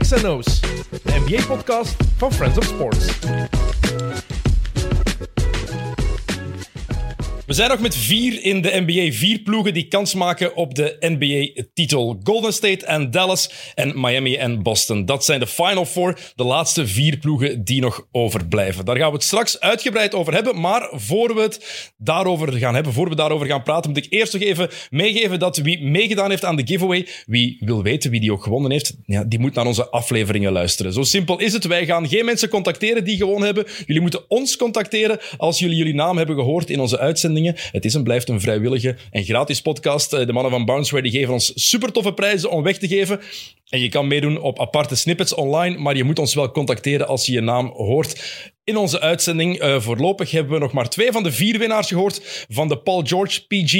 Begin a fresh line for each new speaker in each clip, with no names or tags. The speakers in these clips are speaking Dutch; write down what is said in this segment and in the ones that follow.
XNO's, de NBA-podcast van Friends of Sports. We zijn nog met vier in de NBA. Vier ploegen die kans maken op de NBA-titel. Golden State en Dallas en Miami en Boston. Dat zijn de Final Four, de laatste vier ploegen die nog overblijven. Daar gaan we het straks uitgebreid over hebben. Maar voor we het daarover gaan hebben, voor we daarover gaan praten, moet ik eerst nog even meegeven dat wie meegedaan heeft aan de giveaway, wie wil weten wie die ook gewonnen heeft, ja, die moet naar onze afleveringen luisteren. Zo simpel is het. Wij gaan geen mensen contacteren die gewonnen hebben. Jullie moeten ons contacteren als jullie jullie naam hebben gehoord in onze uitzendingen. Het is en blijft een vrijwillige en gratis podcast. Eh, De mannen van Bounceware die geven ons super toffe prijzen om weg te geven. En je kan meedoen op aparte snippets online, maar je moet ons wel contacteren als je je naam hoort. In onze uitzending eh, voorlopig hebben we nog maar twee van de vier winnaars gehoord van de Paul George PG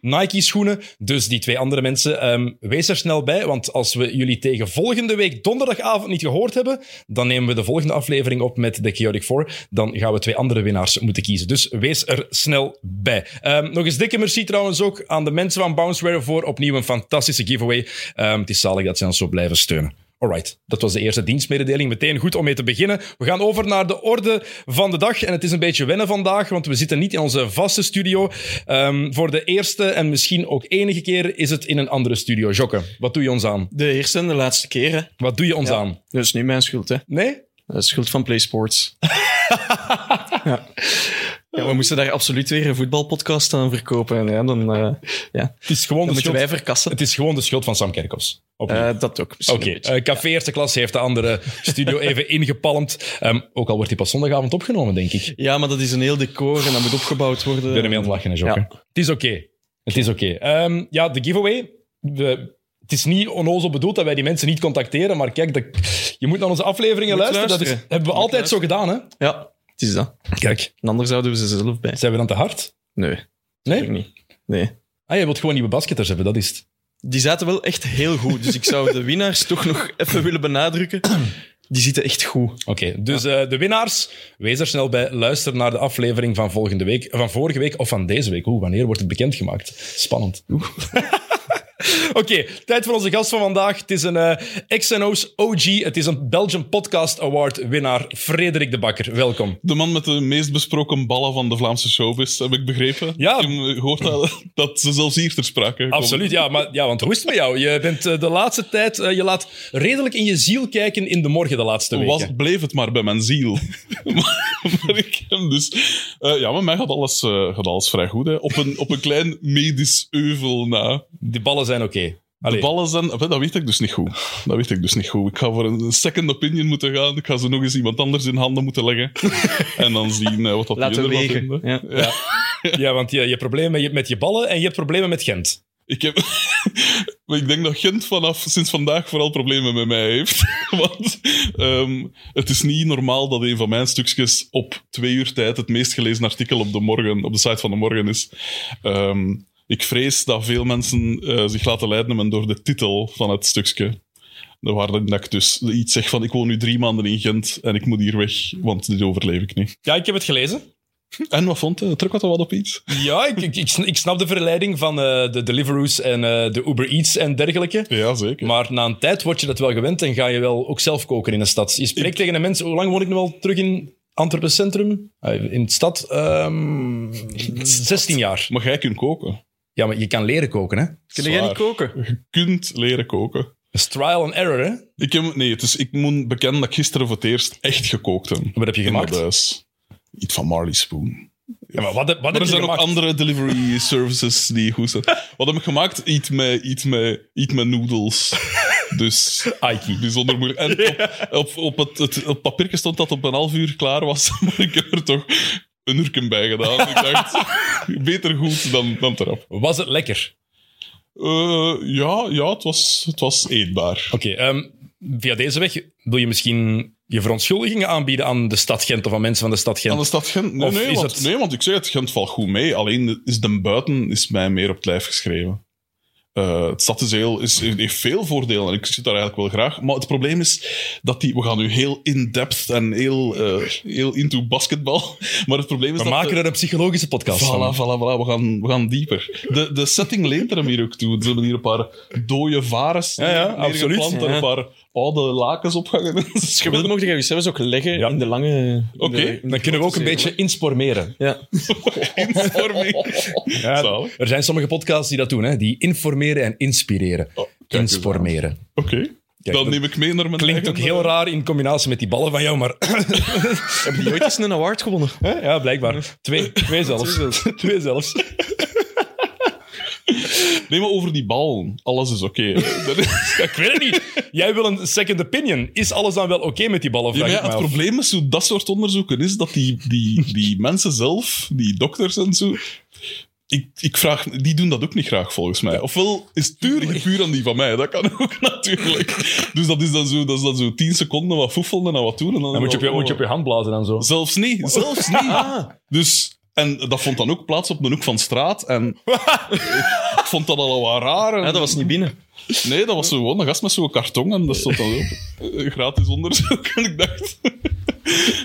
Nike schoenen. Dus die twee andere mensen, ehm, wees er snel bij, want als we jullie tegen volgende week donderdagavond niet gehoord hebben, dan nemen we de volgende aflevering op met de Chaotic Four. Dan gaan we twee andere winnaars moeten kiezen. Dus wees er snel bij. Ehm, nog eens dikke merci trouwens ook aan de mensen van Bounceware voor opnieuw een fantastische giveaway. Ehm, het is zalig dat ze ons zo blijven steunen. Alright, dat was de eerste dienstmededeling. Meteen goed om mee te beginnen. We gaan over naar de orde van de dag. En het is een beetje wennen vandaag, want we zitten niet in onze vaste studio. Ehm, voor de eerste en misschien ook enige keer is het in een andere studio. Jokke, wat doe je ons aan?
De eerste en de laatste keer, hè.
Wat doe je ons
Ja.
aan?
Dat is niet mijn schuld, hè.
Nee?
Dat is schuld van PlaySports. ja. ja, we moesten daar absoluut weer een voetbalpodcast aan verkopen. En ja, dan, eh, ja.
Het is gewoon,
dan
de
moeten
schuld,
wij verkassen.
het is gewoon de schuld van Sam Kerkhoffs. Opnieuw.
Eh, dat ook. misschien
Oké,
een beetje.
eh, Café Eerste Klas heeft de andere studio even ingepalmd. Ehm, ook al wordt die pas zondagavond opgenomen, denk ik.
Ja, maar dat is een heel decor en dat moet opgebouwd worden.
Ik ben ermee aan het lachen, hè, Jokke.
Ja.
Het is oké. Het is oké. Ehm, ja, de giveaway. We- het is niet onnozel bedoeld dat wij die mensen niet contacteren, maar kijk, dat, je moet naar onze afleveringen
Moet
luisteren. Dat is,
luisteren.
hebben we
Moet
altijd zo gedaan,
Ja, het is dat.
hè? Kijk,
En anders zouden we ze zelf bij.
zijn we dan te hard?
Nee,
Nee?
natuurlijk niet. Nee.
Ah, je wilt gewoon nieuwe basketters hebben, dat is het.
Die zaten wel echt heel goed. Dus ik zou de winnaars toch nog even willen benadrukken. Die zitten echt goed.
Oké, dus eh, de winnaars, wees er snel bij. Luister naar de aflevering van volgende week, van vorige week of van deze week. Oeh, wanneer wordt het bekendgemaakt? Spannend. Oeh. Oké, tijd voor onze gast van vandaag. Het is een eh XNO's OG. Het is een Belgian Podcast Award winnaar, Frederik de Bakker. Welkom.
De man met de meest besproken ballen van de Vlaamse showbiz, heb ik begrepen.
Ja.
Ik heb gehoord dat, dat ze zelfs hier ter sprake komen.
Absoluut, ja, maar, ja, want hoe is het met jou? Je bent eh, de laatste tijd, eh, je laat redelijk in je ziel kijken in de morgen de laatste weken.
Was, bleef het maar bij mijn ziel. maar, maar ik heb dus... eh, ja, maar mij gaat alles, eh, gaat alles vrij goed. Hè. Op, een, op een klein medisch euvel na.
Die ballen zijn oké.
De
Allee.
ballen zijn... eh, Dat weet ik dus niet goed. Dat weet ik dus niet goed. Ik ga voor een second opinion moeten gaan. Ik ga ze nog eens iemand anders in handen moeten leggen. en dan zien eh, wat dat die
Laten
anderen van
wegen.
vinden.
Ja.
Ja, want je, je hebt problemen met je- met je ballen en je hebt problemen met Gent.
Ik heb... maar ik denk dat Gent vanaf sinds vandaag vooral problemen met mij heeft. Want ehm, het is niet normaal dat een van mijn stukjes op twee uur tijd het meest gelezen artikel op de, morgen, op de site van de morgen is. Ehm, ik vrees dat veel mensen eh, zich laten leiden hebben door de titel van het stukje. Waar dat ik dus iets zeg van ik woon nu drie maanden in Gent en ik moet hier weg, want dit overleef ik niet.
Ja, ik heb het gelezen.
En wat vond je? Trok wat er wat op iets?
Ja, ik, ik, ik, sn- ik snap de verleiding van eh, de Deliveroo's en eh, de Uber Eats en dergelijke.
Ja, zeker.
Maar na een tijd word je dat wel gewend en ga je wel ook zelf koken in een stad. Je spreekt tegen de mensen, hoe lang woon ik nu al terug in Antwerpen Centrum? Ah, In de stad? Ehm 16 jaar.
Maar jij kunt koken.
Ja, maar je kan leren koken, hè?
Kun jij
Zwaar.
niet koken?
Je kunt leren koken.
Dat is trial and error, hè?
Ik heb, nee, het is, ik moet bekennen dat ik gisteren voor het eerst echt gekookt heb.
Wat heb je
In
gemaakt?
dat huis. Iets van Marley Spoon.
Ja, maar wat, heb- wat
Maar
heb je
er zijn
gemaakt?
ook andere delivery services die goed zijn. Wat heb ik gemaakt? Iets met, iets met, iets met noedels. Dus
Aiki.
bijzonder moeilijk. En op, op, op het, het, op het papiertje stond dat het op een half uur klaar was. Maar ik heb er toch een uur bij gedaan. Ik dacht, beter goed dan, dan erop. Eh,
Was het lekker?
ja, ja het, was, het was eetbaar.
Oké, ehm, via deze weg wil je misschien je verontschuldigingen aanbieden aan de stad Gent of aan mensen van de stad Gent?
Aan de stad Gent? Nee,
Of
nee,
is
want,
het-
nee, want ik zeg het, Gent valt goed mee. Alleen is de buiten is mij meer op het lijf geschreven. eh, het stadsdeel is, heeft veel voordelen en ik zit daar eigenlijk wel graag. Maar het probleem is dat die... We gaan nu heel in-depth en heel, eh, heel into basketbal. Maar het probleem is
We
dat... de-
maken er een psychologische podcast van.
Voilà, voilà, voilà. We gaan, we gaan dieper. De, de setting leent er hem hier ook toe. Ze hebben hier een paar dode varens
Ja, ja,
neergeplant
absoluut.
en een paar oude lakens opgehangen.
Als je wilt, mocht je zelfs ook leggen
Ja.
in de lange... in de-
Oké.
in de
Dan kunnen we ook een
grote
beetje informeren.
zetel. Ja.
Informing.
Ja,
Zalig.
er zijn sommige podcasts die dat doen, hè? die informeren en inspireren.
Oh, kijk eens aan.
Informeren.
Oké.
Kijk,
Dan
dat
neem ik mee naar mijn
Klinkt ook
eigen,
heel raar in combinatie met die ballen van jou, maar
Hebben die ooit eens een award gewonnen?
Hè? Ja, blijkbaar. Twee, twee zelfs.
Twee
twee zelfs.
Nee, maar over die bal. Alles is oké. Dat is-
Ja, ik weet het niet. Jij wil een second opinion. Is alles dan wel oké met die ballen?
Ja,
Vraag
maar ja,
ik mij
het
af.
probleem is hoe dat soort onderzoeken is dat die, die, die mensen zelf, die dokters en zo. Ik, ik vraag, die doen dat ook niet graag volgens mij. Ofwel is het puur, puur aan die van mij, dat kan ook natuurlijk. Dus dat is dan zo, dat is dan zo tien seconden wat foefelen en dan wat doen. En dan, oh.
Dan moet je, op je, moet je Oh. Ah. op je hand blazen en zo.
Zelfs niet, zelfs niet. Dus, en dat vond dan ook plaats op de hoek van straat. En ik vond dat al wel raar. en-
Ja, Ah, dat was niet binnen.
Nee, dat was zo gewoon een gast met zo'n karton en dat stond dan op. Eh, Gratis onderzoek. En ik dacht.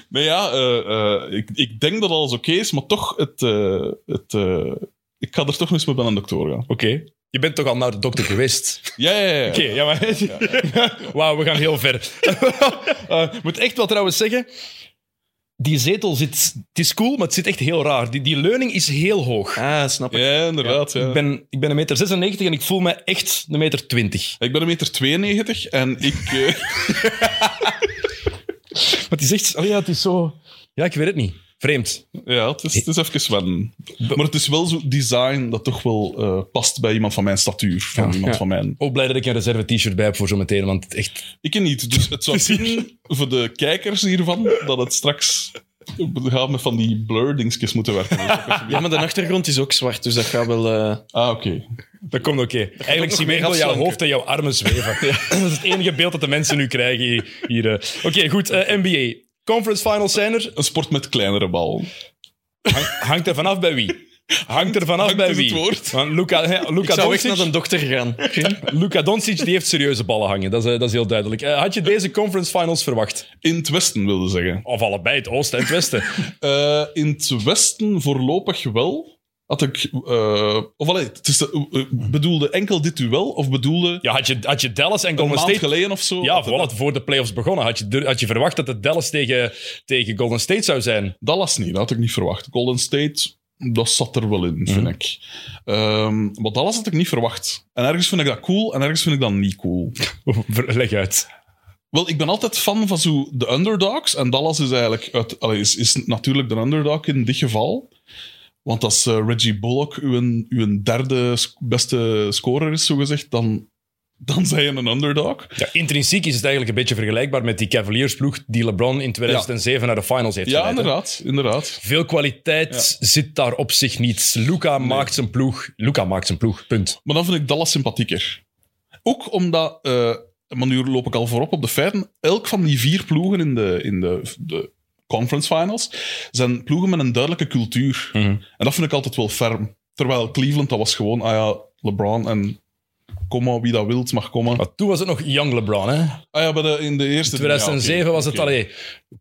Nee, ja, eh, eh, ik, ik denk dat alles oké is, maar toch, het, eh, het, eh, ik ga er toch eens mee bij een dokter gaan.
Oké. Je bent toch al naar de dokter geweest?
Ja, ja, ja. ja.
Oké, ja, maar... Wauw, we gaan heel ver. Eh, Ik moet echt wel trouwens zeggen... Die zetel zit... Het is cool, maar het zit echt heel raar. Die, die leuning is heel hoog.
Ah, snap ik.
Ja, inderdaad. Ja.
Ik, ben, ik ben een meter 96 en ik voel me echt een meter 20.
Ik ben een meter 92 en ik. eh,
Maar het is echt... Oh ja, het is zo... Ja, ik weet het niet. Vreemd.
ja, het is, het is even wennen. Maar het is wel zo'n design dat toch wel eh, past bij iemand van mijn statuur. Van iemand
Ja.
van mijn.
Ook blij dat ik een reserve t-shirt bij heb voor zometeen, want het echt...
Ik niet. Dus het zou zien voor de kijkers hiervan dat het straks gaat met van die blur-dingetjes moeten werken.
Ja, maar de achtergrond is ook zwart, dus dat gaat wel... eh,
Ah, oké.
Dat komt oké. Eigenlijk
nog
zie
meer
je enkel jouw
afslanken.
hoofd en jouw armen zweven. Dat is het enige beeld dat de mensen nu krijgen hier. hier, eh. Oké, goed. eh, NBA. Conference Finals zijn er.
Een sport met kleinere bal.
Hang- hangt er vanaf bij wie? Hangt er vanaf
Hangt
bij
is het
wie?
woord.
Want Luka, hè,
ik
Luka,
zou echt
Doncic,
naar de dokter gaan.
Luka Doncic die heeft serieuze ballen hangen. Dat is, eh, dat is heel duidelijk. Eh, had je deze Conference Finals verwacht?
In het westen, wilde zeggen.
Of allebei, het oosten en het westen.
Eh, in het westen voorlopig wel. Had ik... eh, of allee, het is de- eh, bedoelde enkel dit duel? Of bedoelde
Ja, had, je, had je Dallas en
een
Golden
maand
State...
geleden of zo?
Ja,
Had-
vooral het voor de playoffs begonnen. Had je, dur- had je verwacht dat het Dallas tegen, tegen Golden State zou zijn?
Dallas niet, dat had ik niet verwacht. Golden State, dat zat er wel in, vind
Mhm.
ik. Ehm, maar Dallas had ik niet verwacht. En ergens vind ik dat cool en ergens vind ik dat niet cool.
Leg uit.
Wel, ik ben altijd fan van zo de underdogs. En Dallas is eigenlijk uit, allee, is, is natuurlijk de underdog in dit geval. Want als eh, Reggie Bullock uw, uw derde sc- beste scorer is, zogezegd, dan, dan zijn je een underdog.
Ja, intrinsiek is het eigenlijk een beetje vergelijkbaar met die Cavaliersploeg die LeBron in 2007 naar de finals heeft
Ja,
geleid, hè.
inderdaad. inderdaad.
Veel kwaliteit zit daar op zich niet. Luca maakt zijn ploeg. Luca maakt zijn ploeg, punt.
Maar dan vind ik Dallas sympathieker. Ook omdat, eh, maar nu loop ik al voorop op de feiten, elk van die vier ploegen in de, in de, de conference finals zijn ploegen met een duidelijke cultuur.
Mhm.
En dat vind ik altijd wel ferm. Terwijl Cleveland, dat was gewoon, ah ja, LeBron en kom maar, wie dat wilt mag komen.
Maar toen was het nog young LeBron, hè?
Ah ja, bij de, in de eerste...
2007
ja, oké,
was het
oké.
alleen.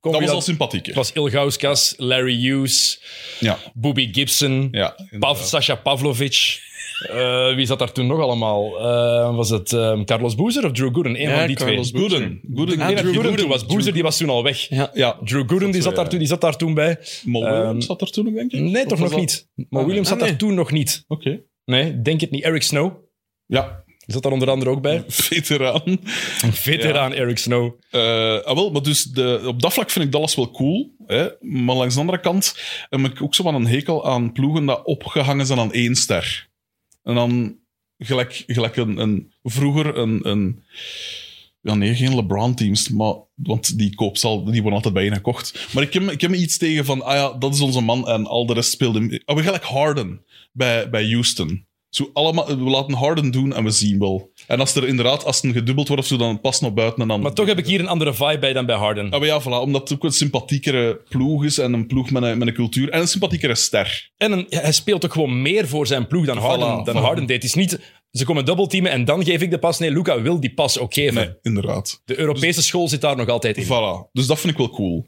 Dat was al sympathieker.
Het was Ilgauskas, Larry Hughes,
Ja,
Booby Gibson,
ja.
Pav,
inderdaad.
Sasha Pavlovic. Eh, wie zat daar toen nog allemaal? Eh, was het eh, Carlos Boozer of Drew Gooden? Een
Ja,
van die
Carlos
twee.
Gooden. Gooden.
Nee,
Ah,
dat
Drew
Drew Gooden
Gooden.
toen was. Boozer die was toen al weg.
Ja.
Ja,
Drew Gooden die zat, daar toen, die zat daar toen bij.
Mo
Ehm, mm.
Williams zat er toen nog, denk ik?
Nee,
Of
toch
was
nog
dat-
niet. Maar
nee.
Williams zat
Ah, nee.
daar toen nog niet.
Oké.
Nee, denk het niet. Eric Snow
Ja,
die zat daar onder andere ook bij.
veteraan.
Een veteraan Eric Snow.
Eh, ah, wel, maar dus de, op dat vlak vind ik Dallas wel cool. Hè? Maar langs de andere kant heb ik ook zo van een hekel aan ploegen dat opgehangen zijn aan één ster. En dan gelijk, gelijk een, een, vroeger een, een... Ja, nee, geen LeBron-teams, maar, want die koopsal die worden altijd bij je gekocht. Maar ik heb, ik heb iets tegen van, ah ja, dat is onze man en al de rest speelde... mee. Ah, we gelijk Harden bij, bij Houston. Zo allemaal, we laten Harden doen en we zien wel. En als er inderdaad, als het gedubbeld wordt of zo, dan past nog buiten een ander.
Maar toch heb ik hier een andere vibe bij dan bij Harden.
Ja, Ah, maar ja, voilà, omdat het ook een sympathiekere ploeg is en een ploeg met een, met een cultuur en een sympathiekere ster.
En een- hij speelt ook gewoon meer voor zijn ploeg dan Harden,
Voilà,
dan
voilà.
Harden deed. Het is niet, ze komen dubbelteamen en dan geef ik de pas. Nee, Luca wil die pas ook geven.
Nee, inderdaad.
De Europese school zit daar nog altijd in.
Voilà. Dus dat vind ik wel cool.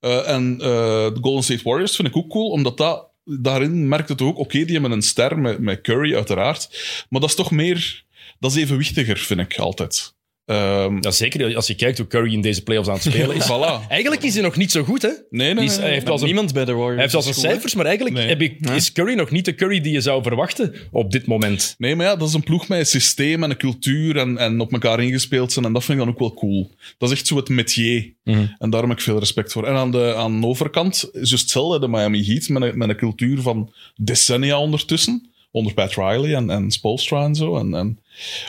Eh, en eh, de Golden State Warriors vind ik ook cool, omdat dat, daarin merkt het ook, oké, die hebben een ster met, met Curry uiteraard, maar dat is toch meer, dat is evenwichtiger, vind ik altijd. Ehm
Ja, zeker als je kijkt hoe Curry in deze playoffs aan het spelen is.
Voilà.
Eigenlijk is hij nog niet zo goed, hè? Hij Die
Nee, nee, nee,
is- eh,
nee.
hij heeft wel zijn-
Niemand bij de Warriors.
heeft zelfs
is
zijn
goed, hè?
cijfers, maar eigenlijk
Nee.
heb ik, is Curry nog niet de Curry die je zou verwachten op dit moment.
Nee, maar ja, dat is een ploeg met een systeem en een cultuur en, en op elkaar ingespeeld zijn. En dat vind ik dan ook wel cool. Dat is echt zo het métier.
Mhm.
En daar heb ik veel respect voor. En aan de, aan de overkant is het hetzelfde, de Miami Heat, met een, met een cultuur van decennia ondertussen. Onder Pat Riley en, en Spolstra en zo. En, en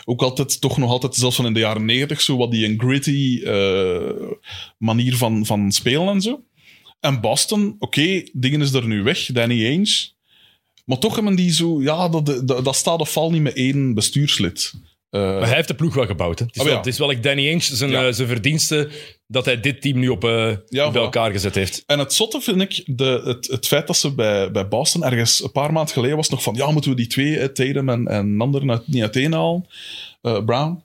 ook altijd, toch nog altijd, zelfs van in de jaren negentig, zo wat die een gritty eh, manier van, van spelen en zo. En Boston, oké, dingen is er nu weg. Danny Ainge. Maar toch hebben die zo... Ja, dat, dat, dat staat of valt niet met één bestuurslid. Eh,
Maar hij heeft de ploeg wel gebouwd. Hè. Het, is
Oh,
wel,
ja.
het is wel like Danny Ainge, zijn,
Ja.
eh, zijn verdiensten, dat hij dit team nu op, eh, bij
voilà.
elkaar gezet heeft.
En het zotte vind ik de, het, het feit dat ze bij, bij Boston ergens een paar maanden geleden was nog van ja, moeten we die twee, eh, Tatum en, en Nander, uit- niet uiteenhalen, eh, Brown.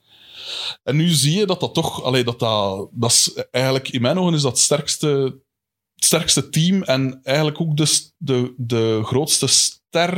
En nu zie je dat dat toch, allee, dat, dat, dat is eigenlijk in mijn ogen is dat het sterkste, het sterkste team en eigenlijk ook de, s- de, de grootste ster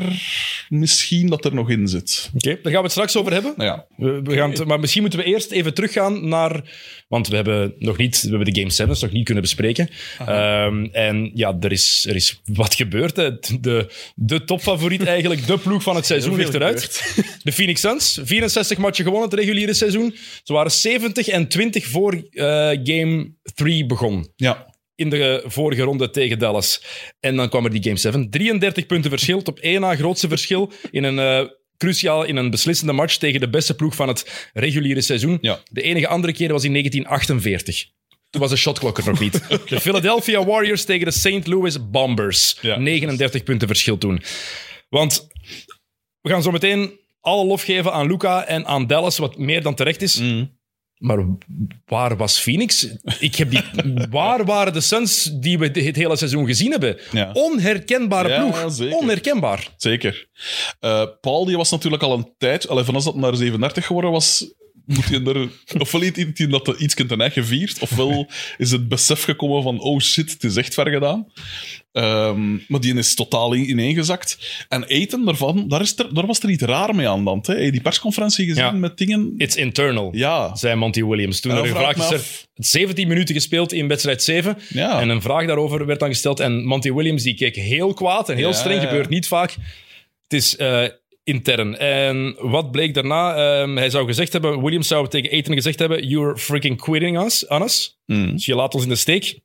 misschien dat er nog in zit.
Oké, daar gaan we het straks over hebben.
Nou ja,
We, we gaan het- maar misschien moeten we eerst even teruggaan naar. Want we hebben nog niet. We hebben de Game 7's nog niet kunnen bespreken. Ehm, en ja, er is, er is wat gebeurd. Hè. De, de topfavoriet, eigenlijk de ploeg van het seizoen,
Heel
ligt
veel
eruit. De Phoenix Suns, 64 matchen gewonnen het reguliere seizoen. Ze waren 70 en 20 voor eh, Game 3 begon
ja.
in de vorige ronde tegen Dallas. En dan kwam er die Game 7. 33 punten verschil, op één na grootste verschil in een eh cruciaal, in een beslissende match tegen de beste ploeg van het reguliere seizoen.
Ja.
De enige andere keer was in 1948. Toen was de shotklok er nog niet. De Philadelphia Warriors tegen de St. Louis Bombers.
Ja.
39 punten verschil toen. Want we gaan zo meteen alle lof geven aan Luca en aan Dallas, wat meer dan terecht is.
Mm.
Maar waar was Phoenix? Ik heb die, waar waren de Suns die we dit hele seizoen gezien hebben?
Ja.
Onherkenbare
Ja,
ploeg.
zeker.
Onherkenbaar.
Zeker. Eh, Paul die was natuurlijk al een tijd, allee, vanaf dat hij naar 37 geworden was, moet hij er, ofwel heeft hij dat iets ten eigen gevierd, ofwel is het besef gekomen van oh shit, het is echt ver gedaan. Ehm, maar die is totaal in- ineengezakt. En eten daarvan, daar, is er, daar was er iets raar mee aan de hand. Hè? Heb je die persconferentie gezien
Ja.
met dingen?
It's internal,
Ja.
zei Monty Williams. Toen
En
er
dan vraag
gevraagd
ik
is,
me
er 17 minuten gespeeld in wedstrijd 7.
Ja.
En een vraag daarover werd dan gesteld. En Monty Williams die keek heel kwaad en heel
Ja,
streng.
ja.
Gebeurt niet vaak. Het is eh, intern. En wat bleek daarna? Ehm, hij zou gezegd hebben, Williams zou tegen Eten gezegd hebben, you're freaking quitting us, on us.
Mm.
Dus je laat ons in de steek.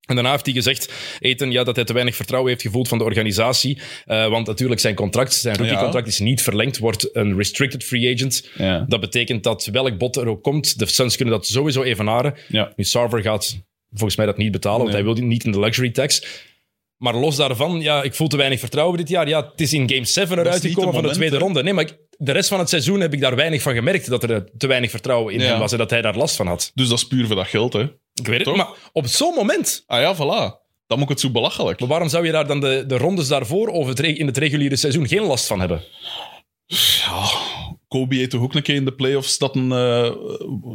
En daarna heeft hij gezegd, Eten, ja, dat hij te weinig vertrouwen heeft gevoeld van de organisatie. Eh, want natuurlijk zijn contract, zijn rookiecontract is niet verlengd, wordt een restricted free agent.
Ja.
Dat betekent dat welk bod er ook komt, de Suns kunnen dat sowieso evenaren.
Ja.
Nu, Sarver gaat volgens mij dat niet betalen, want
Nee.
hij wil niet in de luxury tax. Maar los daarvan, ja, ik voel te weinig vertrouwen dit jaar. Ja, het is in Game 7 eruit
niet het
gekomen van de
moment,
tweede
hè?
ronde. Nee, maar ik- de rest van het seizoen heb ik daar weinig van gemerkt, dat er eh, te weinig vertrouwen in
Ja.
hem was en dat hij daar last van had.
Dus dat is puur voor dat geld, hè?
Ik weet het,
Toch?
maar op zo'n moment.
Ah ja, voilà. Dan moet ik het zo belachelijk.
Maar waarom zou je daar dan de, de rondes daarvoor of het re- in het reguliere seizoen geen last van hebben?
Ja, Kobe heeft toch ook een keer in de playoffs dat een, eh,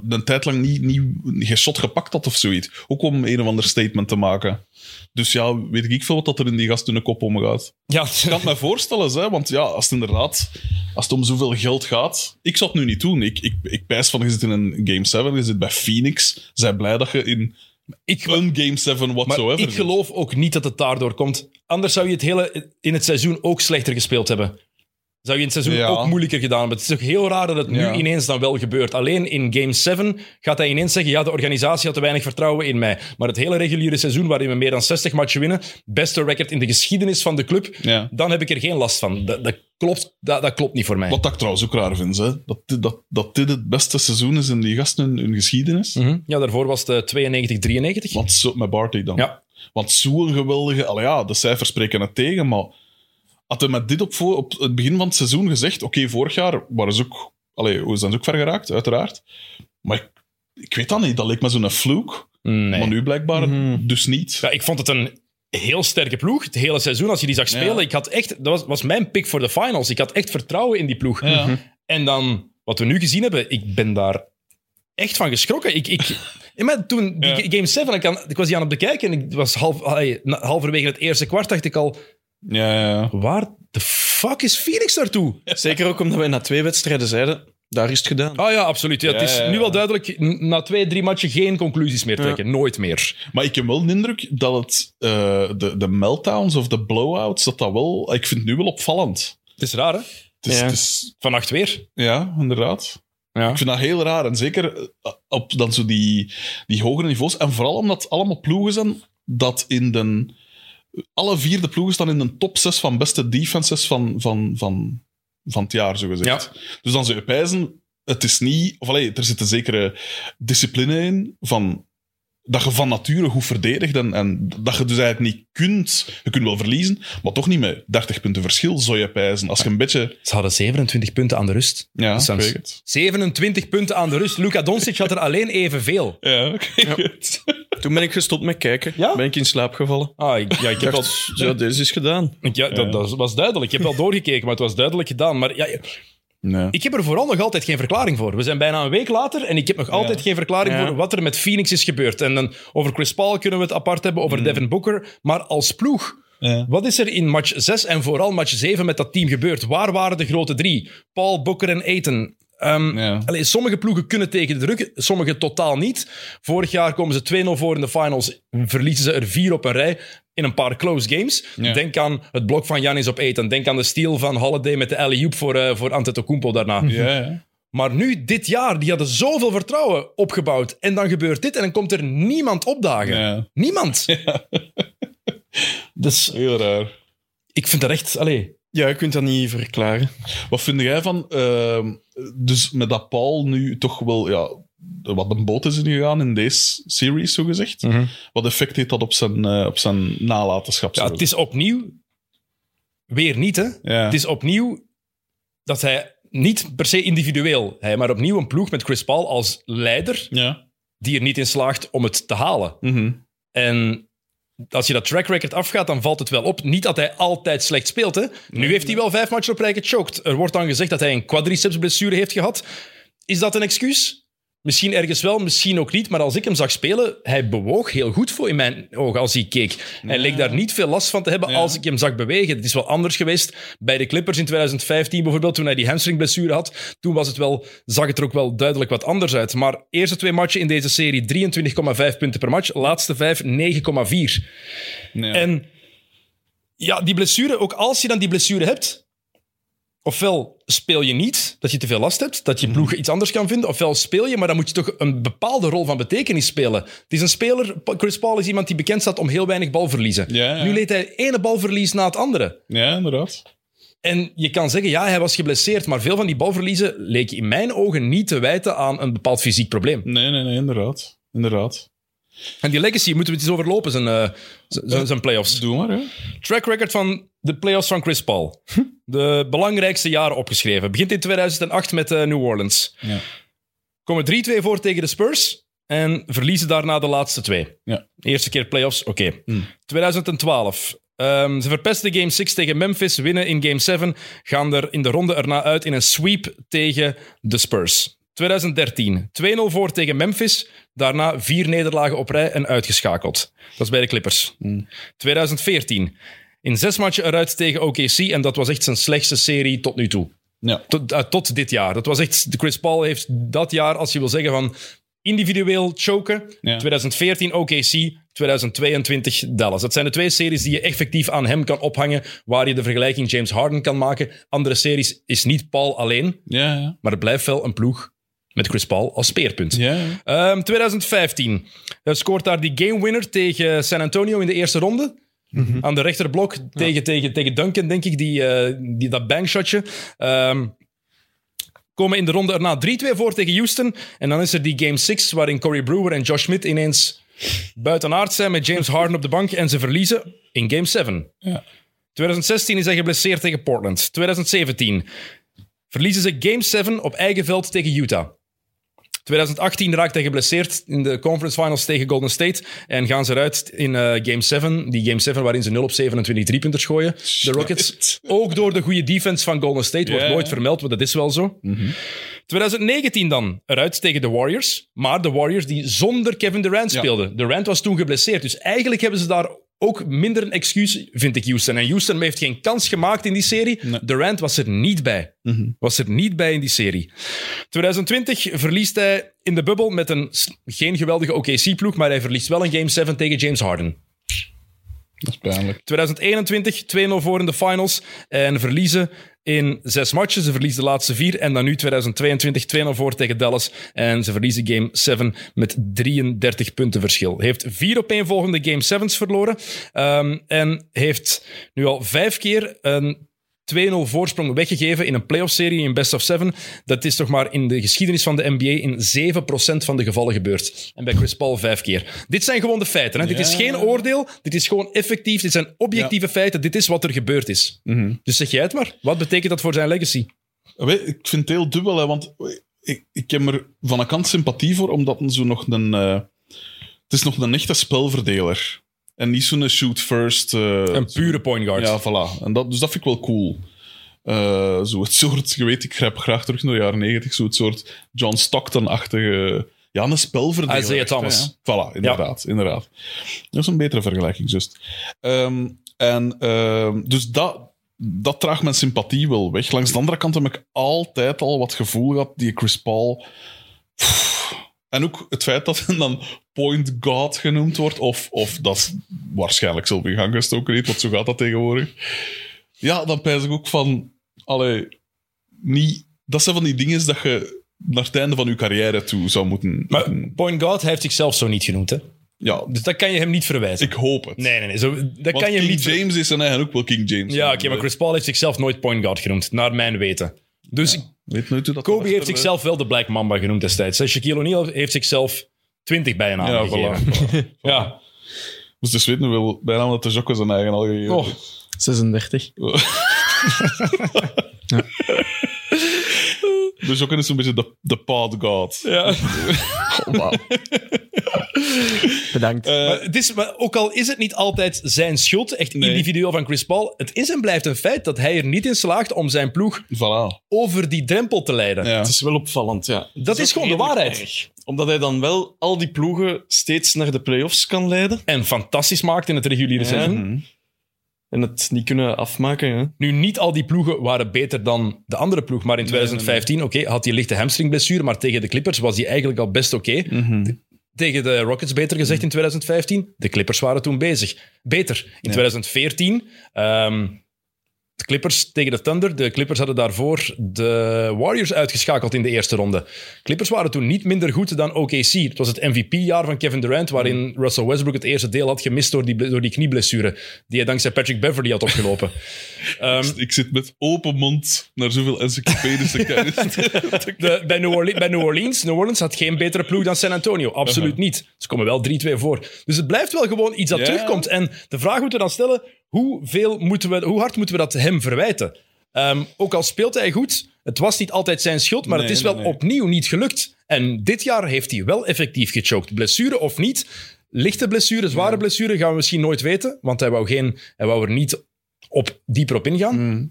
een tijd lang niet, niet geen shot gepakt had of zoiets. Ook om een of ander statement te maken. Dus ja, weet ik veel wat dat er in die gast hun kop omgaat.
Ja,
Ik kan het mij voorstellen, hè, want ja, als het inderdaad als het om zoveel geld gaat... Ik zou het nu niet doen. Ik, ik, ik pijs van, je zit in een Game 7, je zit bij Phoenix. Zij blij dat je in
ik,
een Game 7
maar
whatsoever
ik
zit.
geloof ook niet dat het daardoor komt. Anders zou je het hele in het seizoen ook slechter gespeeld hebben. Zou je in het seizoen
Ja.
ook moeilijker gedaan hebben. Het is ook heel raar dat het nu
Ja.
ineens dan wel gebeurt. Alleen in Game 7 gaat hij ineens zeggen: ja, de organisatie had te weinig vertrouwen in mij. Maar het hele reguliere seizoen, waarin we meer dan 60 matchen winnen, beste record in de geschiedenis van de club,
Ja.
dan heb ik er geen last van. Dat, dat, klopt, dat, dat klopt niet voor mij.
Wat ik trouwens ook raar vind, hè, dat, dit- dat, dat dit het beste seizoen is in die gasten hun, hun geschiedenis.
Mhm. Ja, daarvoor was het eh, 92-93.
Want zo, met Barty dan.
Ja.
Want zo'n geweldige... Al ja, de cijfers spreken het tegen, maar... Had hij met dit op, voor, op het begin van het seizoen gezegd... Oké, vorig jaar waren ze ook Allee, we zijn ook ver geraakt, uiteraard. Maar ik, ik weet dat niet. Dat leek me zo'n fluke.
Nee.
Maar nu blijkbaar
Mhm.
dus niet.
Ja, ik vond het een heel sterke ploeg. Het hele seizoen, als je die zag spelen,
Ja.
ik had echt, dat was, was mijn pick voor de finals. Ik had echt vertrouwen in die ploeg.
Ja. Mhm.
En dan, wat we nu gezien hebben, ik ben daar echt van geschrokken. Ik, ik, Ja, maar toen, die
Ja.
g- Game 7, ik, aan- ik was die aan het bekijken en ik was half, allee, na- halverwege het eerste kwart, dacht ik al,
Ja, ja, ja.
waar de fuck is Phoenix naartoe?
Zeker ook omdat wij na twee wedstrijden zeiden, daar is het gedaan.
Ah ja, absoluut. Ja, het
Ja,
is
ja, ja.
nu wel duidelijk, n- na twee, drie matchen geen conclusies meer trekken. Nooit meer.
Maar ik heb wel de indruk dat het, eh, de, de meltdowns of de blowouts, dat dat wel... Ik vind het nu wel opvallend.
Het is raar, hè?
Het is,
Ja.
het is-
Vannacht weer.
ja inderdaad.
Ja.
Ik vind dat heel raar. En zeker eh, op dan zo die, die hogere niveaus. En vooral omdat het allemaal ploegen zijn dat in de... Alle vier de ploegen staan in de top 6 van beste defenses van, van, van, van het jaar, zogezegd. Dus dan zou je pijzen, het is niet... Of allee, er zit een zekere discipline in van... Dat je van nature goed verdedigt en, en dat je dus eigenlijk niet kunt. Je kunt wel verliezen, maar toch niet met 30 punten verschil, zou je pijzen. Als je een beetje.
Ze hadden 27 punten aan de rust.
Ja, ik
Sans.
weet het.
27 punten aan de rust. Luka Doncic had er alleen evenveel.
Ja, ik weet het.
Toen ben ik gestopt met kijken.
Ja?
Ben ik in slaap gevallen.
Ah, ik, ja, ik heb al,
dacht, ja, deze is gedaan.
ik- ja, dat, dat was duidelijk. Ik heb wel doorgekeken, maar het was duidelijk gedaan. Maar ja,
Nee.
ik heb er vooral nog altijd geen verklaring voor. We zijn bijna een week later en ik heb nog altijd geen verklaring
Ja.
voor wat er met Phoenix is gebeurd. En dan over Chris Paul kunnen we het apart hebben, over Devin Booker. Maar als ploeg,
Hmm. Ja.
wat is er in match 6 en vooral match 7 met dat team gebeurd? Waar waren de grote drie? Paul, Booker en Aiton. Ehm,
Ja.
Allee, sommige ploegen kunnen tegen de druk, sommige totaal niet. Vorig jaar komen ze 2-0 voor in de finals, verliezen ze er vier op een rij in een paar close games.
Ja.
Denk aan het blok van Janis op Eten. Denk aan de steal van Holiday met de alley-oop voor, eh voor Antetokounmpo daarna.
Ja, ja.
Maar nu, dit jaar, die hadden zoveel vertrouwen opgebouwd. En dan gebeurt dit en dan komt er niemand opdagen.
Ja,
Niemand. Dus
heel raar.
ik vind dat echt... Allee,
Ja, je kunt dat niet verklaren.
Wat vind jij van, ehm, dus met dat Paul nu toch wel, ja, wat een boot is ingegaan in deze series, zogezegd.
Mhm.
Wat effect heeft dat op zijn, eh, op zijn nalatenschap?
ja, het is opnieuw... Weer niet, hè?
ja.
Het is opnieuw dat hij niet per se individueel, hè, maar opnieuw een ploeg met Chris Paul als leider
Ja.
die er niet in slaagt om het te halen.
Mhm.
En als je dat track record afgaat, dan valt het wel op. Niet dat hij altijd slecht speelt. Hè. Nu heeft hij wel vijf matchen op rij gechoked. Er wordt dan gezegd dat hij een quadricepsblessure heeft gehad. Is dat een excuus? Misschien ergens wel, misschien ook niet. Maar als ik hem zag spelen, hij bewoog heel goed voor in mijn ogen als hij keek. Hij leek daar niet veel last van te hebben
Ja.
als ik hem zag bewegen. Het is wel anders geweest bij de Clippers in 2015 bijvoorbeeld, toen hij die hamstringblessure had. Toen was het wel, zag het er ook wel duidelijk wat anders uit. Maar eerste twee matchen in deze serie 23,5 punten per match. Laatste vijf 9,4.
Ja.
En ja, die blessure, ook als je dan die blessure hebt, ofwel speel je niet, dat je te veel last hebt, dat je ploeg iets anders kan vinden, ofwel speel je, maar dan moet je toch een bepaalde rol van betekenis spelen. Het is een speler, Pa- Chris Paul is iemand die bekend staat om heel weinig balverliezen.
Ja, ja.
Nu leed hij ene balverlies na het andere.
ja, inderdaad.
En je kan zeggen, ja, hij was geblesseerd, maar veel van die balverliezen leek in mijn ogen niet te wijten aan een bepaald fysiek probleem.
Nee, nee, nee, inderdaad. Inderdaad.
En die legacy moeten we het eens overlopen, zijn, eh, z- z- zijn playoffs.
Doe maar, hè.
Track record van de playoffs van Chris Paul.
Hm.
De belangrijkste jaren opgeschreven. Begint in 2008 met eh, New Orleans.
Ja.
Komen 3-2 voor tegen de Spurs en verliezen daarna de laatste twee.
Ja.
Eerste keer playoffs, oké.
Hmm.
2012. Ehm, ze verpesten game 6 tegen Memphis, winnen in game 7, gaan er in de ronde erna uit in een sweep tegen de Spurs. 2013, 2-0 voor tegen Memphis, daarna vier nederlagen op rij en uitgeschakeld. Dat is bij de Clippers.
Hm.
2014, in zes matchen eruit tegen OKC en dat was echt zijn slechtste serie tot nu toe.
Ja.
Tot, eh, tot dit jaar. Dat was echt, Chris Paul heeft dat jaar, als je wil zeggen van individueel choken,
Ja.
2014 OKC, 2022 Dallas. Dat zijn de twee series die je effectief aan hem kan ophangen, waar je de vergelijking James Harden kan maken. Andere series is niet Paul alleen,
Ja, ja.
maar het blijft wel een ploeg met Chris Paul als speerpunt.
Ja, ja.
Ehm, 2015 Hij scoort daar die game winner tegen San Antonio in de eerste ronde. Aan de rechterblok tegen, tegen, tegen Duncan, denk ik, die, eh, die, dat bangshotje. Ehm, komen in de ronde erna 3-2 voor tegen Houston. En dan is er die game 6, waarin Corey Brewer en Josh Smith ineens buitenaard zijn met James Harden op de bank. En ze verliezen in game 7.
Ja.
2016 is hij geblesseerd tegen Portland. 2017 verliezen ze Game 7 op eigen veld tegen Utah. 2018 raakt hij geblesseerd in de conference finals tegen Golden State. En gaan ze eruit in eh, Game 7. Die Game 7 waarin ze 0 op 27 driepunters gooien. De Rockets. Ook door de goede defense van Golden State. Wordt
Ja.
nooit vermeld, want dat is wel zo. 2019 dan eruit tegen de Warriors. Maar de Warriors die zonder Kevin Durant
Ja.
speelden. Durant was toen geblesseerd. Dus eigenlijk hebben ze daar ook minder een excuus, vind ik, Houston. En Houston heeft geen kans gemaakt in die serie.
Nee. Mhm.
Durant was er niet bij. Was er niet bij in die serie. 2020 verliest hij in de bubbel met een s- geen geweldige OKC-ploeg, maar hij verliest wel een Game 7 tegen James Harden.
Dat is pijnlijk.
2021, 2-0 voor in de finals. En verliezen in zes matchen. Ze verliezen de laatste vier. En dan nu 2022, 2-0 voor tegen Dallas. En ze verliezen game 7 met 33 punten verschil. Heeft vier opeenvolgende game 7's verloren. Ehm, en heeft nu al vijf keer een 2-0 voorsprong weggegeven in een playoff-serie in best of seven. Dat is toch maar in de geschiedenis van de NBA in 7% van de gevallen gebeurd. En bij Chris Paul vijf keer. Dit zijn gewoon de feiten. Hè? Dit is
Ja.
geen oordeel. Dit is gewoon effectief. Dit zijn objectieve feiten. Dit is wat er gebeurd is.
Mhm.
Dus zeg jij het maar. Wat betekent dat voor zijn legacy?
Weet, ik vind het heel dubbel, hè, want ik, ik heb er van een kant sympathie voor, omdat het zo nog een... eh, het is nog een echte spelverdeler. En niet zo'n shoot-first... eh,
Een pure point guard.
Ja, voilà. En dat, dus dat vind ik wel cool. Eh, zo het soort, je weet, ik grijp graag terug naar de jaren negentig, zo het soort John Stockton-achtige... Ja, een spelverdeler.
Isaiah
echt, hè,
Thomas.
ja. Voilà, inderdaad. inderdaad. Dat is een betere vergelijking, just. Ehm, en ehm, dus dat, dat draagt mijn sympathie wel weg. Langs de andere kant heb ik altijd al wat gevoel gehad, die Chris Paul... Pff. En ook het feit dat hij dan point god genoemd wordt, of, of dat is waarschijnlijk zelf in gang gestoken heeft, want zo gaat dat tegenwoordig. Ja, dan pijs ik ook van... Allee, niet, dat zijn van die dingen dat je naar het einde van je carrière toe zou moeten...
Maar point guard hij heeft zichzelf zo niet genoemd. Hè?
ja,
Dus dat kan je hem niet verwijzen.
ik hoop het.
Nee, nee, nee. Zo, dat
Want
kan je hem
King
niet ver-
James is zijn eigen ook wel King James. Eh,
Ja, oké, maar Chris Paul heeft zichzelf nooit point guard genoemd. Naar mijn weten. Dus
Weet nooit hoe dat
Kobe heeft
achter-
zichzelf wel de Black Mamba genoemd destijds. hè. Shaquille O'Neal heeft zichzelf 20 bijna
Ja,
gegeven.
voilà. voilà.
Ja.
Dus dus weten we wel bijna dat de Jocko zijn eigen al gegeven
Oh.
36.
De Jocko is een beetje de, de pod god.
Wauw. Bedankt.
Eh,
Maar het is, maar ook al is het niet altijd zijn schuld, echt
Nee.
individueel van Chris Paul, het is en blijft een feit dat hij er niet in slaagt om zijn ploeg
voilà.
over die drempel te leiden.
Ja.
Het is wel opvallend, ja. Het
is
ook
gewoon de
redelijk
waarheid.
erg, omdat hij dan wel al die ploegen steeds naar de play-offs kan leiden.
En fantastisch maakt in het reguliere
Ja.
seizoen.
Mhm.
En het niet kunnen afmaken. Hè?
Nu, niet al die ploegen waren beter dan de andere ploeg, maar in
nee, nee.
2015, oké, had hij lichte hamstringblessure, maar tegen de Clippers was hij eigenlijk al best oké.
Mhm.
Tegen de Rockets, beter gezegd, in 2015. De Clippers waren toen bezig. Beter. In 2014, ehm, de Clippers tegen de Thunder. De Clippers hadden daarvoor de Warriors uitgeschakeld in de eerste ronde. Clippers waren toen niet minder goed dan OKC. Het was het MVP-jaar van Kevin Durant, waarin Russell Westbrook het eerste deel had gemist door die, ble- door die knieblessure, die hij dankzij Patrick Beverly had opgelopen. Ehm,
Ik zit met open mond naar zoveel encyclopedische kennis.
De, bij, New Orle- bij New Orleans. New Orleans had geen betere ploeg dan San Antonio. Absoluut niet. Ze komen wel 3-2 voor. Dus het blijft wel gewoon iets dat
Uh-huh. Ja.
terugkomt. En de vraag moeten we dan stellen: hoeveel moeten we, hoe hard moeten we dat hem verwijten? Ehm, ook al speelt hij goed, het was niet altijd zijn schuld, maar het
Nee,
is wel
nee, nee.
opnieuw niet gelukt. En dit jaar heeft hij wel effectief gechoked. Blessure of niet. Lichte blessure, zware blessure gaan we misschien nooit weten, want hij wou, geen, hij wou er niet op, dieper op ingaan.
Mhm.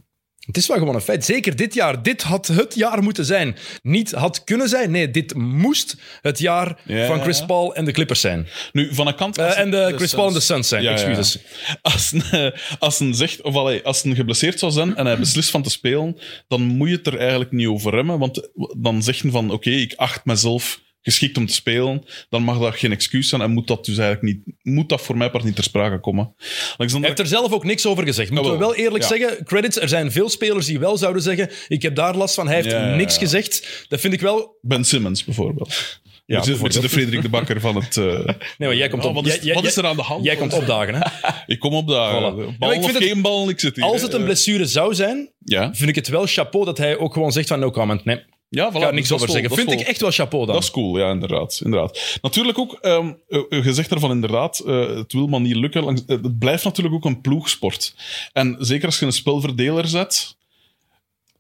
Het is wel gewoon een feit. Zeker dit jaar. Dit had het jaar moeten zijn. Niet had kunnen zijn. Nee, dit moest het jaar
Ja,
van
ja,
Chris
ja.
Paul en de Clippers zijn.
nu, van een kant...
Eh,
als-
en de, Chris Paul en de
Suns.
Suns zijn.
Ja, ja, ja.
Excuses.
als, een, als een zegt, of allee, als een geblesseerd zou zijn en hij beslist van te spelen, dan moet je het er eigenlijk niet over remmen. Want dan zeggen van, oké, ik acht mezelf geschikt om te spelen, dan mag daar geen excuus zijn en moet dat dus eigenlijk niet, moet dat voor mij part niet ter sprake komen. Langs de
Hij
andere
heeft er zelf ook niks over gezegd. Moeten we
Jawel.
wel eerlijk
Ja.
zeggen, credits, er zijn veel spelers die wel zouden zeggen, ik heb daar last van, hij heeft
Ja, ja, ja.
niks gezegd. Dat vind ik wel...
Ben Simmons bijvoorbeeld. Ja, een beetje de
bijvoorbeeld.
Frederik de Bakker van het... eh,
Nee, maar jij komt
oh,
op.
wat, is,
jij- jij-
wat is er aan de hand?
Jij komt opdagen, hè?
Ik kom op daar.
Voilà. Ja,
Ballen
maar ik
of
vind het-
geen ballen, ik zit hier.
Als
hè. Eh,
het een blessure zou zijn,
Ja,
vind ik het wel chapeau dat hij ook gewoon zegt van no comment. Nee, ik
ja voilà,
ga er
dus
niks
dat is
over
wel-
zeggen.
dat is
Vind ik
wel-
echt wel chapeau dan.
Dat is cool, ja, inderdaad. inderdaad. Natuurlijk ook, ehm gezegd daarvan inderdaad, eh, het wil maar niet lukken. Langs- eh, het blijft natuurlijk ook een ploegsport. En zeker als je een spelverdeler zet,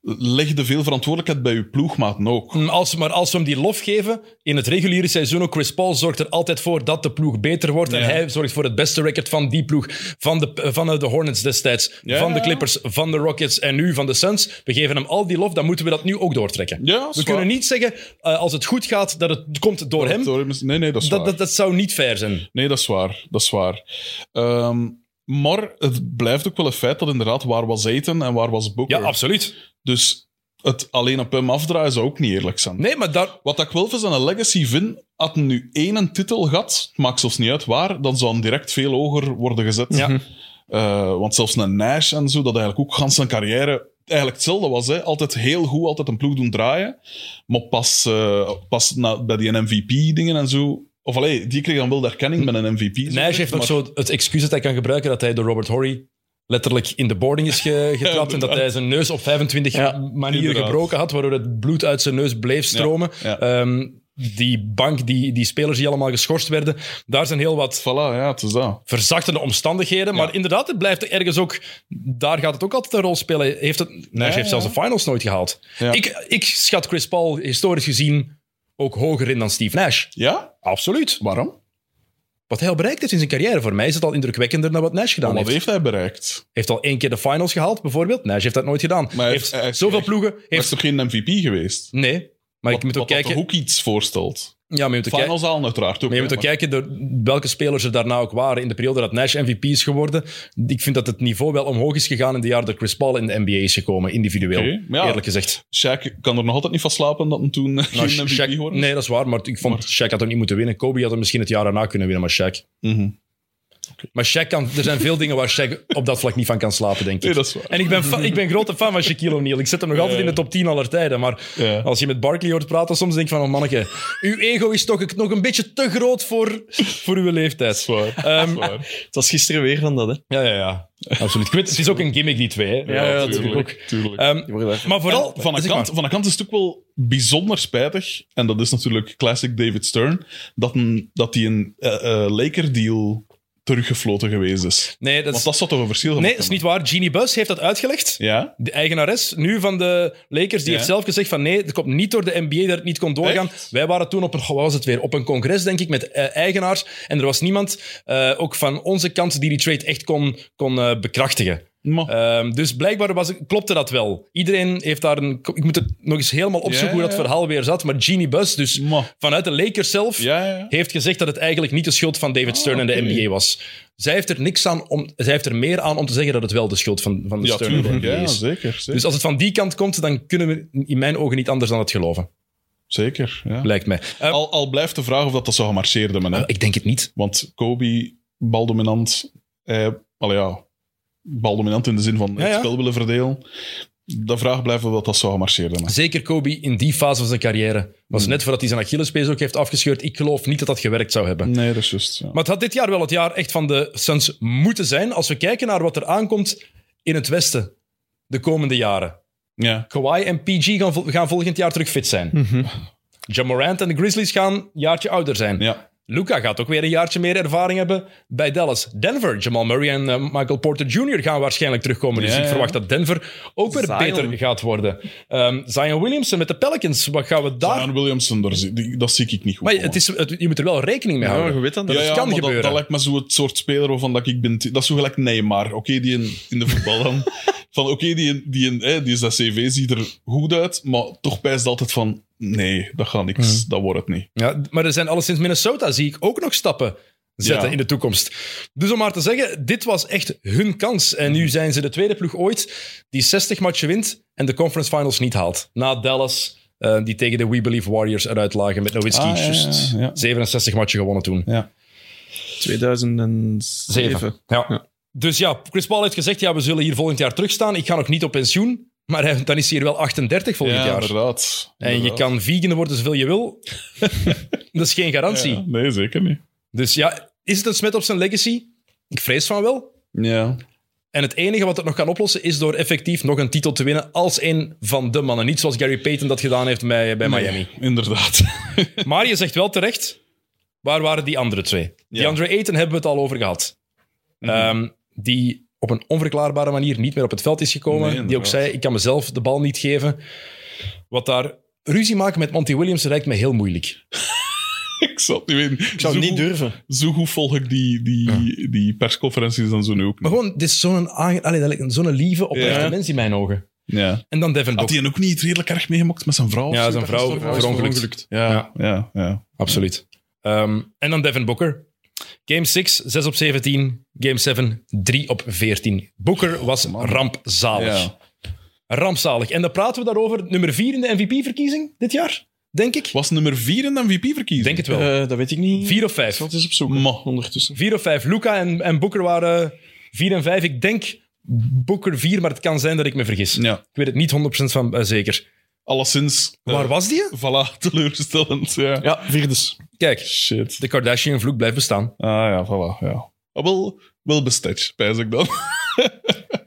legde veel verantwoordelijkheid bij uw ploegmaten ook.
Mm, Als, maar als we hem die lof geven, in het reguliere seizoen ook, Chris Paul zorgt er altijd voor dat de ploeg beter wordt. En
Ja.
hij zorgt voor het beste record van die ploeg, van de, van eh, de Hornets destijds,
Ja.
van de Clippers, van de Rockets en nu van de Suns. We geven hem al die lof, dan moeten we dat nu ook doortrekken.
Ja,
we kunnen niet zeggen, eh, als het goed gaat, dat het komt door hem.
Nee, nee, dat is
Dat,
waar.
dat, dat zou niet fair zijn.
Nee, dat is waar. Dat is waar. Ehm, maar het blijft ook wel een feit dat inderdaad waar was eten en waar was Booker.
Ja, absoluut.
dus het alleen op hem afdraaien zou ook niet eerlijk zijn.
Nee, maar daar,
Wat ik wel van zijn legacy vind, had hij nu één titel gehad, het maakt zelfs niet uit waar, dan zou hem direct veel hoger worden gezet.
Ja.
Eh, want zelfs een Nash en zo, dat eigenlijk ook gans zijn carrière eigenlijk hetzelfde was. Hè. Altijd heel goed, altijd een ploeg doen draaien. Maar pas, eh, pas na, bij die MVP-dingen en zo... Of allee, die kreeg dan wel de erkenning met een MVP. zo
Nijs
direct,
Hm. heeft nog zo
maar-
het excuus dat hij kan gebruiken dat hij door Robert Horry letterlijk in de boarding is ge- getrapt en dat hij zijn neus op 25
Ja,
manieren
inderdaad.
gebroken had, waardoor het bloed uit zijn neus bleef stromen.
ja.
Ehm, die bank, die, die spelers die allemaal geschorst werden, daar zijn heel wat
Voilà, ja, het is dat.
verzachtende omstandigheden. Maar inderdaad, het blijft ergens ook... Daar gaat het ook altijd een rol spelen. Heeft het, Nash
Ja,
heeft zelfs
ja.
de finals nooit gehaald.
Ja.
Ik, ik schat Chris Paul historisch gezien ook hoger in dan Steve Nash.
Ja?
Absoluut.
Waarom?
Wat hij al bereikt heeft in zijn carrière, voor mij is het al indrukwekkender dan wat Nash gedaan
Wat
heeft.
heeft. hij bereikt?
Heeft al één keer de finals gehaald, bijvoorbeeld. Nash heeft dat nooit gedaan.
hij heeft-
heeft
hij heeft-
zoveel ploegen.
Hij is
Heeft...
toch geen MVP geweest?
Nee, maar ik moet ook
Wat dat
kijken.
toch ook iets voorstelt.
Ja, maar je moet ook, kijken-
Finals halen uiteraard ook.
maar je
hè,
moet ook kijken door welke spelers er daarna ook waren. In de periode dat Nash MVP is geworden. Ik vind dat het niveau wel omhoog is gegaan in de jaar dat Chris Paul in de NBA is gekomen, individueel.
Oké, maar ja.
Eerlijk gezegd.
Shaq kan er nog altijd niet van slapen dat hem toen eh,
Nou,
geen
Shaq-
MVP hoorde.
nee, dat is waar, maar ik vond Shaq had er niet moeten winnen. Kobe had hem misschien het jaar daarna kunnen winnen, maar Shaq.
Mhm.
Maar Shaq kan, er zijn veel dingen waar Shaq op dat vlak niet van kan slapen, denk ik.
Nee, dat is waar.
En ik ben, fa- ik ben grote fan van Shaquille O'Neal. Ik zet hem nog altijd in de top 10 aller tijden. Maar
Ja.
als je met Barkley hoort praten, soms denk ik van, oh manneke, uw ego is toch nog een beetje te groot voor, voor uw leeftijd.
Dat is waar. Dat
Ehm,
is waar.
Het was gisteren weer van dat, hè.
Ja, ja, ja. Absoluut. Ik weet, het is ook een gimmick, die twee. Hè.
Ja, ja,
natuurlijk
tuurlijk, tuurlijk.
Ehm,
Die worden daar-
maar vooral...
En van, een
zeg maar,
kant, van een kant is het ook wel bijzonder spijtig, en dat is natuurlijk classic David Stern, dat, een, dat die een eh, eh, Laker-deal teruggefloten geweest is.
nee, dat
Want
is,
dat zou toch een verschil
nee,
gemaakt
dat is
hebben?
niet waar. Jeannie Buss heeft dat uitgelegd.
Ja?
De eigenares nu van de Lakers, die
Ja.
heeft zelf gezegd van nee, het komt niet door de NBA dat het niet kon doorgaan.
Echt?
Wij waren toen op een, wat was het weer, op een congres, denk ik, met eh, eigenaars. En er was niemand, eh, ook van onze kant, die die trade echt kon, kon eh, bekrachtigen.
Maar,
Ehm, dus blijkbaar was, klopte dat wel. Iedereen heeft daar een... Ik moet het nog eens helemaal opzoeken
Ja,
hoe dat
ja.
verhaal weer zat. Maar Genie Bus, dus
maar,
vanuit de Lakers zelf,
ja, ja, ja.
heeft gezegd dat het eigenlijk niet de schuld van David Stern en
oké.
de NBA was. Zij heeft er niks aan om... Zij heeft er meer aan om te zeggen dat het wel de schuld van, van de
ja,
Stern en de
tuurlijk.
NBA
Ja,
is.
zeker. Zeker.
Dus als het van die kant komt, dan kunnen we in mijn ogen niet anders dan het geloven.
zeker ja.
Lijkt mij. Eh,
al, al blijft de vraag of dat, dat zou gemarcheerd hebben. Hè?
ik denk het niet.
Want Kobe, baldominant. Eh, allee, ja, baldominant in de zin van
Ja, ja.
het spel willen verdelen. De vraag blijft wel dat dat zou gemarcheerd hebben.
Zeker Kobe in die fase van zijn carrière. Was
Hmm.
net voordat hij zijn Achillespees ook heeft afgescheurd. Ik geloof niet dat dat gewerkt zou hebben.
Nee, dat is juist. Ja.
Maar het had dit jaar wel het jaar echt van de Suns moeten zijn. Als we kijken naar wat er aankomt in het Westen de komende jaren.
Ja.
Kawhi en PG gaan, vol- gaan volgend jaar terug fit zijn.
Mhm.
Ja Morant en de Grizzlies gaan een jaartje ouder zijn.
Ja.
Luca gaat ook weer een jaartje meer ervaring hebben bij Dallas. Denver, Jamal Murray en eh, Michael Porter Jr. gaan waarschijnlijk terugkomen. Dus
Ja,
ik
ja.
verwacht dat Denver ook weer
Zion.
beter gaat worden. Ehm, Zion Williamson met de Pelicans, wat gaan we daar...
Zion Williamson, daar zie- die- dat zie ik niet goed.
maar
komen.
het is, het- je moet er wel rekening mee
Ja, maar
houden.
je weet dat.
ja,
dat
het
ja,
kan
maar dat,
gebeuren.
dat lijkt me zo het soort speler waarvan dat ik ben. Dat is zo gelijk Neymar. Oké, die in, in de voetbal dan. Van oké, die, die, in- hè, die is dat CV, ziet er goed uit. Maar toch pijst altijd van: nee, dat gaat niks.
Mhm.
Dat wordt het niet.
Ja, maar er zijn alleszins Minnesota, zie ik ook nog stappen zetten
Ja.
in de toekomst. Dus om maar te zeggen, dit was echt hun kans. En
Mhm.
nu zijn ze de tweede ploeg ooit die 60 matchen wint en de conference finals niet haalt. Na Dallas, eh, die tegen de We Believe Warriors eruit lagen met Nowitzki.
Ah, ja, ja,
Just
ja.
67 matchen gewonnen toen.
Ja.
2007.
Ja.
Ja.
Dus ja, Chris Paul heeft gezegd, ja, we zullen hier volgend jaar terugstaan. Ik ga nog niet op pensioen. Maar hij- dan is hij hier wel 38 volgend
ja,
jaar.
inderdaad.
En je
Inderdaad.
kan vegan worden zoveel je wil. Dat is geen garantie.
Ja, nee, zeker niet.
Dus ja, is het een smet op zijn legacy? Ik vrees van wel.
Ja.
En het enige wat het nog kan oplossen is door effectief nog een titel te winnen als een van de mannen. Niet zoals Gary Payton dat gedaan heeft bij, bij Miami.
Inderdaad.
Maar je zegt wel terecht, waar waren die andere twee? Die
Ja. Mhm.
Andre Ayton hebben we het al over gehad. Ehm, die op een onverklaarbare manier niet meer op het veld is gekomen.
Nee,
die ook
inderdaad.
zei, ik kan mezelf de bal niet geven. Wat daar... Ruzie maken met Monty Williams lijkt me heel moeilijk.
Ik zou het niet weten.
Ik zou het
zo
niet
goed-
durven.
Zo goed volg ik die, die, die persconferenties en zo nu ook.
Maar
niet.
gewoon, dit is zo'n aange- allee, dat lijkt zo'n lieve, oprechte
Mhm. Ja.
mens in mijn ogen.
Ja.
En dan Devin
Had
Booker.
hij ook niet redelijk erg meegemokt met zijn vrouw?
Ja,
of zo?
zijn vrouw
Dat is toch-
verongelukt.
Ja,
Ja.
ja, ja.
Absoluut. Ehm, en dan Devin Booker. Game 6, 6 op 17. Game 7, 3 op 14. Booker was rampzalig.
Ja.
Rampzalig. En dan praten we daarover. Nummer 4 in de MVP-verkiezing dit jaar, denk ik.
Was nummer 4 in de MVP-verkiezing?
Ik denk het wel.
Eh, dat weet ik niet.
4 of 5.
Wat is op zoek
Ma.
ondertussen?
4 of 5. Luca en, en Booker waren 4 en 5. Ik denk Booker 4, maar het kan zijn dat ik me vergis.
Ja.
Ik weet het niet 100% van eh, zeker.
Alleszins... eh,
Waar was die?
Voilà, teleurstellend. Ja.
Ja, vierdes.
Kijk,
Shit.
de Kardashian-vloek blijft bestaan.
Ah ja, voilà, ja. Ah, wel, wel bestetch, pijs ik dan.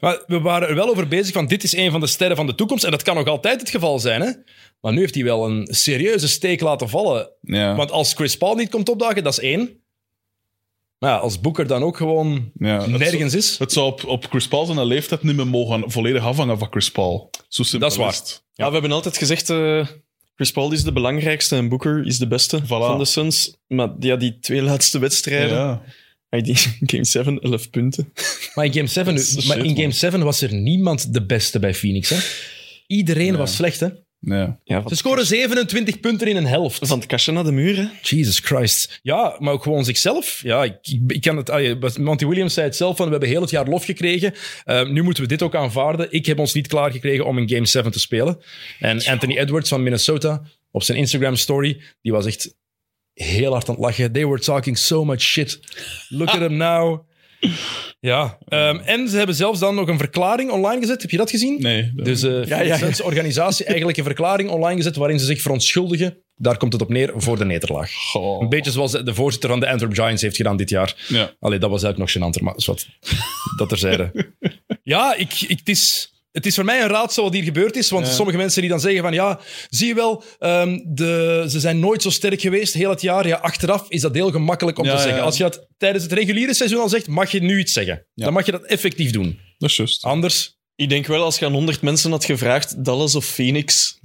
Maar we waren er wel over bezig van dit is een van de sterren van de toekomst. En dat kan nog altijd het geval zijn. Hè? Maar nu heeft hij wel een serieuze steek laten vallen.
Ja.
Want als Chris Paul niet komt opdagen, dat is één. Maar ja, als Booker dan ook gewoon
Ja, het
nergens is.
Het zou op, op Chris Paul zijn leeftijd niet meer mogen volledig afhangen van Chris Paul. Zo simpel
Dat is waar.
het.
Ja, Ah, we hebben altijd gezegd... eh, Chris Paul is de belangrijkste en Booker is de beste van de Suns. Maar ja, die twee laatste wedstrijden...
Ja.
Hij die Game 7, 11 punten.
Maar in Game 7,
Dat is
maar in
shit,
game
man.
7 was er niemand de beste bij Phoenix. Hè? Iedereen was slecht. Hè?
Ja.
Ja,
Ze
van,
scoren 27 punten in een helft.
Dus van het kastje naar de muren.
Jesus Christ. Ja, maar ook gewoon zichzelf. Ja, ik, ik- ik kan het, ah, je- wat- Monty Williams zei het zelf, van, we hebben heel het jaar lof gekregen. Eh, nu moeten we dit ook aanvaarden. Ik heb ons niet klaargekregen om in Game 7 te spelen. En Anthony Edwards van Minnesota, op zijn Instagram-story, die was echt heel hard aan het lachen. They were talking so much shit. Look at them now. Ja, ehm, en ze hebben zelfs dan nog een verklaring online gezet. Heb je dat gezien?
Nee.
Dus eh
ja, ja.
Suns organisatie eigenlijk een verklaring online gezet waarin ze zich verontschuldigen. Daar komt het op neer voor de nederlaag.
Goh.
Een beetje zoals de voorzitter van de Antwerp Giants heeft gedaan dit jaar.
Ja.
Allee, dat was eigenlijk nog gênanter, maar is wat. dat terzijde. Ja, ik, ik, het, is, het is voor mij een raadsel wat hier gebeurd is. Want sommige mensen die dan zeggen van ja, zie je wel, ehm, de, ze zijn nooit zo sterk geweest heel het jaar. Ja, achteraf is dat heel gemakkelijk om
Ja,
te
ja,
zeggen.
ja.
Als je dat tijdens het reguliere seizoen al zegt, mag je nu iets zeggen. Dan mag je dat effectief doen.
Dat is juist.
Anders...
Ik denk wel, als je aan 100 mensen had gevraagd, Dallas of Phoenix,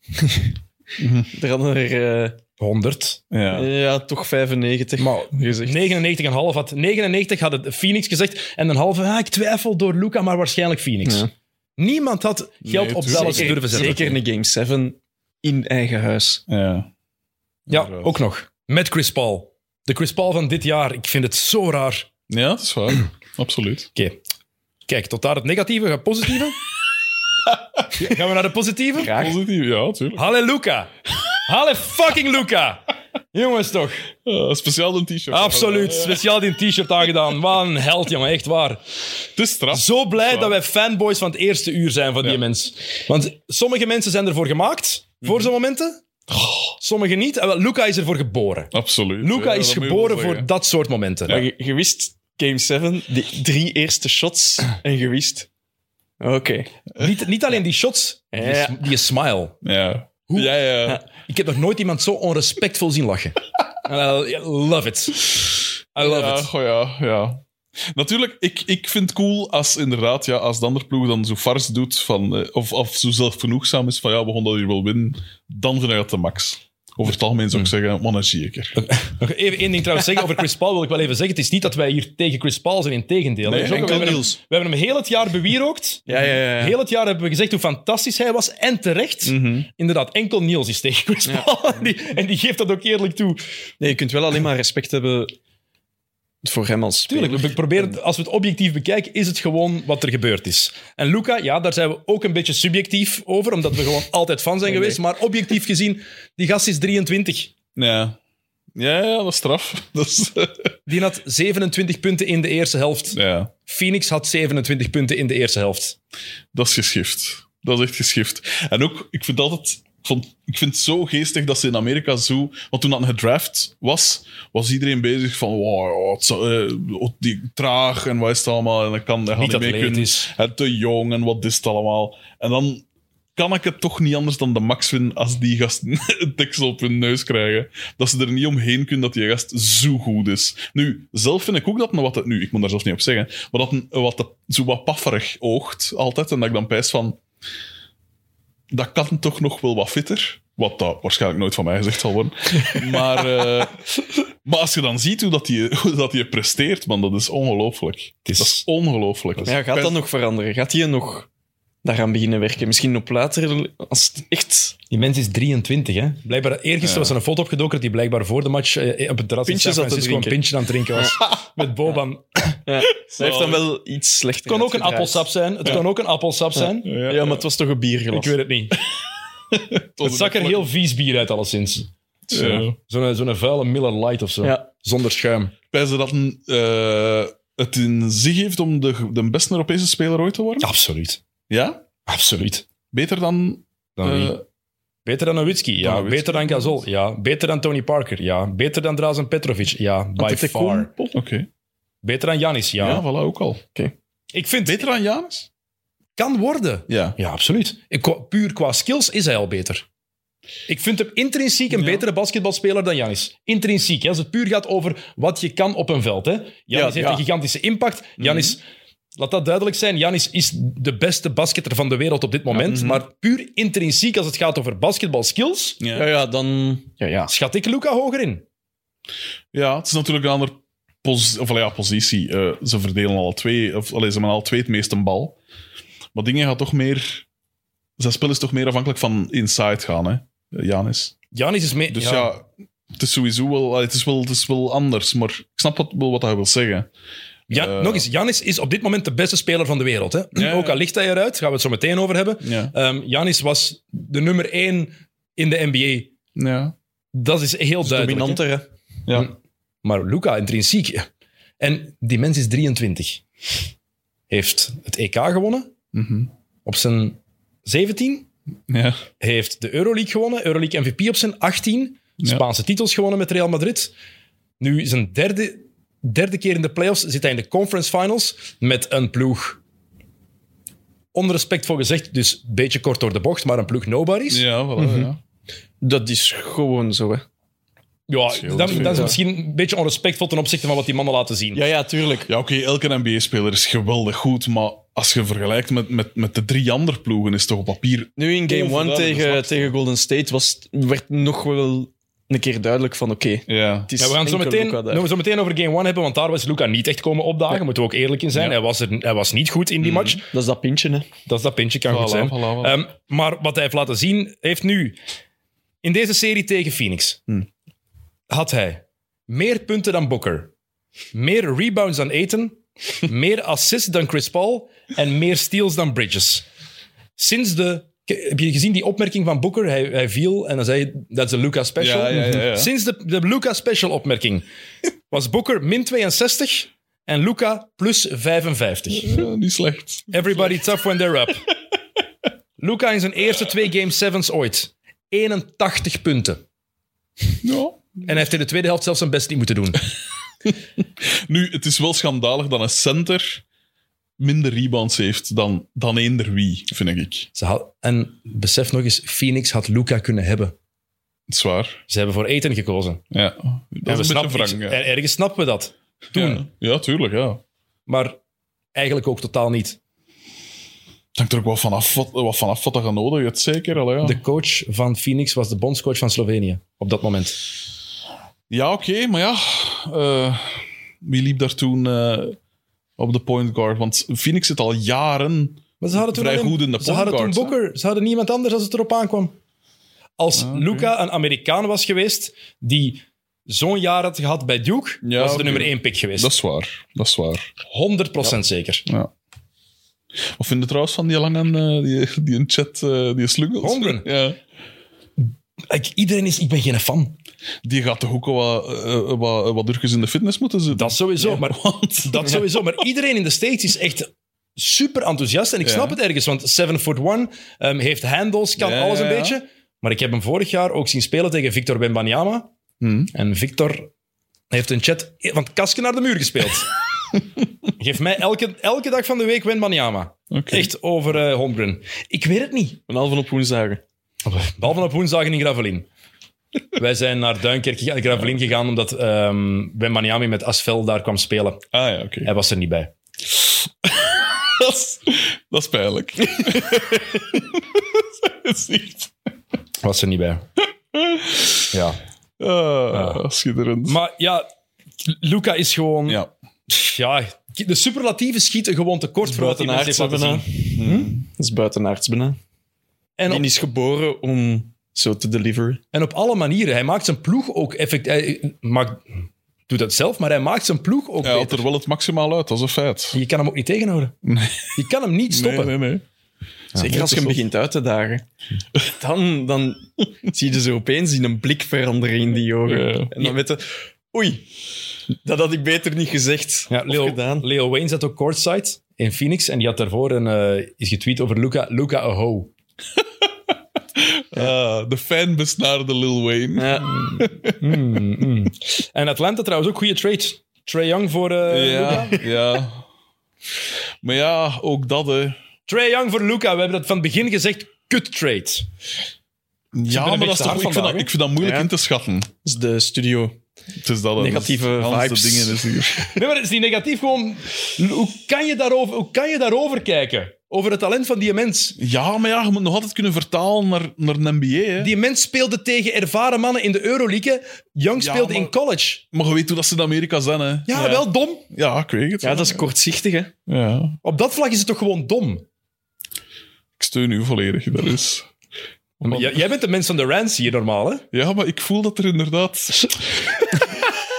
Mhm.
er hadden er eh,
100.
Ja.
ja. toch 95
Maar
gezegd.
99,5 had. 99 had het Phoenix gezegd. En een halve, ah, ik twijfel door Luca, maar waarschijnlijk Phoenix.
Ja.
Niemand had geld op
tuurlijk.
Dallas
zeker,
durven zetten.
zeker een Game 7 in eigen huis.
Ja.
Ja,
Inderdaad.
ook nog. Met Chris Paul. De Chris Paul van dit jaar. Ik vind het zo raar.
Ja, dat is waar. Absoluut.
Oké. Kijk, tot daar het negatieve. Gaan we positieve? Ja, Gaan we naar de positieve?
Graag.
Positief, ja, tuurlijk.
Halle Luca. Halle fucking Luca. Jongens toch.
Eh, speciaal een t-shirt. Eh,
Absoluut.
Ja.
Speciaal die t-shirt aangedaan. Wat een held, jongen. Echt waar.
Het is straf.
Zo blij
Zwaar.
dat wij fanboys van het eerste uur zijn van die
Ja.
mens. Want sommige mensen zijn ervoor gemaakt, voor
Mhm.
zo'n momenten. Sommige niet. En wel, Luca is ervoor geboren.
Absoluut.
Luca
Ja,
is
dat moet je wel
geboren voor
zeggen.
dat soort momenten.
Maar je, je wist Game 7, die drie eerste shots, en je wist... Oké.
Niet, niet alleen die shots, die,
Ja.
is- die is smile.
Ja. Ja, ja.
Ik heb nog nooit iemand zo onrespectvol zien lachen. En I love it. I love
ja,
it.
goh, ja, ja. Natuurlijk, ik, ik vind het cool als inderdaad, ja, als de andere ploeg dan zo fars doet, van, eh, of, of zo zelfgenoegzaam is van ja, we gaan dat hier wel winnen, dan vind ik dat de max. Over het algemeen zou ik zeggen, man, een zeker.
Nog even één ding trouwens zeggen over Chris Paul wil ik wel even zeggen. Het is niet dat wij hier tegen Chris Paul zijn, in tegendeel.
Nee,
we, hebben
enkel
hem,
Niels.
we hebben hem heel het jaar bewierookt.
Ja, ja, ja. Mhm. ja.
Heel het jaar hebben we gezegd hoe fantastisch hij was. En terecht. Inderdaad, enkel Niels is tegen Chris Paul. En, die, en die geeft dat ook eerlijk toe.
Nee, je kunt wel alleen maar respect hebben voor hem als speler.
Tuurlijk, we proberen, het- als we het objectief bekijken, is het gewoon wat er gebeurd is. En Luca, ja, daar zijn we ook een beetje subjectief over, omdat we gewoon altijd fan zijn
Nee,
geweest. Maar objectief gezien, die gast is 23.
Ja. Ja, ja, dat is straf. Dat is, eh,
Die had 27 punten in de eerste helft.
ja,
Phoenix had 27 punten in de eerste helft.
dat is geschift. Dat is echt geschift. En ook, ik vind altijd... Ik, vond, ik vind het zo geestig dat ze in Amerika zo... Want toen dat gedraft was, was iedereen bezig van... Wow, het zou, eh, oh, die, traag en wat is het allemaal. En dat kan, dat gaat
Niet
niet mee kunnen.
atletisch.
Het te jong en wat is het allemaal. En dan kan ik het toch niet anders dan de max vinden als die gasten een deksel op hun neus krijgen. Dat ze er niet omheen kunnen dat die gast zo goed is. Nu, zelf vind ik ook dat, een wat, nu, ik moet daar zelf niet op zeggen, maar dat een wat, de- zo wat pafferig oogt altijd. En dat ik dan pijs van, dat kan toch nog wel wat fitter. Wat dat waarschijnlijk nooit van mij gezegd zal worden. Maar, eh, maar als je dan ziet hoe dat die, hoe dat die presteert, man, dat is ongelooflijk.
is-
Dat is ongelooflijk.
Dus
Maar ja, gaat dat nog veranderen? Gaat hij nog daaraan beginnen werken? Misschien op later, als het echt
Die mens is 23, hè? Blijkbaar, eergisteren
Ja.
was er een foto opgedoken dat hij blijkbaar voor de match eh, op het terras in
Pintje
San
zat te
Francisco een
drinken.
pintje aan het drinken was. Met Boban.
Hij heeft dan wel iets slechter.
Het kon ook een
uitgedraaid.
appelsap zijn. Het kon ook een appelsap zijn.
Ja,
Ja, maar het was toch een bierglas.
Ik weet het niet.
was
Het zak er
een-
heel vies bier uit, alleszins.
Ja.
Zo'n zo'n vuile Miller Light of zo.
Ja.
Zonder schuim.
Pijs dat een, eh, het in zich heeft om de, de beste Europese speler ooit te worden?
Absoluut.
Ja?
Absoluut.
Beter dan...
Dan
eh,
wie? Beter dan Nowitzki, ja.
Dan Nowitzki.
Beter dan Gasol, ja. Beter dan Tony Parker, ja. Beter dan Drazen Petrovic, ja. By far.
Antetokounmpo?
Oké.
Beter dan Janis,
Ja.
ja.
voilà, ook al.
Ik vind het
Beter dan Janis?
kan worden.
Ja.
Ja, absoluut. En qua- puur qua skills is hij al beter. Ik vind hem intrinsiek een
Ja.
betere basketbalspeler dan Janis. Intrinsiek, hè. als het puur gaat over wat je kan op een veld. hè. Janis heeft
ja.
een gigantische impact.
Mhm.
Janis, laat dat duidelijk zijn, Janis is de beste basketter van de wereld op dit moment. Maar puur intrinsiek, als het gaat over basketbalskills,
mhm. Ja.
Ja, ja, dan... Ja, ja.
schat ik Luca hoger in.
Ja, het is natuurlijk een andere pos of, ja, positie. Eh, ze verdelen alle twee, of allee, ze hebben alle twee het meeste bal. Maar dingen gaat toch meer. Zijn spel is toch meer afhankelijk van inside gaan, hè, eh, Janis.
Janis is meer...
Dus ja, het is sowieso wel, allee, het is wel, het is wel anders. Maar ik snap wat, wel wat hij wil zeggen.
Ja,
Eh,
nog eens, Janis is op dit moment de beste speler van de wereld. Hè?
ja.
Ook al ligt hij eruit, gaan we het zo meteen over hebben.
Ja.
Ehm Janis was de nummer één in de NBA.
Ja.
Dat is
Dus
heel duidelijk.
Dominanter, hè?
Ja.
hè. Maar Luca, intrinsiek. En die mens is 23. Heeft het EK gewonnen
Mhm.
op zijn 17.
ja.
Heeft de Euroleague gewonnen, Euroleague MVP op zijn 18.
Ja.
Spaanse titels gewonnen met Real Madrid. Nu zijn derde, derde keer in de playoffs zit hij in de conference finals met een ploeg. Onrespectvol gezegd, dus een beetje kort door de bocht, maar een ploeg nobody's.
Ja, voilà, ja.
Dat is gewoon zo, hè?
Ja,
Scheelt
dat, dat
veel,
is
ja.
misschien een beetje onrespectvol ten opzichte van wat die mannen laten zien.
Ja, ja, tuurlijk.
Ja, oké, elke NBA-speler is geweldig goed. Maar als je vergelijkt met, met, met de drie andere ploegen, is het toch op papier.
Nu in game
Onverduidelijk
1
dus
tegen,
geslacht.
tegen Golden State was, het- werd nog wel een keer duidelijk van oké,
Ja.
het is
Ja, we gaan het zo
enkel
meteen,
Luka daar.
gaan we zo meteen over Game 1 hebben, want daar was Luca niet echt komen opdagen. Moeten we ook eerlijk in zijn. Hij, was er, hij was niet goed in die match.
Dat is dat pintje, hè?
Dat is dat pintje, kan goed
Voilà,
zijn.
voilà, voilà.
Ehm, maar wat hij heeft laten zien, heeft nu... In deze serie tegen Phoenix had hij meer punten dan Booker, meer rebounds dan Aiton, meer assists dan Chris Paul en meer steals dan Bridges. Sinds de... K- Heb je gezien die opmerking van Booker? Hij, hij viel en dan zei hij, dat is een Luca special.
Ja, ja, ja, ja.
Sinds de, de Luca special opmerking was Booker min 62 en Luca plus 55.
Ja, niet slecht.
Everybody tough when they're up. Luca in zijn eerste twee Game 7's ooit. 81 punten.
Ja.
En hij heeft in de tweede helft zelfs zijn best niet moeten doen.
Nu, het is wel schandalig dat een center minder rebounds heeft dan, dan eender wie, vind ik.
Ze had, en besef nog eens, Phoenix had Luca kunnen hebben.
Het is waar.
Ze hebben voor eten gekozen.
Ja. Dat
en we
is een beetje
snappen
wrang.
iets-
ja.
er- Ergens snappen we dat.
Ja. Ja, tuurlijk, ja.
Maar eigenlijk ook totaal niet.
Het hangt er ook wel vanaf wat, wat, vanaf wat dat je nodig hebt, zeker. Allee, ja,
De coach van Phoenix was de bondscoach van Slovenië op dat moment.
ja oké, maar ja. eh, wie liep daar toen eh, op de point guard? Want Phoenix zit al jaren...
Maar ze hadden toen,
Vrij
alleen-
goed in de
ze hadden toen
point guards, hè?
Booker, ze hadden niemand anders als het erop aankwam. Als
oké.
Luca een Amerikaan was geweest die zo'n jaar had gehad bij Duke,
Ja,
was
oké.
de nummer één pick geweest.
Dat is waar. Dat is waar.
100% zeker.
Wat vind je trouwens van die lange... eh, die, die in chat... eh, die slungels?
Holmgren?
Ja.
Ik, iedereen is, ik ben geen fan.
Die gaat toch ook wat, eh, wat, wat durkjes in de fitness moeten zitten?
Dat sowieso,
Ja,
maar,
want-
dat sowieso. Maar iedereen in de States is echt super enthousiast. En ik
Ja.
snap het ergens, want 7 foot 1 heeft handles, kan
Ja,
alles een
ja, ja.
beetje. Maar ik heb hem vorig jaar ook zien spelen tegen Victor Wembanyama.
Hmm.
En Victor heeft een chat van het kastje naar de muur gespeeld. Geef mij elke, elke dag van de week Wembanyama.
Oké.
Echt over eh, Holmgren. Ik weet het niet.
Een halve op woensdagen.
Behalve op woensdagen in Gravelin. Wij zijn naar Duinkerk gegaan, Gravelin gegaan omdat ehm Ben Maniami met Asvel daar kwam spelen.
Ah ja, oké.
Hij was er niet bij.
Dat, is- dat is pijnlijk. dat is echt...
Was er niet bij. Ja.
Ah, Schitterend.
Maar ja, Luca is gewoon... Ja.
ja.
de superlatieven schieten gewoon tekort voor wat die mensen heeft laten
bijna.
zien.
Hm? Dat is buitenaards bijna.
En
Die
op,
is geboren om zo te deliveren.
en op alle manieren. Hij maakt zijn ploeg ook effectief... Hij maakt, doet dat zelf, maar hij maakt zijn ploeg ook
Hij had
beter.
er wel het maximaal uit, dat is een feit.
Je kan hem ook niet tegenhouden.
Nee.
Je kan hem niet stoppen.
Nee, nee, nee.
Zeker als je hem
dat is
begint uit te dagen. Dan, dan zie je zo opeens die een blik veranderen in die ogen.
Ja.
En dan weet je... Oei, dat had ik beter niet gezegd
Ja,
of
Leo,
gedaan.
Leo Wayne zat ook courtside in Phoenix en die had daarvoor een, eh, is getweet over Luca, Luca Aho.
Ah, de fan besnaarde Lil Wayne.
Ja.
Mm, mm. En Atlanta trouwens ook goede trade. Trae Young voor eh, Luca.
ja, ja. Maar ja, ook dat, hè.
Trae Young voor Luca. We hebben dat van het begin gezegd. Kut trade.
Ja, maar
echt
dat is toch,
hard
ik,
vandaag,
vind dat,
hè?
ik vind dat moeilijk
Ja.
in te schatten.
Dus de studio.
Het is dat, hè.
Negatieve
Dat is- Hans de
vibes.
dingen is hier.
Nee, maar het is niet negatief. Gewoon, hoe kan je daarover, hoe kan je daarover kijken? Over het talent van die mens.
Ja, maar ja, je moet nog altijd kunnen vertalen naar, naar een NBA, hè.
Die mens speelde tegen ervaren mannen in de Euroleague. hè. Young
Ja,
speelde
maar-
in college.
Maar je weet hoe dat ze in Amerika zijn, hè.
Ja, wel dom.
Ja, ik weet het.
Ja, dat is kortzichtig, hè.
Ja.
Op dat vlak is het toch gewoon dom?
Ik steun u volledig, dat is...
J- jij bent de mens van de Rans hier normaal, hè?
Ja, maar ik voel dat er inderdaad...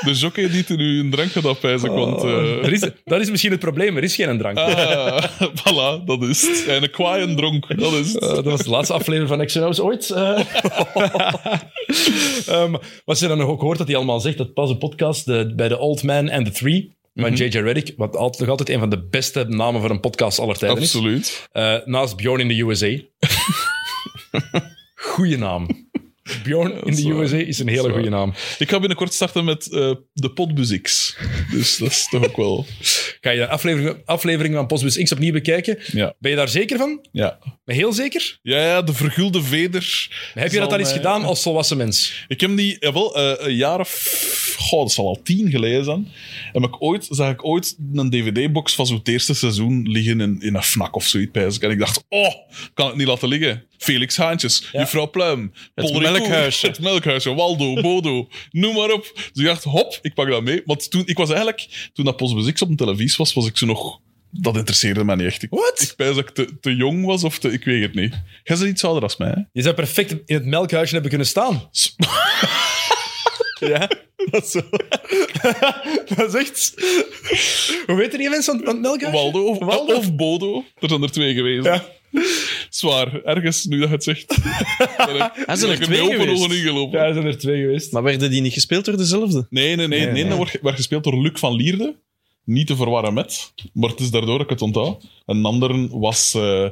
de jockey niet in uw drank gaat afwijzen,
Oh.
want... eh,
Dat is, dat is misschien het probleem. Er is geen drank.
ah, voilà, dat is het. En een kwaaien dronk, dat is
Eh,
het.
dat was de laatste aflevering van XNO's ooit. Eh Ehm, wat ze dan nog ook hoort, dat hij allemaal zegt, dat pas een podcast de, bij The Old Man and the Three, van
Mhm.
J.J. Reddick, wat altijd, nog altijd een van de beste namen voor een podcast aller tijden is.
Absoluut.
Eh, naast Bjorn in the USA. goeie naam. Bjorn in
is
the
waar.
USA is een hele
is
goede
waar.
naam.
Ik ga binnenkort starten met eh, de Potbuzix. Dus dat is toch ook wel...
Ga je de aflevering, aflevering van Postbus X opnieuw bekijken?
Ja,
Ben je daar zeker van?
ja.
Heel zeker?
Ja, ja, de vergulde veder.
Heb je
zal
dat al eens
mij-
gedaan als volwassen mens?
Ik heb die, jawel, eh een jaar of... Goh, dat zal al tien geleden zijn. Heb ik ooit, zag ik ooit een dvd-box van zo'n eerste seizoen liggen in, in een fnak of zoiets. pijs ik. En ik dacht, oh, kan het niet laten liggen. Felix Haantjes, Juffrouw Pluim,
Het
Paul Ricoeur,
melkhuisje.
Het melkhuisje, Waldo, Bodo, noem maar op. Dus ik dacht, hop, ik pak dat mee. Want toen, ik was eigenlijk, toen dat Postbus X op de televisie was, was ik zo nog... Dat interesseerde mij niet echt. Ik- Ik
Wat?
pijs dat ik te, te jong was of te... Ik weet het niet. Jij bent iets ouder als mij, hè?
Je zou perfect in het melkhuisje hebben kunnen staan.
Ja, dat is zo.
Dat is echt... Hoe weten die mensen van, van het melkhuisje?
Waldo of,
Waldo.
of Bodo. Er zijn er twee geweest.
Ja.
Zwaar, ergens nu dat je het zegt. Dan heb-
er
dan heb ik
twee
met open
geweest.
ogen ingelopen.
Ja, er zijn er twee geweest.
Maar werden die niet gespeeld door dezelfde?
Nee, nee, nee. nee,
nee.
Dat wordt, werd gespeeld door Luc van Lierde. Niet te verwarren met, maar het is daardoor dat ik het onthoud. En anderen was... eh,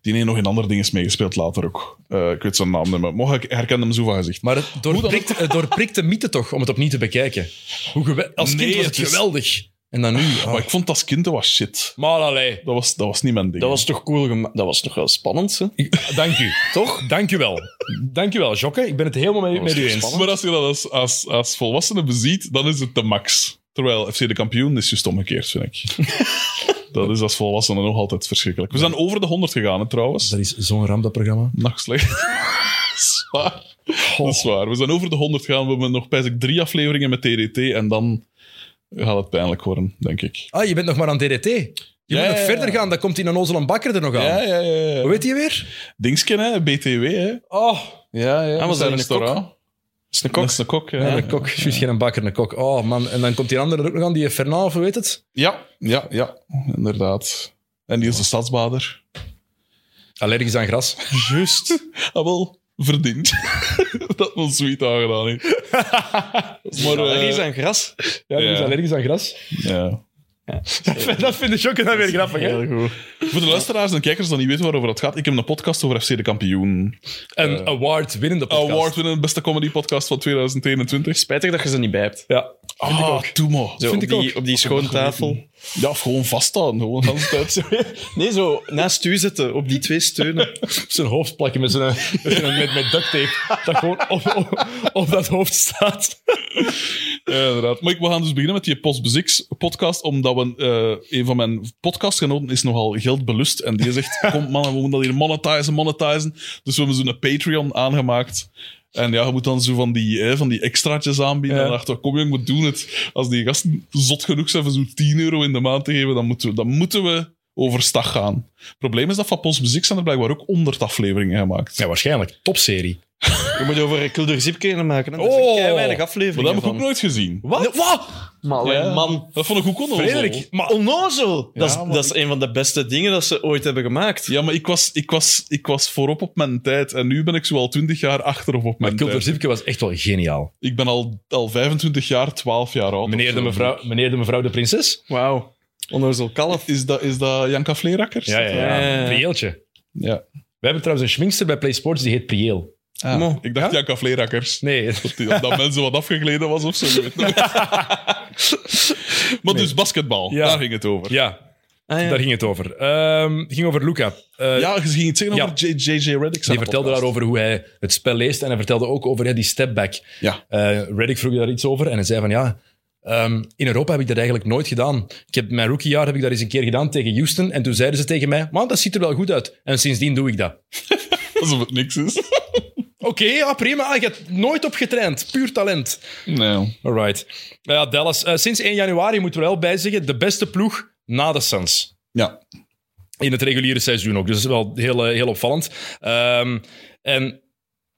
die heeft nog in andere dingen meegespeeld later ook. Eh, ik weet zijn naam niet meer. Maar ik herkende hem zo van gezicht.
Maar het doorprikt, het doorprikt de mythe toch, om het opnieuw te bekijken. Hoe gewe- als kind
Nee,
was het
het is-
geweldig. En dan nu... ah.
Maar ik vond dat als kind, dat was shit.
Maar allee.
Dat was, dat was niet mijn ding.
Dat was toch cool gemaakt? Dat was toch wel spannend, hè?
Ik- Dank u. Toch? Dank u wel. Dank u wel, Jokke. Ik ben het helemaal mee, met u eens.
spannend.
Maar als je dat als, als, als volwassene beziet, dan is het de max. Terwijl FC de kampioen is juist omgekeerd, vind ik. dat is als volwassene nog altijd verschrikkelijk. We zijn over de 100 gegaan, hè, trouwens.
Dat is zo'n ramp, dat programma.
Nog slecht. Zwaar. Dat is waar. We zijn over de 100 gegaan. We hebben nog, pijs ik, drie afleveringen met TDT. En dan gaat het pijnlijk worden, denk ik.
Ah, je bent nog maar aan DDT. Je
Ja,
moet nog
ja, ja.
verder gaan, dan komt die Nozel en Bakker er nog aan.
Ja, ja, ja.
Hoe
ja.
weet je weer?
Dingsken, hè? BTW, hè?
Oh,
Ja, ja.
Ah, was dat
zijn
een
restaurant.
is een
Dat
kok.
is een kok,
ja,
ja.
een kok. Juist geen een bakker, een kok. Oh man, en dan komt die andere er ook nog aan, die Fernand, of hoe heet het?
Ja, ja, ja. Inderdaad. En die is de stadsbader.
Allergisch aan gras.
Juist. Ah, wel, verdiend. dat was sweet aangedaan. hè. maar, eh,
zijn gras.
Ja, die is
Ja.
allergisch aan gras.
ja.
dat vind ik ook dan weer grappig. Hè?
Heel goed.
Voor de luisteraars en kijkers die niet weten waarover het gaat, ik heb een podcast over FC de kampioen.
Een award-winnende podcast.
Award-winnende beste comedy podcast van 2021.
Spijtig dat je ze niet bij hebt.
Ja.
Ah, doe maar.
Zo,
Vind
op,
ik
die,
ook.
op die schone tafel.
Ja, of gewoon vaststaan. Gewoon de hele tijd zo.
Nee, zo naast u zitten, op die twee steunen.
Op zijn hoofd plakken met, zijn, met, zijn- met, met duct tape. Dat gewoon op, op, op dat hoofd staat.
Ja, inderdaad. Maar ik, we gaan dus beginnen met die Postbezix podcast, omdat we, eh, een van mijn podcastgenoten is nogal geldbelust. En die zegt, kom mannen, we moeten dat hier monetizen, monetizen. Dus we hebben zo'n Patreon aangemaakt. En ja, je moet dan zo van die, eh, van die extraatjes aanbieden.
Ja.
En dacht, kom jong, we doen het. Als die gasten zot genoeg zijn voor zo'n 10 euro in de maand te geven, dan moeten we, dan moeten we overstag gaan. Het probleem is dat van Postbezix zijn er blijkbaar ook 100 afleveringen gemaakt.
Ja, waarschijnlijk. Topserie.
Je moet over Kulder Zipkenen maken. Hè? Dat
Oh.
is kei weinig
maar dat
afleveringen
heb ik ook
van.
nooit gezien.
Wat?
Maar
Ja.
man.
Dat vond ik ook onnozel.
Frederik, maar
Onnozel! dat, is,
Ja, maar-
dat is een van de beste dingen dat ze ooit hebben gemaakt.
Ja, maar ik was, ik, was, ik was voorop op mijn tijd. En nu ben ik zo al 20 jaar achter of op mijn
Kulder
tijd.
Zipke was echt wel geniaal.
Ik ben al, al 25 jaar, 12 jaar oud.
Meneer
of
de,
zo.
mevrouw, meneer de mevrouw de prinses?
Wauw. Onnozel kalf.
Is dat, is dat Janka Vleerakkers?
ja.
Priëeltje.
Ja.
We hebben trouwens een schminkster bij Play Sports die heet Prieel.
Ah,
Mo.
ik dacht Janka Vleerakkers.
Nee.
Dat, die- dat mensen wat afgegleden was of zo. je weet nooit. maar dus basketbal,
Ja.
daar ging het over.
Ja,
Ah, ja.
daar ging het over. Ehm, het ging over Luca. Eh,
Ja, je ging het zeggen
Ja.
over J- J.J. Reddick.
Die vertelde daarover hoe hij het spel leest en hij vertelde ook over ja, die stepback.
Ja.
Eh, Reddick vroeg daar iets over en hij zei van ja, ehm, in Europa heb ik dat eigenlijk nooit gedaan. Ik heb, mijn rookiejaar heb ik dat eens een keer gedaan tegen Houston en toen zeiden ze tegen mij, man, dat ziet er wel goed uit. En sindsdien doe ik dat.
Alsof het niks is.
Oké, ja, prima. Ah, Je hebt nooit op getraind. Puur talent.
Nee.
All right. Ja, Dallas. eh, sinds 1 januari moeten we er wel bij zeggen, de beste ploeg na de Suns.
Ja.
In het reguliere seizoen ook. Dus dat is wel heel, eh, heel opvallend. Ehm, en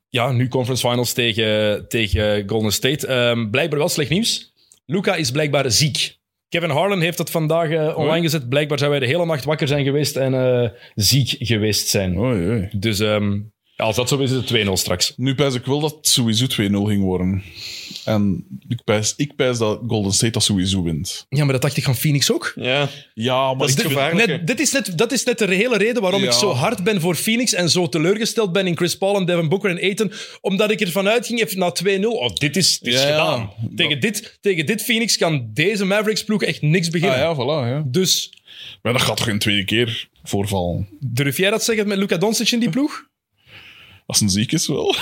ja, nu conference finals tegen, tegen Golden State. Ehm, blijkbaar wel slecht nieuws. Luca is blijkbaar ziek. Kevin Harlan heeft dat vandaag eh, online gezet. Blijkbaar zou hij de hele nacht wakker zijn geweest en eh, ziek geweest zijn.
Oei, oei.
Dus ehm, ja, als dat zo is, is het 2-0 straks.
Nu pijs ik wel dat het sowieso 2-0 ging worden. En ik pijs, ik pijs dat Golden State dat sowieso wint.
Ja, maar dat dacht ik van Phoenix ook.
Ja.
Ja, maar
is
ik
het
vind-
gevaar. Gevaarlijke.
Net, dit is net, dat is net de hele reden waarom
Ja.
ik zo hard ben voor Phoenix en zo teleurgesteld ben in Chris Paul en Devin Booker en Aiton. Omdat ik ervan uitging, even na 2-0, oh, dit is, dit is
Ja, ja.
gedaan. Tegen dit, tegen dit Phoenix kan deze Mavericks-ploeg echt niks beginnen.
Ah ja, voilà. Ja.
Dus
Maar dat gaat toch geen tweede keer voorval.
durf jij dat zeggen met Luka Doncic in die ploeg?
Als een ziek is wel.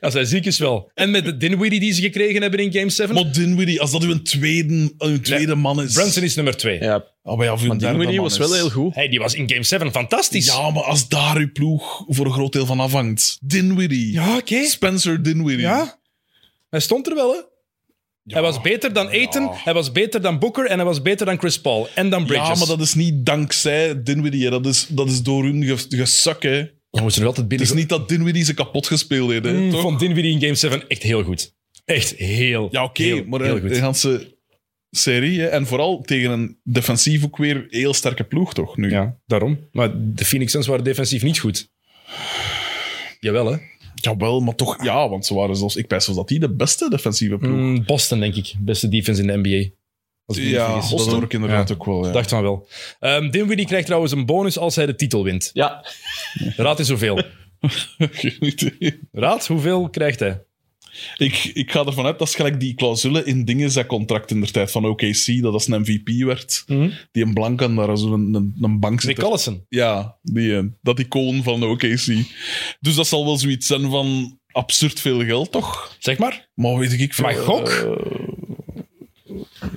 Als hij ziek is wel. En met de Dinwiddie die ze gekregen hebben in Game 7.
maar Dinwiddie, als dat uw tweede, uw tweede man is...
Brunson is nummer 2.
ja.
Ah, maar ja, of uw
Maar
derde
Dinwiddie
man
was
is.
wel heel goed.
Hey, die was in Game 7 fantastisch.
Ja, maar als daar uw ploeg voor een groot deel van afhangt. Dinwiddie.
Ja, oké.
Spencer Dinwiddie.
Ja. Hij stond er wel, hè? Hij was beter dan Aiton,
Ja.
hij was beter dan Booker en hij was beter dan Chris Paul en dan Bridges.
Ja, maar dat is niet dankzij Dinwiddie. hè. Dat is, dat is door hun ge- gezak, hè.
Dan moeten we er altijd
Het
binnen.
is niet dat Dinwiddie ze kapot gespeeld heeft, hè.
Ik
toch?
vond Dinwiddie in Game 7 echt heel goed. Echt heel,
Ja, oké,
heel,
maar
heel
eh,
goed.
de ganse serie. Hè, en vooral tegen een defensief ook weer heel sterke ploeg, toch? Nu.
Ja, daarom. Maar de Phoenix Suns waren defensief niet goed. Jawel, hè?
Jawel, maar toch, ja, want ze waren zelfs. Ik pijs zelfs dat die de beste defensieve ploeg.
Mm, Boston, denk ik. Beste defense in de NBA. Als ik me niet
ja,
vergis.
dat hoor ik inderdaad
Ja.
ook wel. Ja.
Ik dacht van wel. Ehm Dinwiddie krijgt trouwens een bonus als hij de titel wint.
Ja.
Raad eens hoeveel.
Geen idee.
Raad, hoeveel krijgt hij?
ik, ik ga ervan uit dat is gelijk die clausule in dingen zijn contract in de tijd van OKC, dat als een MVP werd,
Mm.
die een blank aan daar zo een, een, een bank
Nick
zit.
Collison.
Ja, die, eh, dat icoon van OKC. Dus dat zal wel zoiets zijn van absurd veel geld, toch?
Zeg maar.
Maar weet ik veel.
Maar gok?
eh,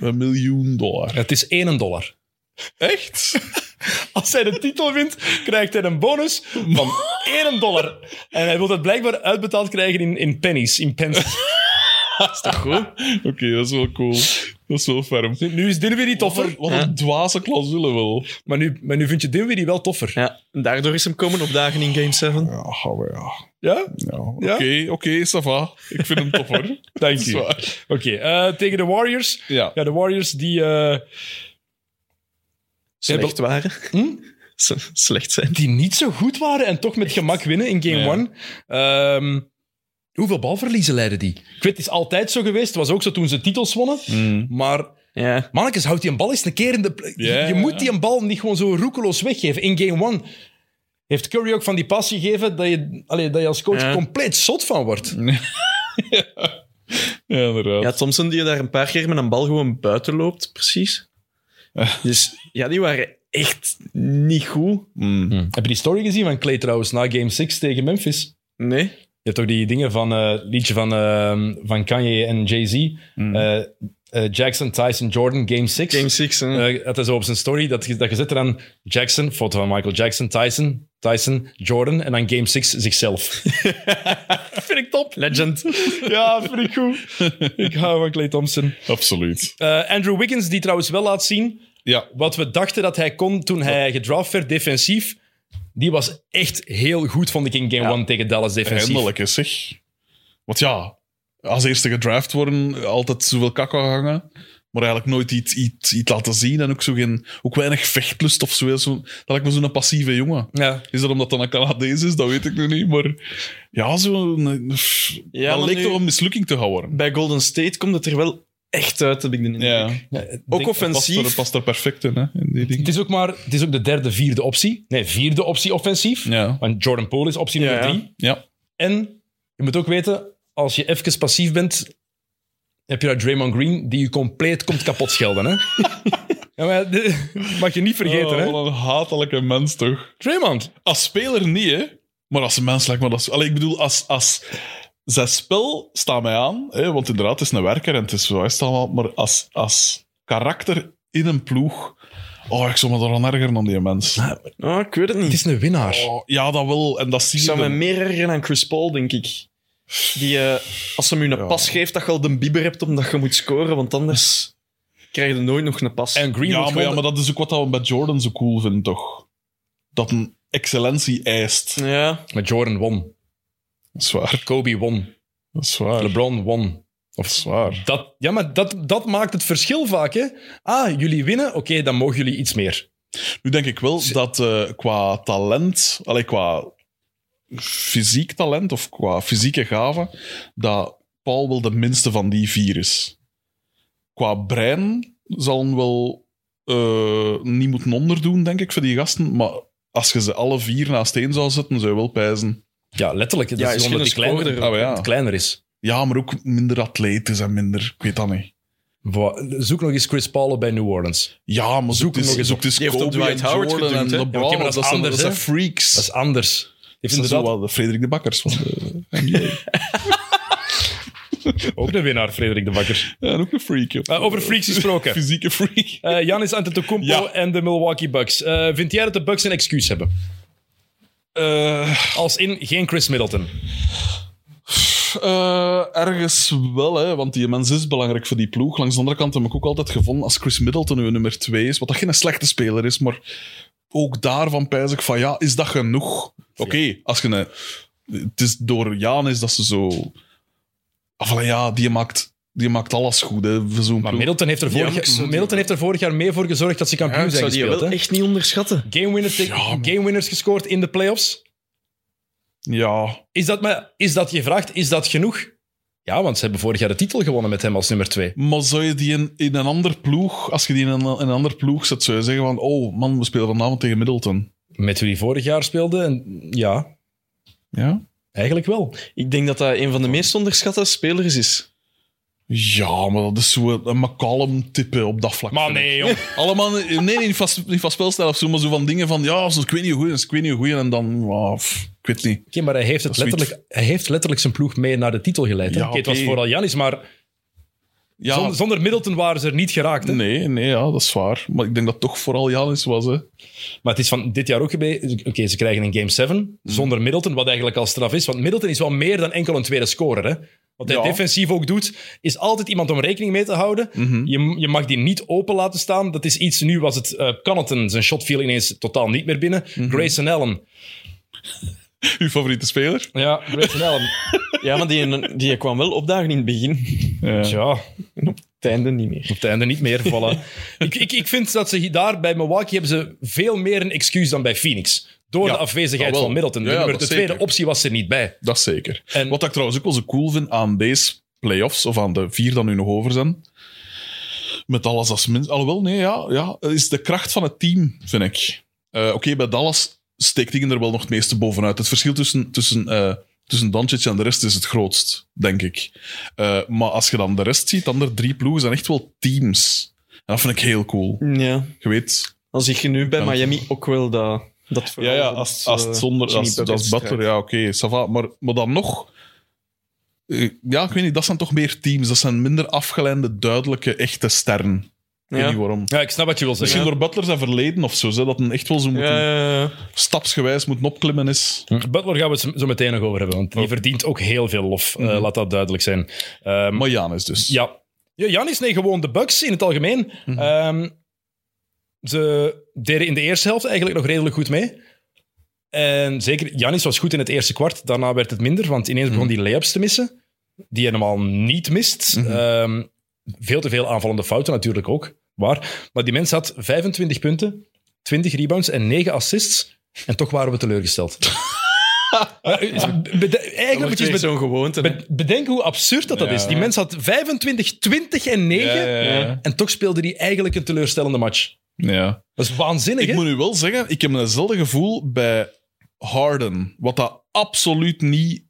een miljoen dollar.
Het is 1 dollar.
Echt?
Als hij de titel wint, krijgt hij een bonus van 1 dollar. En hij wil dat blijkbaar uitbetaald krijgen in, in pennies, in pence.
Oké, dat is wel cool. Dat is wel ferm.
Nu is Dinwiddie toffer,
Wat een dwaze clausule wel.
maar nu, maar nu vind je Dinwiddie wel toffer.
ja. En daardoor is hem komen op dagen in Game 7.
Ja, ga maar ja.
Ja?
Ja, Oké,
Ja?
oké, ça va. Ik vind hem toffer.
Dank
Dat is
je. Oké,
waar.
eh, tegen de Warriors.
Ja.
Ja, de Warriors die... eh,
Slecht waren. S- Slecht zijn.
die niet zo goed waren en toch met gemak winnen in game
Ja.
one. Ehm,
Mm.
hoeveel balverliezen leiden die? Ik weet, het is altijd zo geweest. Het was ook zo toen ze titels wonnen. Maar
Ja.
Mannekes, houd die een bal eens een keer in de... pl- Je-
Ja,
je
ja, ja.
moet die een bal niet gewoon zo roekeloos weggeven. In game one heeft Curry ook van die pas gegeven dat je, allee, dat je als coach
Ja.
compleet zot van wordt.
Ja, inderdaad.
ja, Thompson die daar een paar keer met een bal gewoon buiten loopt, precies. Dus ja, die waren echt niet goed.
Mm.
Heb je die story gezien van Clay trouwens na game 6 tegen Memphis?
Nee.
Je hebt ook die dingen van eh, het liedje van, eh, van Kanye en Jay-Z.
Mm.
Eh, eh, Jackson, Tyson, Jordan, Game 6.
Game 6, hè.
Eh, dat is op zijn story, dat, je- dat je zit er aan Jackson, foto van Michael Jackson, Tyson, Tyson, Jordan en dan Game 6 zichzelf. vind ik top.
Legend.
Ja, vind ik goed. ik hou van Clay Thompson.
Absoluut.
Eh, Andrew Wiggins, die trouwens wel laat zien
Ja,
wat we dachten dat hij kon toen hij gedraft werd defensief. Die was echt heel goed, vond ik, in Game 1 tegen Dallas defensief.
eindelijk is zeg. Want ja, als eerste gedraft worden, altijd zoveel kakko hangen. Maar eigenlijk nooit iets, iets, iets laten zien. En ook, zo geen, ook weinig vechtlust of zo. zo dat lijkt me zo'n passieve jongen.
Ja.
Is dat omdat hij een Canadees is? Dat weet ik nog niet. Maar ja, zo.
Ja,
dat
maar
leek
nu-
toch een mislukking te gaan worden.
Bij Golden State komt het er wel echt uit, heb ik de indruk.
Ja,
Ook
past
offensief.
er, past er perfect in, hè, in die
Het
dingen.
is ook maar het is ook de derde, vierde optie. Nee, vierde optie offensief.
Ja.
Want Jordan Poole is optie
Ja,
nummer
ja.
drie.
Ja.
En je moet ook weten, als je even passief bent, heb je daar Draymond Green die je compleet komt kapot schelden. Hè? ja, maar dit mag je niet vergeten.
Oh,
hè?
wat een hatelijke mens toch.
Draymond.
Als speler niet, hè. Maar als mens lijkt me dat... Allee, ik bedoel, als... als zijn spel staat mij aan, hè, want inderdaad, het is een werker en het is zo, is het allemaal, maar als, als karakter in een ploeg... Oh, ik zou me daar aan ergeren aan die mens.
Oh, ik weet het niet.
Het is een winnaar.
Oh, ja, dat wel. En dat zie
Ik
je...
zou me
dan.
meer ergeren aan Chris Paul, denk ik. Die, eh, als ze hem een pas geeft, dat je al de bieber hebt omdat je moet scoren, want anders krijg je nooit nog een pas.
En Green
Ja
wordt
maar, ja,
gewoon-
maar dat is ook wat we bij Jordan zo cool vinden, toch? Dat een excellentie eist.
Ja,
maar Jordan won.
Dat is waar.
Kobe won.
Dat is waar.
LeBron won.
Dat is waar.
Dat, ja, maar dat, dat maakt het verschil vaak. Hè? Ah, jullie winnen? Oké, dan mogen jullie iets meer.
Nu denk ik wel dat eh, qua talent, allee, qua fysiek talent of qua fysieke gave, dat Paul wel de minste van die vier is. Qua brein zal hem wel eh, niet moeten onderdoen, denk ik, voor die gasten. Maar als je ze alle vier naast één zou zetten, zou je wel pijzen.
Ja, letterlijk. Dat
Ja,
is
is
omdat
geen
hij kleiner,
scorer.
Ah, maar ja.
omdat hij kleiner is.
Ja, maar ook minder atletisch en minder, ik weet dat niet.
Wa- Zoek nog eens Chris Paul op bij New Orleans.
Ja, maar zoek
hem
eens
nog eens op.
zoek dus
Die heeft
Kobe
op Dwight
en
Howard
Jordan
gedoemd, hè?
en
Ja,
oké,
LeBron.
maar dat
dat,
is
zijn,
anders,
dat zijn
hè?
freaks.
Dat is anders. Heeft
dat zijn zo
inderdaad
wel de Frederik de Bakkers van de
ook de winnaar, Frederik de Bakker.
Ja, en ook een freak. joh.
Eh, over freaks gesproken.
Fysieke freak.
Eh Janis Antetokounmpo
Ja.
en de Milwaukee Bucks. Eh, vind jij dat de Bucks een excuus hebben?
Eh.
Als in geen Chris Middleton.
Eh, ergens wel, hè, want die mens is belangrijk voor die ploeg. Langs de andere kant heb ik ook altijd gevonden, als Chris Middleton hun nummer 2 is, wat dat geen slechte speler is, maar ook daarvan pijs ik van, ja, is dat genoeg? Oké, als je een... Het is door Janis dat ze zo... Of wel, ja, die maakt, die maakt alles goed, hè, voor zo'n
Maar
ploeg.
Middleton heeft er
Ja,
vorig,
maar ik zou die-
Middleton heeft er vorig jaar mee voor gezorgd dat ze
Ja,
kampioen
ik
zijn
zou die
gespeeld.
wel
hè?
echt niet onderschatten.
Gamewinners, te-
Ja, maar-
gamewinners gescoord in de playoffs.
Ja,
Is dat, maar, is dat je vraagt, is dat genoeg? Ja, want ze hebben vorig jaar de titel gewonnen met hem als nummer twee.
maar zou je die in, in een ander ploeg, als je die in een, in een ander ploeg zet, zou je zeggen van, oh man, we spelen vanavond tegen Middleton.
Met wie hij vorig jaar speelde? En, ja,
Ja?
eigenlijk wel.
Ik denk dat dat een van de meest onderschatte spelers is.
Ja, maar dat is zo een McCallum-type op dat vlak.
Maar
vind ik.
nee, joh.
Allemaal, nee, niet vast, niet van spelstijl of zo, maar zo van dingen van, ja, zo, ik weet niet hoe goed is, ik weet niet hoe goed en dan, ja, pff, ik weet niet.
Oké, maar hij heeft, het
Dat is
letterlijk, hij heeft letterlijk zijn ploeg mee naar de titel geleid. hè?
Ja,
Oké, Het was
oké.
vooral Janis, maar
Ja,
zonder, zonder Middleton waren ze er niet geraakt. hè?
nee, nee, ja, dat is waar. Maar ik denk dat het toch vooral Janis was, hè.
Maar het is van dit jaar ook gebeurd. Oké, ze krijgen een Game
Hmm.
7 zonder Middleton, wat eigenlijk al straf is. Want Middleton is wel meer dan enkel een tweede scorer. Hè? Wat hij
Ja.
defensief ook doet, is altijd iemand om rekening mee te houden.
Mhm.
je, je mag die niet open laten staan. Dat is iets, nu was het eh Connaughton. Zijn shot viel ineens totaal niet meer binnen.
Mhm.
Grayson Allen.
Uw favoriete speler?
Ja, Grayson Allen.
Ja, maar die, die kwam wel opdagen in het begin.
Ja.
Tja,
Het einde niet meer.
Op het einde niet meer, voilà. ik, ik, ik vind dat ze hier- daar bij Milwaukee hebben ze veel meer een excuus dan bij Phoenix. Door
Ja,
de afwezigheid
jawel.
van Middleton. De,
Ja, ja,
nummer-
dat
de tweede
zeker.
optie was er niet bij.
Dat zeker.
En-
Wat ik trouwens ook wel zo cool vind aan deze playoffs, of aan de vier dan nu nog over zijn, met Dallas als mens. Alhoewel, nee, ja, ja, het is de kracht van het team, vind ik. Eh, Oké, bij Dallas steekt dingen er wel nog het meeste bovenuit. Het verschil tussen, tussen, eh tussen Doncic en de rest is het grootst, denk ik. Eh, maar als je dan de rest ziet, de andere drie ploegen zijn echt wel teams. En dat vind ik heel cool.
Ja.
Je weet,
Als ik nu bij
Ja.
Miami ook wel dat, dat
ja,
verhaal
ja,
van
als,
dat,
als het
eh,
zonder
Jimmy
als, als
strijd.
Butler, ja, oké, ça va. Maar, maar dan nog... eh, Ja, ik weet niet, dat zijn toch meer teams. Dat zijn minder afgeleide, duidelijke, echte sterren. Ik weet
Ja.
niet waarom.
Ja, ik snap wat je wil
Misschien
zeggen.
door Butler zijn verleden of zo, hè, dat een echt wel zo moet
Ja, ja, ja.
stapsgewijs moeten opklimmen is.
Butler gaan we het zo meteen nog over hebben, want die
Oh.
verdient ook heel veel lof. Eh,
Mhm.
laat dat duidelijk zijn. Ehm,
Maar Jan is dus.
Ja. ja Janis, nee, gewoon de Bucks in het algemeen.
Mhm.
Ehm, ze deden in de eerste helft eigenlijk nog redelijk goed mee. En zeker, Janis was goed in het eerste kwart. Daarna werd het minder, want ineens
Mhm.
begon die layups te missen. Die je normaal niet mist.
Mhm.
Ehm, veel te veel aanvallende fouten natuurlijk ook. Waar. Maar die mens had 25 punten, 20 rebounds en 9 assists. En toch waren we teleurgesteld. Eh, bede-
Dat
Eigenlijk
wordt
moet je
weer
eens
zo'n gewoonte. hè.
Be- bedenk hoe absurd dat, dat
Ja.
is. Die mens had 25, 20 en 9.
Ja, ja, ja.
En toch speelde hij eigenlijk een teleurstellende match.
Ja.
Dat is waanzinnig,
Ik
hè?
moet nu wel zeggen, ik heb hetzelfde gevoel bij Harden. Wat dat absoluut niet.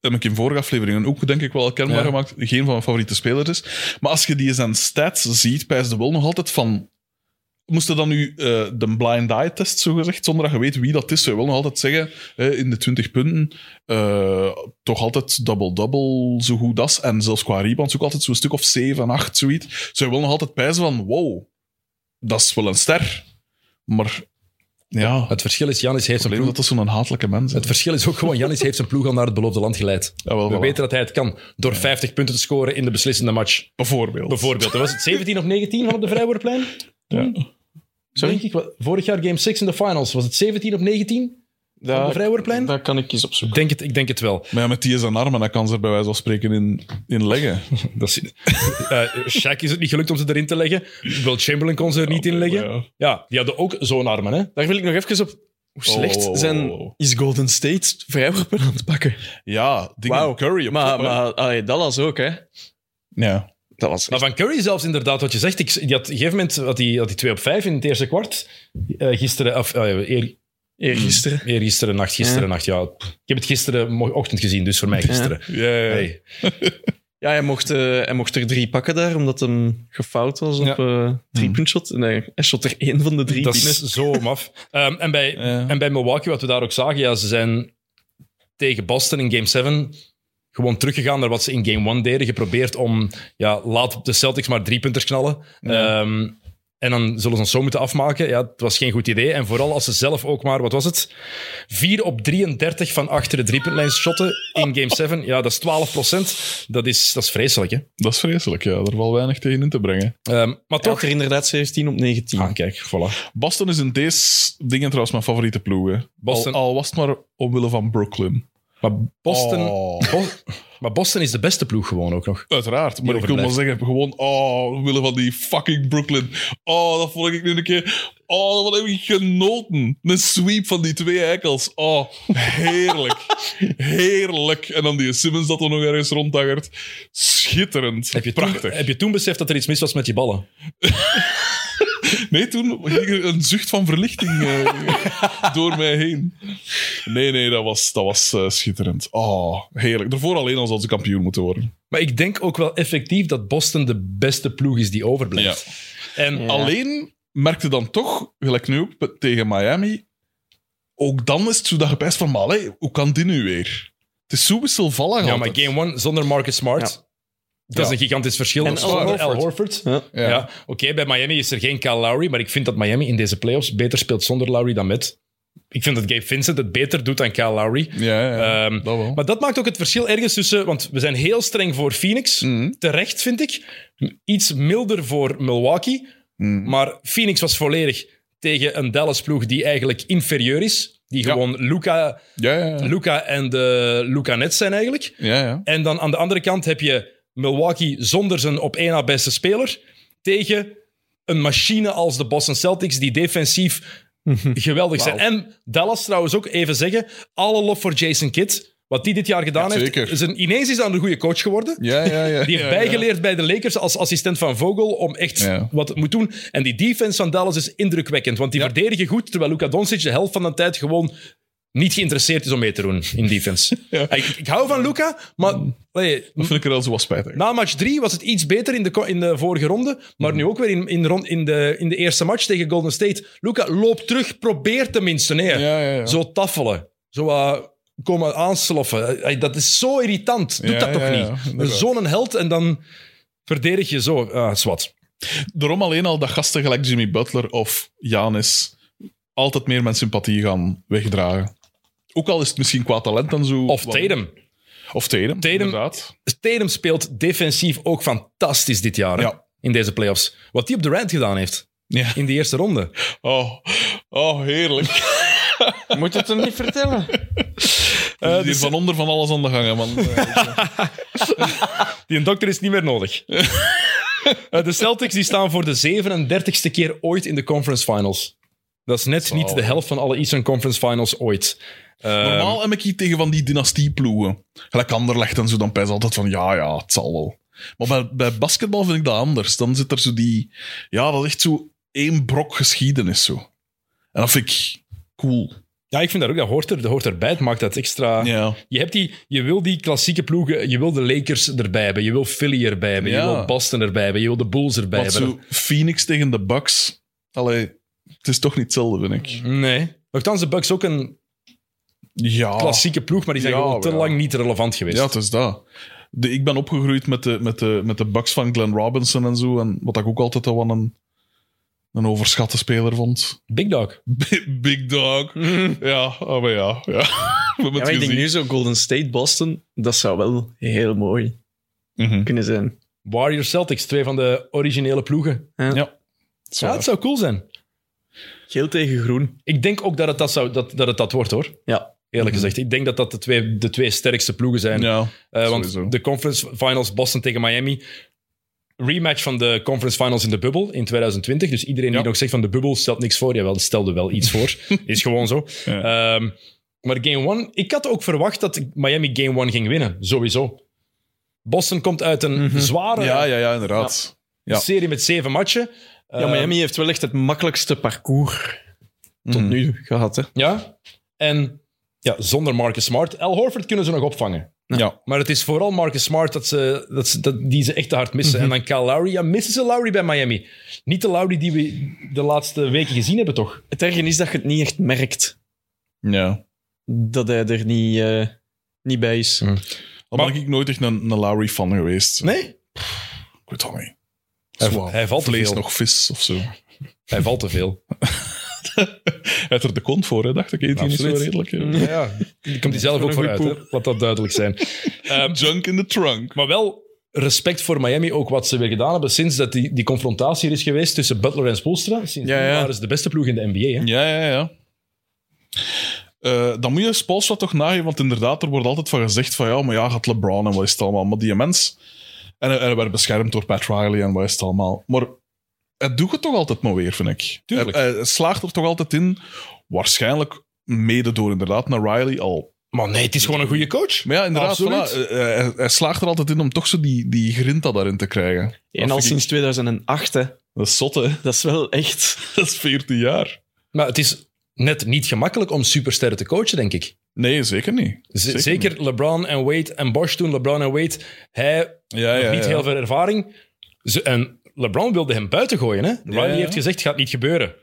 Heb ik in vorige afleveringen ook denk ik wel kenbaar
Ja.
gemaakt. Geen van mijn favoriete spelers is. Maar als je die zijn stats ziet, pijs de wel nog altijd van. Moest je dan nu eh, de blind eye test, zo gezegd, zonder dat je weet wie dat is, zou je wel nog altijd zeggen, hè, in de 20 punten, eh, toch altijd double-double, zo goed als. En zelfs qua rebounds ook altijd zo'n stuk of 7, 8, zoiets. Zou je wel nog altijd pijzen van, wow, dat is wel een ster. Maar ja, het
Het verschil is, Janis heeft zijn
probleem is
ploeg...
dat dat zo'n hatelijke mens is.
Het verschil is ook gewoon, Janis heeft zijn ploeg al naar het beloofde land geleid.
Ja, wel,
We
voilà.
weten dat hij het kan. Door 50 punten te scoren in de beslissende match.
Bijvoorbeeld.
Bijvoorbeeld, Hmm. dat was het 17 of 19 van op de Vrijwoordplein?
Ja.
Sorry? Denk ik, wat- vorig jaar game 6 in de finals. Was het 17 of 19?
Daar-
Op de Vrijwoordplein?
Daar kan ik eens opzoeken.
Ik denk het, ik denk het wel.
Maar ja, met die zijn armen, dat kan ze er bij wijze van spreken in, in leggen.
Dat is, Eh, Shaq is het niet gelukt om ze erin te leggen. Will Chamberlain kon ze er niet in leggen.
Ja.
Ja, die hadden ook zo'n armen, hè?
Daar wil ik nog even op. Hoe slecht
oh, oh,
zijn
oh.
is Golden State vrijworpen aan het pakken?
Ja, dingen
Wauw.
Curry op
Maar,
top, hè.
maar allee, Dallas ook, hè?
Ja.
Dallas.
Maar van Curry zelfs inderdaad, wat je zegt. Ik, die had, op een gegeven moment had hij had die 2 op 5 in het eerste kwart. Eh, gisteren, of eh, eer,
Eergisteren.
eergisteren nacht, gisteren nacht. Ja, ik heb het gisterenochtend gezien, dus voor mij gisteren.
Ja, ja, ja.
Hey.
Ja, hij mocht, eh, hij mocht er drie pakken daar, omdat hem gefout was
Ja.
op eh drie-puntshot. En hij, hij shot er één van de drie
Dat
binnen.
is zo maf. Ehm, en, bij,
Ja.
en bij Milwaukee, wat we daar ook zagen, ja, ze zijn tegen Boston in Game 7 gewoon teruggegaan naar wat ze in Game 1 deden. Geprobeerd om, ja, laat de Celtics maar drie punters knallen. Ehm, en dan zullen ze ons zo moeten afmaken. Ja, het was geen goed idee. En vooral als ze zelf ook maar, wat was het? 4 op 33 van achter de driepuntlijn shotten in Game 7. Ja, dat is 12 Dat is, dat is vreselijk, hè?
Dat is vreselijk, ja. Er valt weinig tegen in te brengen.
Ehm, maar
Hij
toch...
had er inderdaad 17 op 19.
Ah, kijk, voilà.
Boston is in deze dingen trouwens mijn favoriete ploeg. hè.
Boston-
Al, al was het maar omwille van Brooklyn.
Maar Boston...
Oh.
Bos- maar Boston is de beste ploeg gewoon ook nog.
Uiteraard, maar ik wil maar
overblijft.
zeggen, gewoon, oh, omwille van die fucking Brooklyn. Oh, dat vond ik nu een keer. Oh, wat heb ik genoten. Een sweep van die twee eikels. Oh, heerlijk. heerlijk. En dan die Simmons dat er nog ergens ronddaggert. Schitterend.
Heb je, toen,
Prachtig.
heb je toen beseft dat er iets mis was met je ballen?
Nee, toen ging er een zucht van verlichting eh, door mij heen. Nee, nee, dat was, dat was eh, schitterend. Oh, heerlijk. Daarvoor alleen al zou ze kampioen moeten worden.
Maar ik denk ook wel effectief dat Boston de beste ploeg is die overblijft. En
Ja.
Alleen merkte dan toch, gelijk nu ook pe- tegen Miami, ook dan is het zo dat je best van, maar allee, hoe kan dit nu weer? Het is zo wisselvallig
ja, maar
altijd.
Game 1 zonder Marcus Smart,
Ja.
dat is
Ja.
een gigantisch verschil.
En
Dat is
Al
zonder
Horford.
Al Horford.
Ja.
Ja.
Ja.
Oké, bij Miami is er geen Kyle Lowry, maar ik vind dat Miami in deze playoffs beter speelt zonder Lowry dan met. Ik vind dat Gabe Vincent het beter doet dan Kyle Lowry.
Ja, ja,
Ehm,
dat wel.
Maar dat maakt ook het verschil ergens tussen... Want we zijn heel streng voor Phoenix.
Mhm.
Terecht, vind ik. Iets milder voor Milwaukee.
Mhm.
Maar Phoenix was volledig tegen een Dallas-ploeg die eigenlijk inferieur is. Die
Ja.
gewoon Luca,
ja, ja, ja.
Luca en de Luca Nets zijn eigenlijk.
ja, ja.
En dan aan de andere kant heb je Milwaukee zonder zijn op één na beste speler tegen een machine als de Boston Celtics die defensief geweldig zijn. En Dallas trouwens ook even zeggen, alle lof voor Jason Kidd, Wat die dit jaar gedaan
Ja,
heeft,
zeker.
is een, ineens is dan een goede coach geworden.
Ja, ja, ja.
Die heeft
Ja, ja.
bijgeleerd bij de Lakers als assistent van Vogel om echt
Ja.
wat het moet doen. En die defense van Dallas is indrukwekkend, want die verdedigen goed, terwijl Luka Doncic de helft van de tijd gewoon niet geïnteresseerd is om mee te doen in defense.
Ja.
ik, ik hou van Luka, maar allee,
Dat vind ik er wel zo wat spijtig.
na match 3 was het iets beter in de, ko- in de vorige ronde, maar nu ook weer in, in, ron- in, de, in de eerste match tegen Golden State. Luca, loop terug, probeer tenminste. Nee.
Ja, ja, ja.
Zo taffelen. Zo eh, komen aansloffen. Eh, eh, Dat is zo irritant. Doe
Ja,
dat toch
ja, ja,
niet?
inderdaad.
Zo'n held en dan verdedig je zo. Ah, zwart.
Daarom alleen al dat gasten gelijk Jimmy Butler of Janis altijd meer mijn sympathie gaan wegdragen. Ook al is het misschien qua talent en zo.
Of
wat-
Tatum.
Of Tatum,
Tatum.
inderdaad.
Tatum speelt defensief ook fantastisch dit jaar. hè,
Ja.
In deze playoffs. Wat die op Durant gedaan heeft.
Ja.
In de eerste ronde.
Oh, oh heerlijk.
Moet je het hem niet vertellen?
Eh hier van onder van alles aan de gang, hè, man.
Die een dokter is niet meer nodig. Eh, de Celtics die staan voor de 37ste keer ooit in de conference finals. Dat is net niet de helft van alle Eastern Conference Finals ooit. Ehm,
Normaal heb ik hier tegen van die dynastieploegen. Gelijk Anderlecht en zo, dan pijs altijd van ja, ja, het zal wel. Maar bij, bij basketbal vind ik dat anders. Dan zit er zo die... Ja, dat is echt zo één brok geschiedenis zo. En dat vind ik cool.
Ja, ik vind dat ook. Dat hoort, er, dat hoort erbij. Het maakt dat extra...
Ja.
Je, hebt die, je wil die klassieke ploegen... Je wil de Lakers erbij hebben. Je wil Philly erbij hebben. Je
Ja.
wil Boston erbij hebben. Je wil de Bulls erbij
Want
hebben.
zo Phoenix tegen de Bucks... Allee, het is toch niet hetzelfde, vind ik.
Nee. Nochtans, de Bucks ook een
Ja.
klassieke ploeg, maar die zijn
Ah. Ja,
gewoon te
wel.
lang niet relevant geweest.
Ja, het is dat. De, ik ben opgegroeid met de, met, de, met de Bucks van Glenn Robinson en zo. En wat ik ook altijd al wel een, een overschatte speler vond.
Big Dog.
Big, big Dog. Ja, oh, maar ja. ja. We hebben
Ja,
het
maar ik denk
gezien.
nu zo Golden State Boston, dat zou wel heel mooi
Mhm.
kunnen zijn.
Warriors Celtics, twee van de originele ploegen. Ja, het zou cool zijn.
Geel tegen groen.
Ik denk ook dat het dat, zou, dat, dat, het dat wordt, hoor.
Ja.
Eerlijk gezegd. Ik denk dat dat de twee, de twee sterkste ploegen zijn.
Ja,
Eh,
sowieso.
want de conference finals Boston tegen Miami. Rematch van de conference finals in de bubbel in 2020. Dus iedereen die
Ja.
nog zegt van de bubbel stelt niks voor. Jawel, die stelde wel iets voor. Is gewoon zo. Ehm, maar game one, ik had ook verwacht dat Miami game one ging winnen. Sowieso. Boston komt uit een zware
Mhm. ja, ja, ja, inderdaad. ja.
serie met zeven matchen.
ja,
Ehm,
Miami heeft wel echt het makkelijkste parcours tot
Mhm.
nu gehad. Hè.
Ja. En ja, zonder Marcus Smart. Al Horford kunnen ze nog opvangen.
Ja.
Maar het is vooral Marcus Smart dat ze, dat ze, dat, die ze echt te hard missen. En dan Kyle Lowry. Ja, missen ze Lowry bij Miami. Niet de Lowry die we de laatste weken gezien hebben, toch?
Het erge is dat je het niet echt merkt
Ja.
dat hij er niet, eh, niet bij is.
Hm.
Al
Maar-
ben ik nooit echt een, een Lowry-fan geweest.
Nee.
Ik weet dat niet.
Hij-
Zo,
hij valt te
vlees
veel.
nog vis of zo. Hij
Hij valt te veel.
had er de kont voor, hè, dacht ik. Eet hij niet zo
Absoluut. Mhm.
redelijk. hè?
Ja, ja. Daar komt hij zelf ook
Voor
voor
een
uit.
goeie
hè. Laat dat duidelijk zijn. Ehm,
Junk in the trunk.
maar wel respect voor Miami, ook wat ze weer gedaan hebben sinds dat die, die confrontatie er is geweest tussen Butler en Spoelstra. Sinds
Ja, ja.
waren ze de beste ploeg in de NBA. Hè?
Ja, ja, ja. Eh, dan moet je Spolstra toch nageven, want inderdaad, er wordt altijd van gezegd van ja, maar ja, gaat LeBron en wat is het allemaal. Maar die mens... En hij, hij werd beschermd door Pat Riley en wat is het allemaal. Maar hij doet het toch altijd maar weer, vind ik.
Tuurlijk.
Hij, hij slaagt er toch altijd in, waarschijnlijk mede door inderdaad naar Riley al.
Maar nee, het is gewoon een goede coach.
Maar ja, inderdaad,
Absoluut.
voilà, eh, eh, hij, hij slaagt er altijd in om toch zo die, die grinta daarin te krijgen.
En
Dat
al
vind ik-
sinds 2008, hè.
Dat is zotte, hè.
dat is wel echt...
dat is 14 jaar.
Maar het is net niet gemakkelijk om supersterren te coachen, denk ik.
Nee, zeker niet.
Z- zeker
Zeker
LeBron en Wade en Bosch toen. LeBron en Wade, hij
Ja,
had
ja,
niet
ja.
heel veel ervaring. Ze, en LeBron wilde hem buiten gooien. Hè? Riley
ja.
heeft gezegd, gaat niet gebeuren.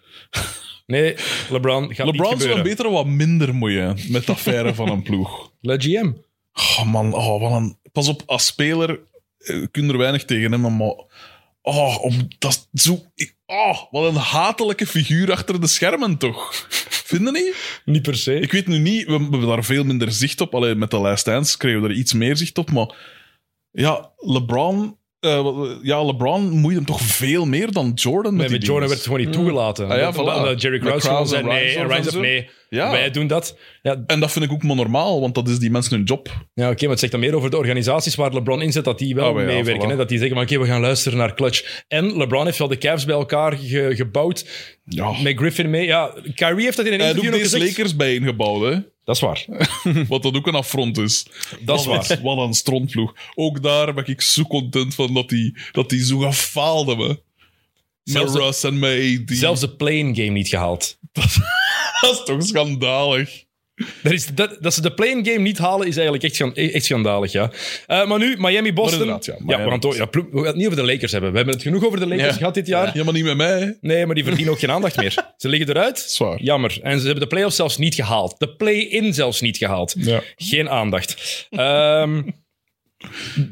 Nee, LeBron gaat
LeBron
niet
zou
gebeuren.
beter wat minder moeien met de affaire van een ploeg.
Le GM.
Oh man, oh, wat een... Pas op, als speler eh, kun je er weinig tegen hem, maar... Oh, om, dat is zo... ik- Oh, wat een hatelijke figuur achter de schermen, toch? Vinden niet?
Niet per se.
Ik weet nu niet, we, we hebben daar veel minder zicht op. Alleen met de Last Dance kregen we er iets meer zicht op, maar... Ja, LeBron... eh, wat- ja, LeBron moeite hem toch veel meer dan Jordan met
Nee,
die
met Jordan werd
dinges.
gewoon niet toegelaten.
Ah ja,
Omdat-
voilà.
omdat Jerry
Met
Krause gewoon
Krause
zei,
en
nee,
Reinsdorf
en
en
Reinsdorf,
zo.
nee,
Ja.
wij doen dat. Ja,
En dat vind ik ook maar normaal, want dat is die mensen hun job.
Ja, oké, maar het zegt dan meer over de organisaties waar LeBron in zit, dat die wel
Oh, ja,
meewerken.
voilà.
Hè? Dat die zeggen, van, oké, we gaan luisteren naar Clutch. En LeBron heeft wel de Cavs bij elkaar ge- gebouwd,
Ja.
met Griffin mee. Ja, Kyrie heeft dat in een
Oh. Hij heeft
interview
ook
nog
deze
gezegd.
Lakers bijeengebouwd, hè.
Dat is waar.
Wat dat ook een affront is.
Dat is
Wat
waar.
een- Wat een strontploeg. Ook daar ben ik zo content van dat die, dat die zo gefaald hebben. Met
Zelfs de-
Russ en met AD.
Zelfs de playing game niet gehaald.
Dat is toch schandalig.
Dat, is, dat, dat ze de playing game niet halen, is eigenlijk echt, schan- echt schandalig, ja. Eh, maar nu, Miami-Boston.
inderdaad, ja, Miami-
we, gaan toch- ja, ploeg- we gaan het niet over de Lakers hebben. We hebben het genoeg over de Lakers
Ja.
gehad dit jaar.
Ja, maar niet met mij. hè.
Nee, maar die verdienen ook geen aandacht meer. Ze liggen eruit.
Zwaar.
Jammer. En ze hebben de playoffs zelfs niet gehaald. De play-in zelfs niet gehaald.
Ja.
Geen aandacht. Ehm,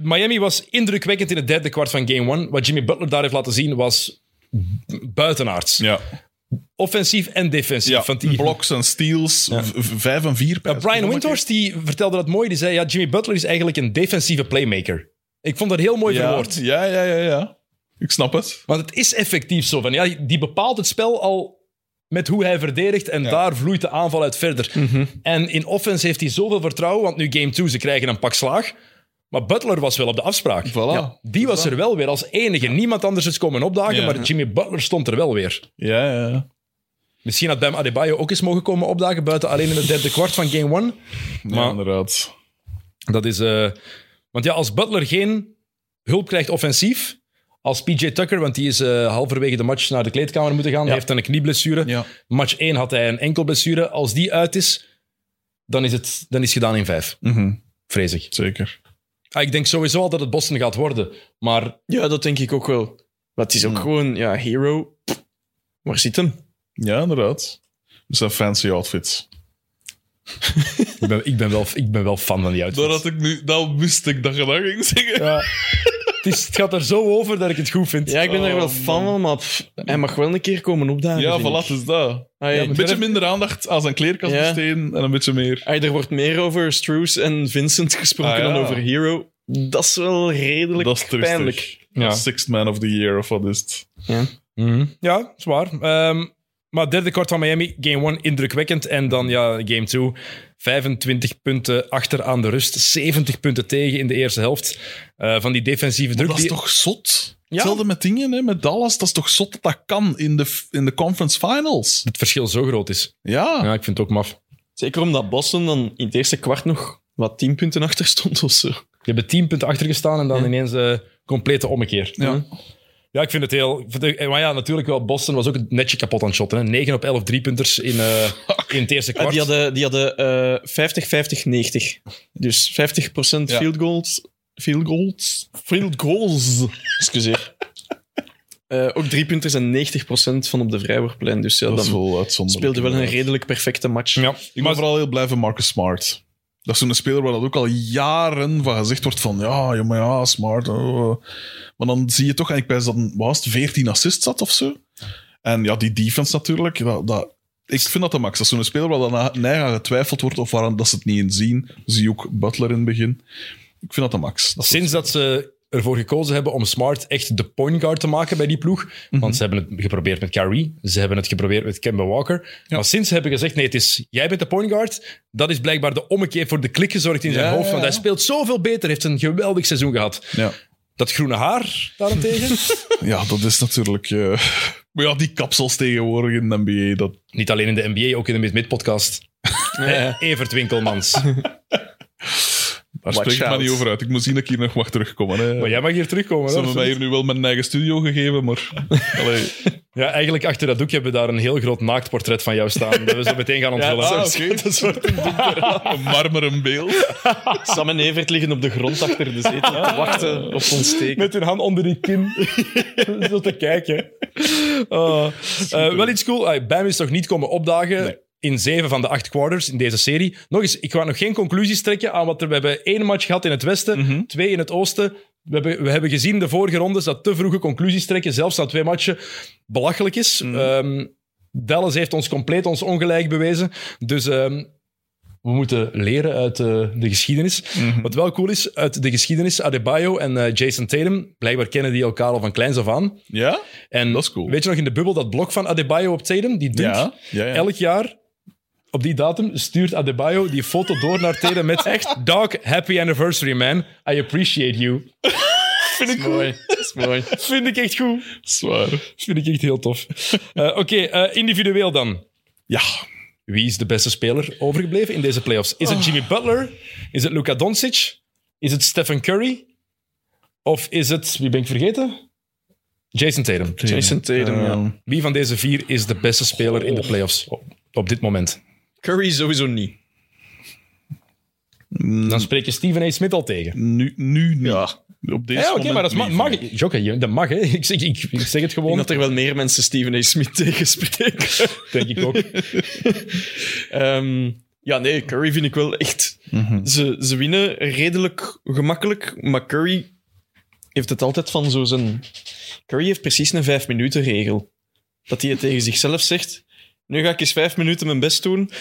Miami was indrukwekkend in het derde kwart van game one. Wat Jimmy Butler daar heeft laten zien was buitenaards.
Ja.
Offensief en defensief.
ja.
Want die,
Blocks en steals. v- v- Vijf en vier.
Ja, Brian Windhorst die vertelde dat mooi. Die zei, ja, Jimmy Butler is eigenlijk een defensieve playmaker. Ik vond dat heel mooi
Ja.
verwoord.
ja, ja, ja, ja. Ik snap het.
Want het is effectief zo. Van, ja, die bepaalt het spel al met hoe hij verdedigt en daar vloeit de aanval uit verder. En in offense heeft hij zoveel vertrouwen, want nu game 2, ze krijgen een pak slaag. Maar Butler was wel op de afspraak.
Voilà.
Die was er wel weer als enige. Niemand anders is komen opdagen,
Ja.
maar Jimmy Butler stond er wel weer.
Ja, ja, ja.
Misschien had Bam Adebayo ook eens mogen komen opdagen, buiten alleen in het derde kwart van game 1.
ja
Maar-
inderdaad.
Dat is. eh, want ja, als Butler geen hulp krijgt offensief. Als PJ Tucker, want die is eh, halverwege de match naar de kleedkamer moeten gaan. Die heeft dan een knieblessure.
Ja.
Match 1 had hij een enkelblessure. Als die uit is, dan is het, dan is het gedaan in 5.
Mhm.
Vrees ik.
Zeker.
Ah, ik denk sowieso al dat het Boston gaat worden. Maar
Ja, dat denk ik ook wel. Maar het is ook gewoon, ja, Hero. pff, Waar zit hem?
Ja, inderdaad. Met zijn fancy outfits.
ik ben, ik ben, wel, ik ben wel fan van die
Dat,
uitdaging.
had ik nu, dat wist ik dat je dat ging zeggen.
Het, is- het gaat er zo over dat ik het goed vind.
Ja, ik ben
Oh,
daar wel fan van, maar pff, hij mag wel een keer komen opdagen.
Ja,
vind ik.
voilà, dus dat.
Hij-
Ja, maar-
Een beetje minder aandacht aan zijn kleerkast
Ja.
besteden en een beetje meer.
hij- er wordt meer over Struus en Vincent gesproken
Ah, ja.
dan over Hero. Dat is dus. wel redelijk
Dat is triestig.
pijnlijk.
Ja.
Sixth man of the year of wat is het?
Ja.
Mhm. Ja, is waar. Ehm, maar derde kwart van Miami, game 1 indrukwekkend. En dan ja, game 2, 25 punten achter aan de rust. 70 punten tegen in de eerste helft. Eh, van die defensieve druk.
Dat is
die-
toch zot? Hetzelfde met dingen, hè, met Dallas. Dat is toch zot dat dat kan in de, in de conference finals?
Het verschil zo groot is.
Ah.
Ja.
Ja, ik vind het ook maf.
Zeker omdat Boston dan in het eerste kwart nog wat tien punten achter stond of zo.
Je hebt 10 punten achter gestaan en dan
Ja.
ineens eh complete ommekeer.
Ja.
Ja, ik vind het heel. ik vind het- Maar ja, natuurlijk wel. Boston was ook het netje kapot aan het shotten. Hè. 9 op 11 driepunters in, eh, in het eerste
Ah,
kwart.
die hadden, die hadden eh, 50, 50, 90. Dus 50%
Ja.
field goals. Field goals. Field goals. Excuseer. Eh ook drie punters en 90% van op de vrijwoordplein. Dus ja,
Dat
dan
is wel uitzonderlijk.
speelde wel een
inderdaad.
redelijk perfecte match.
Ja,
Ik ben
maar
vooral heel blij van Marcus Smart. Dat is zo'n speler waar dat ook al jaren van gezegd wordt van ja, ja, maar ja, Smart. oh. Maar dan zie je toch, en ik wijs dat een was het 14 assists had of zo. En ja, die defense natuurlijk. Dat, dat, ik vind dat de max. Dat is zo'n speler waar dan na- nee, aan getwijfeld wordt of waar dat ze het niet in zien. Zie je ook Butler in het begin. Ik vind dat de max. Dat is-
Sinds dat ze ervoor gekozen hebben om Smart echt de point guard te maken bij die ploeg.
Mhm.
Want ze hebben het geprobeerd met Kyrie. Ze hebben het geprobeerd met Kemba Walker. Maar sinds ze hebben gezegd, nee, het is jij bent de point guard. Dat is blijkbaar de ommekeer voor de klik gezorgd in zijn
Ja,
hoofd.
ja,
Want
ja.
hij speelt zoveel beter. heeft een geweldig seizoen gehad.
ja.
Dat groene haar daarentegen.
ja, dat is natuurlijk. eh, maar ja, die kapsels tegenwoordig in de NBA. Dat,
Niet alleen in de NBA, ook in de Mid-Mid-podcast. Eh, Evert Winkelmans.
daar
Watch
spreek ik maar
out.
niet over uit. Ik moet zien dat ik hier nog mag terugkomen. Hè.
Maar jij mag hier terugkomen.
Ze
hoor.
hebben mij hier nu wel mijn eigen studio gegeven, maar... Allee.
Ja, eigenlijk achter dat doekje hebben we daar een heel groot naaktportret van jou staan. Dat we zo meteen gaan onthullen.
Ah,
dat
oké. Dat wordt een donker- een marmeren beeld.
Sam en Evert liggen op de grond achter de zetel
Ah.
te wachten op ons steken.
Met hun hand onder die kin. Zo te kijken. Oh. Eh, wel iets cool. Ah, Bam is toch niet komen opdagen in zeven van de acht quarters in deze serie. Nog eens, ik ga nog geen conclusies trekken aan wat er... We hebben één match gehad in het westen, twee in het oosten. We hebben, we hebben gezien in de vorige rondes dat te vroege conclusies trekken, zelfs na twee matchen, belachelijk is. Ehm, Dallas heeft ons compleet ons ongelijk bewezen. Dus... ehm, we moeten leren uit eh, de geschiedenis.
Mhm.
Wat wel cool is, uit de geschiedenis, Adebayo en eh, Jason Tatum, blijkbaar kennen die elkaar al van kleins af aan.
Ja?
En
Dat is cool.
Weet je nog in de bubbel dat blok van Adebayo op Tatum? Die dunk.
Ja. ja, ja.
Elk jaar, op die datum, stuurt Adebayo die foto door naar Tatum met echt Dog, happy anniversary man. I appreciate you.
Dat is mooi. Dat is mooi.
Vind ik echt goed.
Zwaar.
Vind ik echt heel tof. Eh, Oké, eh, individueel dan.
Ja.
Wie is de beste speler overgebleven in deze playoffs? Is het Jimmy Butler? Is het Luka Doncic? Is het Stephen Curry? Of is het, wie ben ik vergeten? Jason Tatum.
Jason Tatum,
Ehm,
ja.
Wie van deze vier is de beste speler in de playoffs op, op dit moment?
Curry sowieso niet.
Dan spreek je Stephen A. Smith al tegen.
Nu, nu niet. Op deze
Ja, oké,
moment
maar dat ma-
niet.
mag. Jokke, je- dat mag, hè? Ik zeg, ik, ik zeg het
Ik
gewoon.
denk dat er wel meer mensen Steven A. Smith tegenspreken.
denk ik ook.
Ehm, ja, nee, Curry vind ik wel echt... Ze, ze winnen redelijk gemakkelijk, maar Curry heeft het altijd van zo zijn... Curry heeft precies een vijf minuten regel. Dat hij het tegen zichzelf zegt. Nu ga ik eens vijf minuten mijn best doen.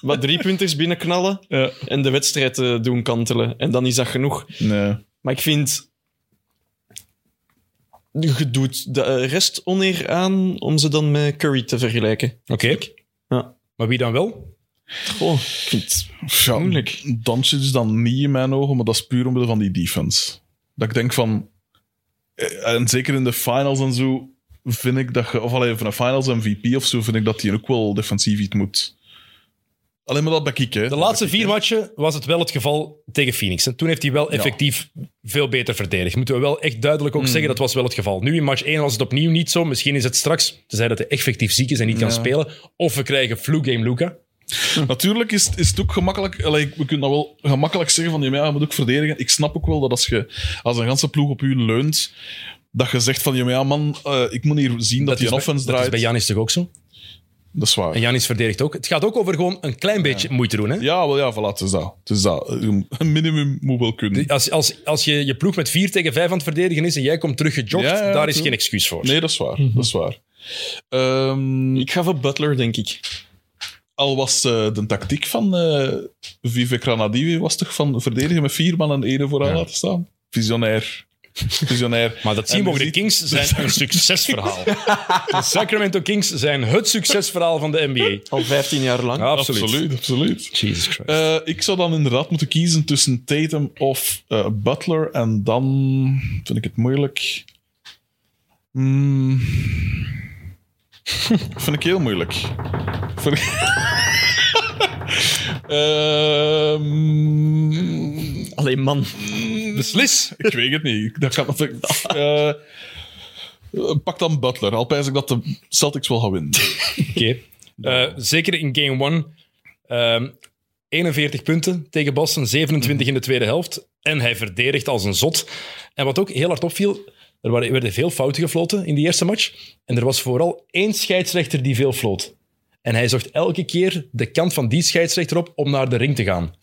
Wat drie punters binnenknallen
Ja,
en de wedstrijd eh, doen kantelen. En dan is dat genoeg.
nee.
Maar ik vind. Je doet de eh, rest oneer aan om ze dan met Curry te vergelijken.
Oké.
Ja.
Maar wie dan wel?
Goh, ik vind
Ja,
Moeilijk.
Doncic is dan niet in mijn ogen, maar dat is puur omwille van die defense. Dat ik denk van... eh, En zeker in de finals en zo vind ik dat je... Of alleen van de finals MVP of zo vind ik dat hij ook wel defensief iets moet. Alleen maar dat ben ik, hè.
De laatste vier matchen was het wel het geval tegen Phoenix. En toen heeft hij wel
Ja. Hmm.
effectief veel beter verdedigd. Moeten we wel echt duidelijk ook zeggen, dat was wel het geval. Nu in match 1 was het opnieuw niet zo. Misschien is het straks, tenzij dat hij effectief ziek is en niet kan spelen. Of we krijgen flu game Luca.
Natuurlijk is, het- is het ook gemakkelijk. allee, we kunnen dat wel gemakkelijk zeggen van ja, maar je moet ook verdedigen. Ik snap ook wel dat als je als een ganse ploeg op u leunt, dat je zegt van ja, maar ja man, eh, ik moet hier zien dat, hij
is
een
bij-
offense
dat is
draait.
bij Janis toch ook zo?
Dat is waar.
En Janis verdedigt ook. Het gaat ook over gewoon een klein beetje moeite doen. Hè?
Ja, wel ja, voilà, het is dat. Het is dat. Eh, Een minimum moet wel kunnen.
Als, als, als je je ploeg met 4 tegen 5 aan het verdedigen is en jij komt terug gejogd,
Ja, ja,
daar is
tuurlijk.
geen excuus voor.
Nee, dat is waar. Dat is waar. Ehm,
Ik ga voor Butler, denk ik.
al was eh, de tactiek van eh Vivek Ranadivi was toch van verdedigen met vier man en één vooraan laten staan? Visionair. Visionair.
Maar dat
En
zien we
je
ook. De
ziet-
Kings zijn een succesverhaal. De Sacramento Kings zijn het succesverhaal van de NBA.
Al 15 jaar lang.
absoluut. absoluut.
Jesus Christ.
Eh, ik zou dan inderdaad moeten kiezen tussen Tatum of eh, Butler. En dan vind ik het moeilijk. Hmm. vind ik heel moeilijk. Vind ik- Ehm,
Alleen man.
Beslis. Ik weet het niet. Dat kan natuurlijk. Eh, eh, pak dan Butler. Al pijs ik dat de Celtics wel gaan winnen.
Oké. Eh, zeker in game 1. 41 punten tegen Boston, 27 in de tweede helft. En hij verdedigt als een zot. En wat ook heel hard opviel, er waren- werden veel fouten gefloten in die eerste match. En er was vooral één scheidsrechter die veel floot. En hij zocht elke keer de kant van die scheidsrechter op om naar de ring te gaan.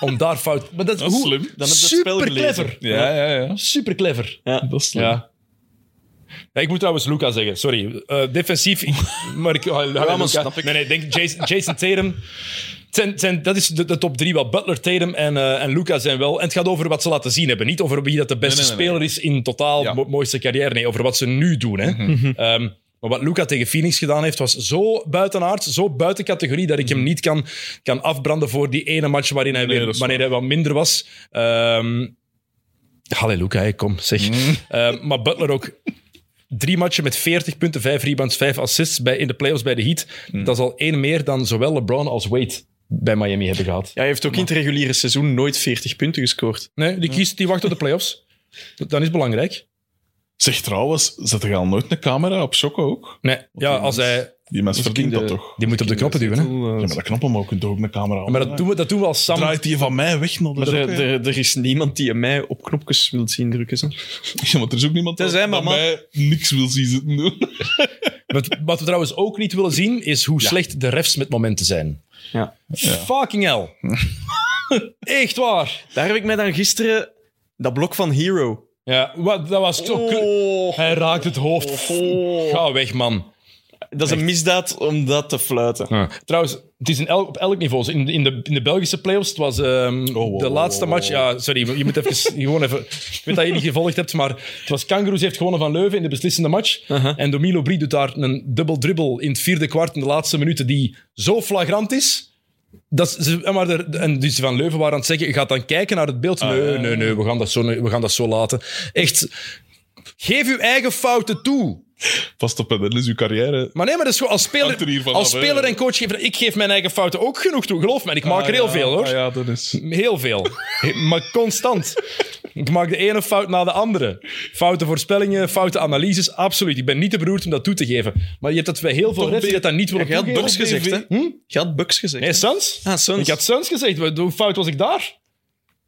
Om daar fout... Maar dat,
Dat is
hoe-
slim.
Dan heb je het spel
super
gelezen.
clever.
Ja, ja, ja.
Super clever.
Ja.
Dat is slim.
Ja. Ja, ik moet trouwens Luca zeggen, sorry. Eh, defensief, ik- maar ik... ah,
maar
Luka.
snap ik.
Nee, nee, ik denk Jason, Jason Tatum. Het zijn- het zijn- dat is de, de top drie wel. Butler, Tatum en, eh, en Luca zijn wel... En het gaat over wat ze laten zien hebben. Niet over wie dat de beste
Nee, nee, nee,
speler is in totaal,
Ja. Mhm.
mo- mooiste carrière. Nee, over wat ze nu doen. Hè. Ehm, maar wat Luca tegen Phoenix gedaan heeft, was zo buitenaard, zo buiten categorie, dat ik hem niet kan, kan afbranden voor die ene match waarin hij,
Mhm. Nee,
weer,
dat is
wanneer hij wat minder was. Ehm Allee, Luca, hè, kom, zeg. Eh, maar Butler ook. Drie matchen met 40 punten, 5 rebounds, 5 assists bij, in de playoffs bij de Heat. Dat is al één meer dan zowel LeBron als Wade bij Miami hebben gehad.
Ja, hij heeft ook in het reguliere seizoen nooit 40 punten gescoord.
Nee, die kiest, die wacht op de playoffs. Dat dat is belangrijk.
Zeg trouwens, zet er al nooit een camera op Choco ook?
Nee, ja, als hij...
Die mensen verdient dat
de-
toch?
Die moet op de knoppen duwen, hè.
Ja, maar dat knappen maar ook kunt ook een camera op.
Maar dat doen we, dat doen we als Sam...
Draait die van mij weg naar de
Er,
eh,
er, er is niemand die mij op knopjes wil zien drukken. zo.
eh,
Ja, maar er is ook niemand dat
Tenzij
dat
mama-
mij niks wil zien zitten doen.
Wat, wat we trouwens ook niet willen zien, is hoe slecht de refs met momenten zijn.
Ja.
Fucking hell. Echt waar.
Daar heb ik mij dan gisteren dat blok van Hero.
Ja, wat, dat was zo... kut. Hij raakt het hoofd.
Oh.
Ga weg, man.
Dat is een misdaad om dat te fluiten.
Ja. Trouwens, het is in elk, op elk niveau. zo. In, in, de, in de Belgische playoffs, het was ehm,
Oh, wow,
de
wow,
laatste
wow,
match.
wow.
Ja, sorry, je moet even, gewoon even... Ik weet dat je niet gevolgd hebt, maar het was Kangaroos heeft gewonnen van Leuven in de beslissende match.
Uh-huh.
En Domilo Brie doet daar een dubbel dribbel in het vierde kwart in de laatste minuten die zo flagrant is... Dat ze, en maar er, en dus van Leuven waren aan het zeggen, gaat dan kijken naar het beeld.
Ah,
nee, nee, nee, we gaan dat zo, we gaan dat zo laten. Echt, geef uw eigen fouten toe.
Vast op pedal is uw carrière.
Maar nee, maar dat is gewoon als
Hangt er
speler,
hiervan
als
af, hè?
speler en coach. geef- Ik geef mijn eigen fouten ook genoeg toe, geloof me. En ik maak er heel
Ah, ja.
veel hoor.
Ah, ja, dat is.
Heel veel. maar constant. Ik maak de ene fout na de andere. Foute voorspellingen, foute analyses, absoluut. Ik ben niet te beroerd om dat toe te geven. Maar je hebt dat bij heel veel
Toch
mensen die
ben-
dat dan niet willen
Je had
toegeven.
Bucks gezegd, hè? Je had Bucks gezegd.
Nee, Suns.
Ah, Suns.
Hm? Ik had Suns gezegd. Wat- Hoe fout was ik daar?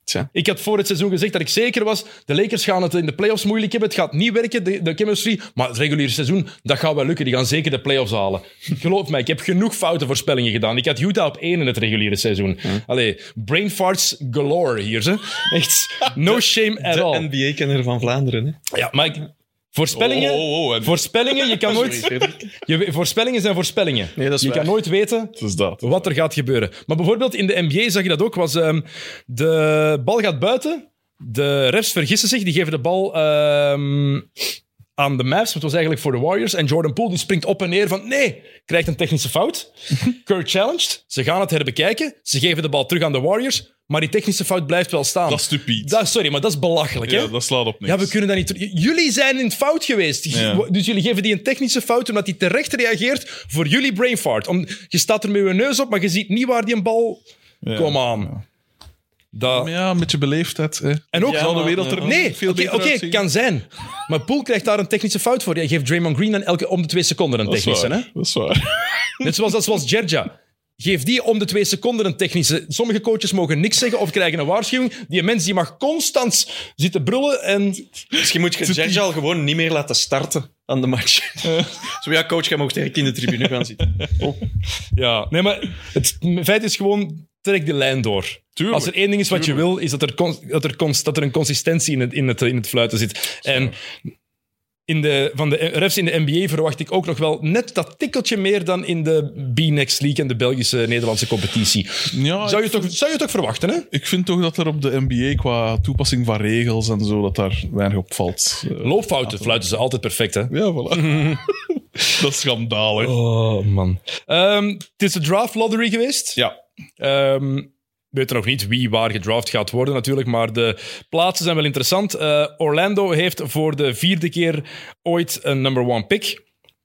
Tja.
Ik had voor het seizoen gezegd dat ik zeker was. De Lakers gaan het in de playoffs moeilijk hebben. Het gaat niet werken, de, de chemistry. Maar het reguliere seizoen, dat gaat wel lukken. Die gaan zeker de playoffs halen. Geloof mij, ik heb genoeg foute voorspellingen gedaan. Ik had Utah op één in het reguliere seizoen. Allee, brain farts galore hier. Ze. Echt, no shame at
de
all.
NBA-kenner van Vlaanderen, hè?
Ja, maar ik- voorspellingen,
Oh, oh, oh, en-
voorspellingen, je kan nooit...
Sorry, Cedric.
Je, weet- voorspellingen zijn voorspellingen.
Nee, dat is
je
waar.
kan nooit weten
Het is dat.
wat er gaat gebeuren. Maar bijvoorbeeld in de NBA zag je dat ook. Was, ehm, de bal gaat buiten. De refs vergissen zich. Die geven de bal ehm, aan de Mavs. want Het was eigenlijk voor de Warriors. En Jordan Poole die springt op en neer van... Nee, krijgt een technische fout. Kerr challenged. Ze gaan het herbekijken. Ze geven de bal terug aan de Warriors. Maar die technische fout blijft wel staan.
Dat is stupid.
Dat- sorry, maar dat is belachelijk. hè?
ja, dat slaat op niks.
Ja, we kunnen dat niet. ter- J- Jullie zijn in het fout geweest. J-
Ja.
Dus jullie geven die een technische fout omdat die terecht reageert voor jullie brain fart. Om, je staat er met je neus op, maar je ziet niet waar die een bal.
Ja.
Kom aan. Dat.
Maar ja, een beetje beleefdheid. Hè.
En ook.
Ja,
Zal de
maar-
wereld er
Nee,
veel
oké,
beter
oké,
uitzien?
kan zijn. Maar Poel krijgt daar een technische fout voor. Je geeft Draymond Green dan elke om de twee seconden een
Dat is
technische. Hè?
waar. Dat is waar.
Net zoals, dat is zoals Gerja. Geef die om de twee seconden een technische. Sommige coaches mogen niks zeggen of krijgen een waarschuwing. Die mens die mag constant zitten brullen en...
Misschien moet je Jerry al gewoon niet meer laten starten aan de match. Zo ja, coach, jij mag direct in de tribune gaan zitten.
Ja, nee, maar het feit is gewoon, trek die lijn door.
Tuurlijk.
Als er één ding is wat je wil, is dat er, cons- dat er, cons- dat er een consistentie in het, in, het, in het fluiten zit. En in de, van de refs in de NBA verwacht ik ook nog wel net dat tikkeltje meer dan in de B-Next League en de Belgische Nederlandse competitie.
Ja,
Zou je toch, zou je toch verwachten, hè?
ik vind toch dat er op de NBA qua toepassing van regels en zo, dat daar weinig op valt. Eh,
Loopfouten fluiten ze altijd perfect, hè?
Ja, voilà. dat is schandalig.
Oh, man. Ehm, het is de draft lottery geweest.
Ja.
Ehm, we weten nog niet wie waar gedraft gaat worden natuurlijk, maar de plaatsen zijn wel interessant. Eh, Orlando heeft voor de vierde keer ooit een number one pick.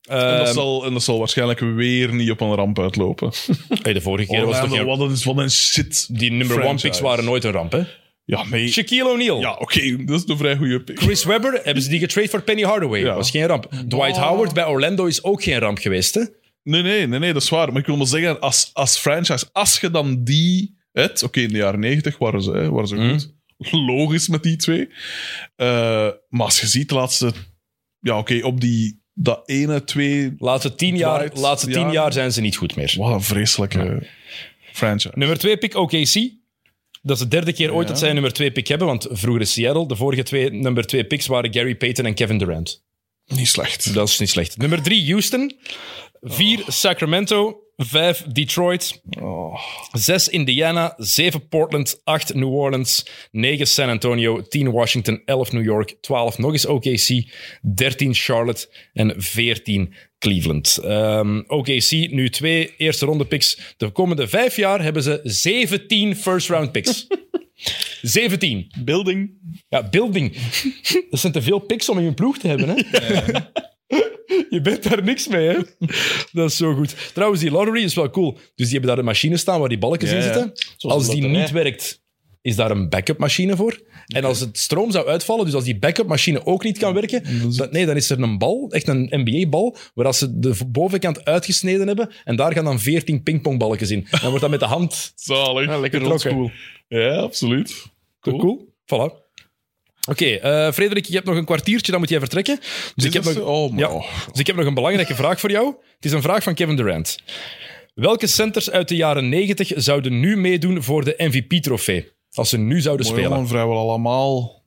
En dat,
Ehm,
zal, en dat zal waarschijnlijk weer niet op een ramp uitlopen.
hey, de vorige keer was het
Orlando,
toch geen-
wat dat is wat een shit.
Die number one
franchise.
picks waren nooit een ramp, hè?
Ja, nee.
Shaquille O'Neal.
Ja, oké, dat is een vrij goede pick.
Chris Webber, hebben ze die getrade voor Penny Hardaway?
Ja.
was geen ramp. Dwight
Oh.
Howard bij Orlando is ook geen ramp geweest, hè?
Nee, nee, nee, nee, dat is waar. Maar ik wil maar zeggen, als, als franchise, als je dan die hebt... Oké, in de jaren negentig waren ze, hè, waren ze
Mhm.
goed. Logisch met die twee. Eh, maar als je ziet, de laatste... Ja, oké, op die, dat ene, twee...
Laatste tien, jaar,
Dwight,
laatste tien
ja.
jaar zijn ze niet goed meer.
Wat een vreselijke franchise.
Nummer 2 pick OKC. Dat is de derde keer ooit
Ja.
dat zij een nummer 2 pick hebben, want vroeger is Seattle. De vorige twee nummer 2 picks waren Gary Payton en Kevin Durant.
Niet slecht.
Dat is niet slecht. Nummer 3 Houston. 4 Sacramento. 5 Detroit.
Oh.
6 Indiana. 7 Portland. 8 New Orleans. 9 San Antonio. 10 Washington. 11 New York. 12 nog eens OKC. 13 Charlotte. En 14 Cleveland. Ehm, OKC nu twee eerste ronde picks. De komende vijf jaar hebben ze 17 first round picks. 17.
Building.
Ja, building. Dat zijn te veel picks om in je ploeg te hebben, hè? Je bent daar niks mee, hè? Dat is zo goed. Trouwens, die lottery is wel cool. Dus die hebben daar een machine staan waar die balkjes
Ja,
in
ja.
zitten. Als
een
die
batterij.
niet werkt, is daar een backup machine voor. En als het stroom zou uitvallen, dus als die backup machine ook niet kan werken, dan, nee, dan is er een bal, echt een NBA-bal, waar als ze de bovenkant uitgesneden hebben en daar gaan dan 14 pingpongballetjes in. Dan wordt dat met de hand
Zalig. Ja,
lekker
getrokken.
absoluut.
Cool. Voilà. Oké, eh, Frederik, je hebt nog een kwartiertje, dan moet jij vertrekken. Dus ik, heb nog,
Oh,
ja,
ja.
dus ik heb nog een belangrijke vraag voor jou. Het is een vraag van Kevin Durant. Welke centers uit de jaren 90 zouden nu meedoen voor de MVP-trofee? Als ze nu zouden
Mooi
spelen.
man, vrijwel allemaal.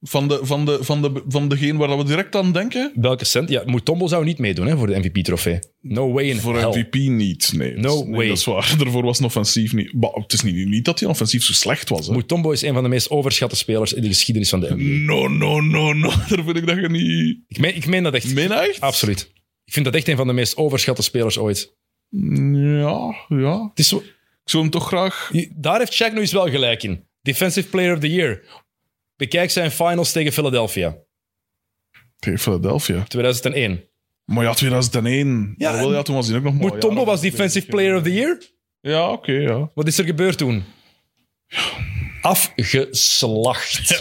Van, de, van, de, van, de, van degene waar we direct aan denken?
Welke cent? Ja, Mutombo zou niet meedoen hè, voor de MVP-trofee. No way in
Voor
hell.
MVP niet, nee.
No
Dat is- nee,
way.
Dat is waar. Daarvoor was het offensief niet... Maar het is niet, niet dat hij offensief zo slecht was. Hè.
Mutombo is een van de meest overschatte spelers in de geschiedenis van de NBA.
No, no, no, no. Daar vind ik dat je niet...
Ik meen, ik meen dat echt.
Meen je echt?
Absoluut. Ik vind dat echt een van de meest overschatte spelers ooit.
Ja, ja.
Het is zo,
Ik zou hem toch graag...
Je- Daar heeft Shaq nu eens wel gelijk in. Defensive Player of the Year. Bekijk zijn finals tegen Philadelphia.
Tegen Philadelphia.
2001.
Maar ja, 2001.
Ja,
Ja, wel, ja toen was hij ook nog mooi.
Moetombo Tombo was Defensive Player of the Year.
Ja, oké, ja.
Wat is er gebeurd toen? Afgeslacht.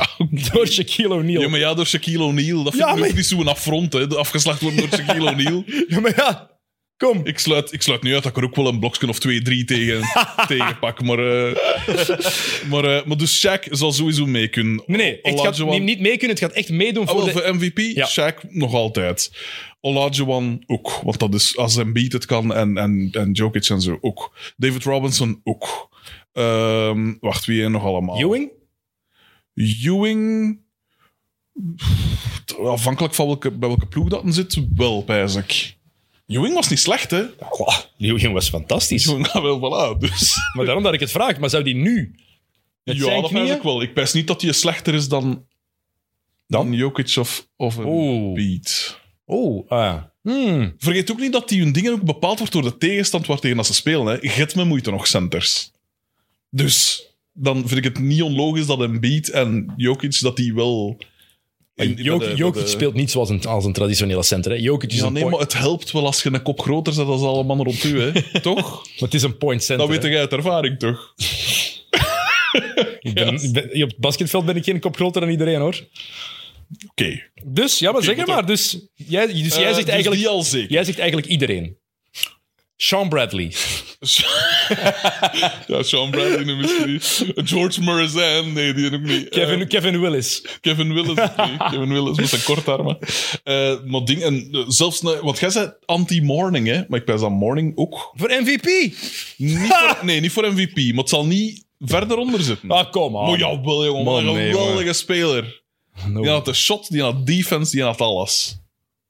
Door Shaquille O'Neal.
Ja, maar ja, door Shaquille O'Neal. Dat vind
Ja,
ik
maar-
ook niet zo'n affront, hè. de Afgeslacht worden door Shaquille O'Neal.
Ja, maar ja. Kom.
Ik sluit, ik sluit nu uit dat ik er ook wel een blokje of twee, drie tegen, tegen pak. Maar, eh, maar, eh, maar dus Shaq zal sowieso mee kunnen.
Nee, nee. Het gaat
Olajuwon-
niet- niet mee kunnen. Het gaat echt meedoen
Ah,
voor
wel,
de...
voor MVP,
Ja.
Shaq nog altijd. Olajuwon ook, want dat is als Embiid het kan en, en, en Jokic en zo ook. David Robinson ook. Ehm, wacht, wie er nog allemaal?
Ewing?
Ewing. Pff, Afhankelijk van welke, bij welke ploeg dat in zit, wel, pijs ik. Ewing was niet slecht, hè?
Goh, Ewing was fantastisch.
Ewing, nou wel, voilà. Dus.
Maar daarom dat ik het vraag. Maar zou die nu... Met
ja,
zijn
dat
knieën?
pijs ik wel. Ik pijs niet dat hij slechter is dan, dan Jokic of, of
Oeh.
Embiid.
Oeh. Ah. ja. Hmm.
Vergeet ook niet dat die hun dingen ook bepaald wordt door de tegenstand waar tegen dat ze spelen. Hè. Je hebt met moeite nog centers. Dus dan vind ik het niet onlogisch dat Embiid en Jokic dat die wel...
En
in- in
Jok-
dat de-
Jokic
dat de-
speelt niet zoals een, als een traditionele center. Hè. Jokic is
Ja,
een
nee,
point,
maar
maar...
het helpt wel als je een kop groter zet dan alle mannen rond u, hè. toch?
het is een point center.
Dat weet
hè.
jij uit ervaring, toch?
Ik ben- ik ben- op het basketveld ben ik geen kop groter dan iedereen, hoor.
Oké.
Dus, ja, maar zeg
maar
het maar. Dus jij, dus jij
Eh,
zegt
dus
eigenlijk...
die al zeker.
Jij zegt eigenlijk iedereen. Sean Bradley.
ja, Sean Bradley nu misschien. George Marizan, nee, die ook niet.
Kevin,
Eh,
Kevin Willis.
Kevin Willis. ook niet. Kevin Willis met zijn korte armen. Eh, maar ding, en eh, zelfs, nou, want jij zei anti-morning, hè? Maar ik pijs aan morning ook.
Voor MVP?
Niet voor, nee, niet voor MVP, maar het zal niet verder onder zitten.
Ah, kom aan. nou,
maar jawel, jongen.
Man,
wat een
nee,
geweldige
jongen.
speler.
No.
Die had de shot, die had defense, die had alles.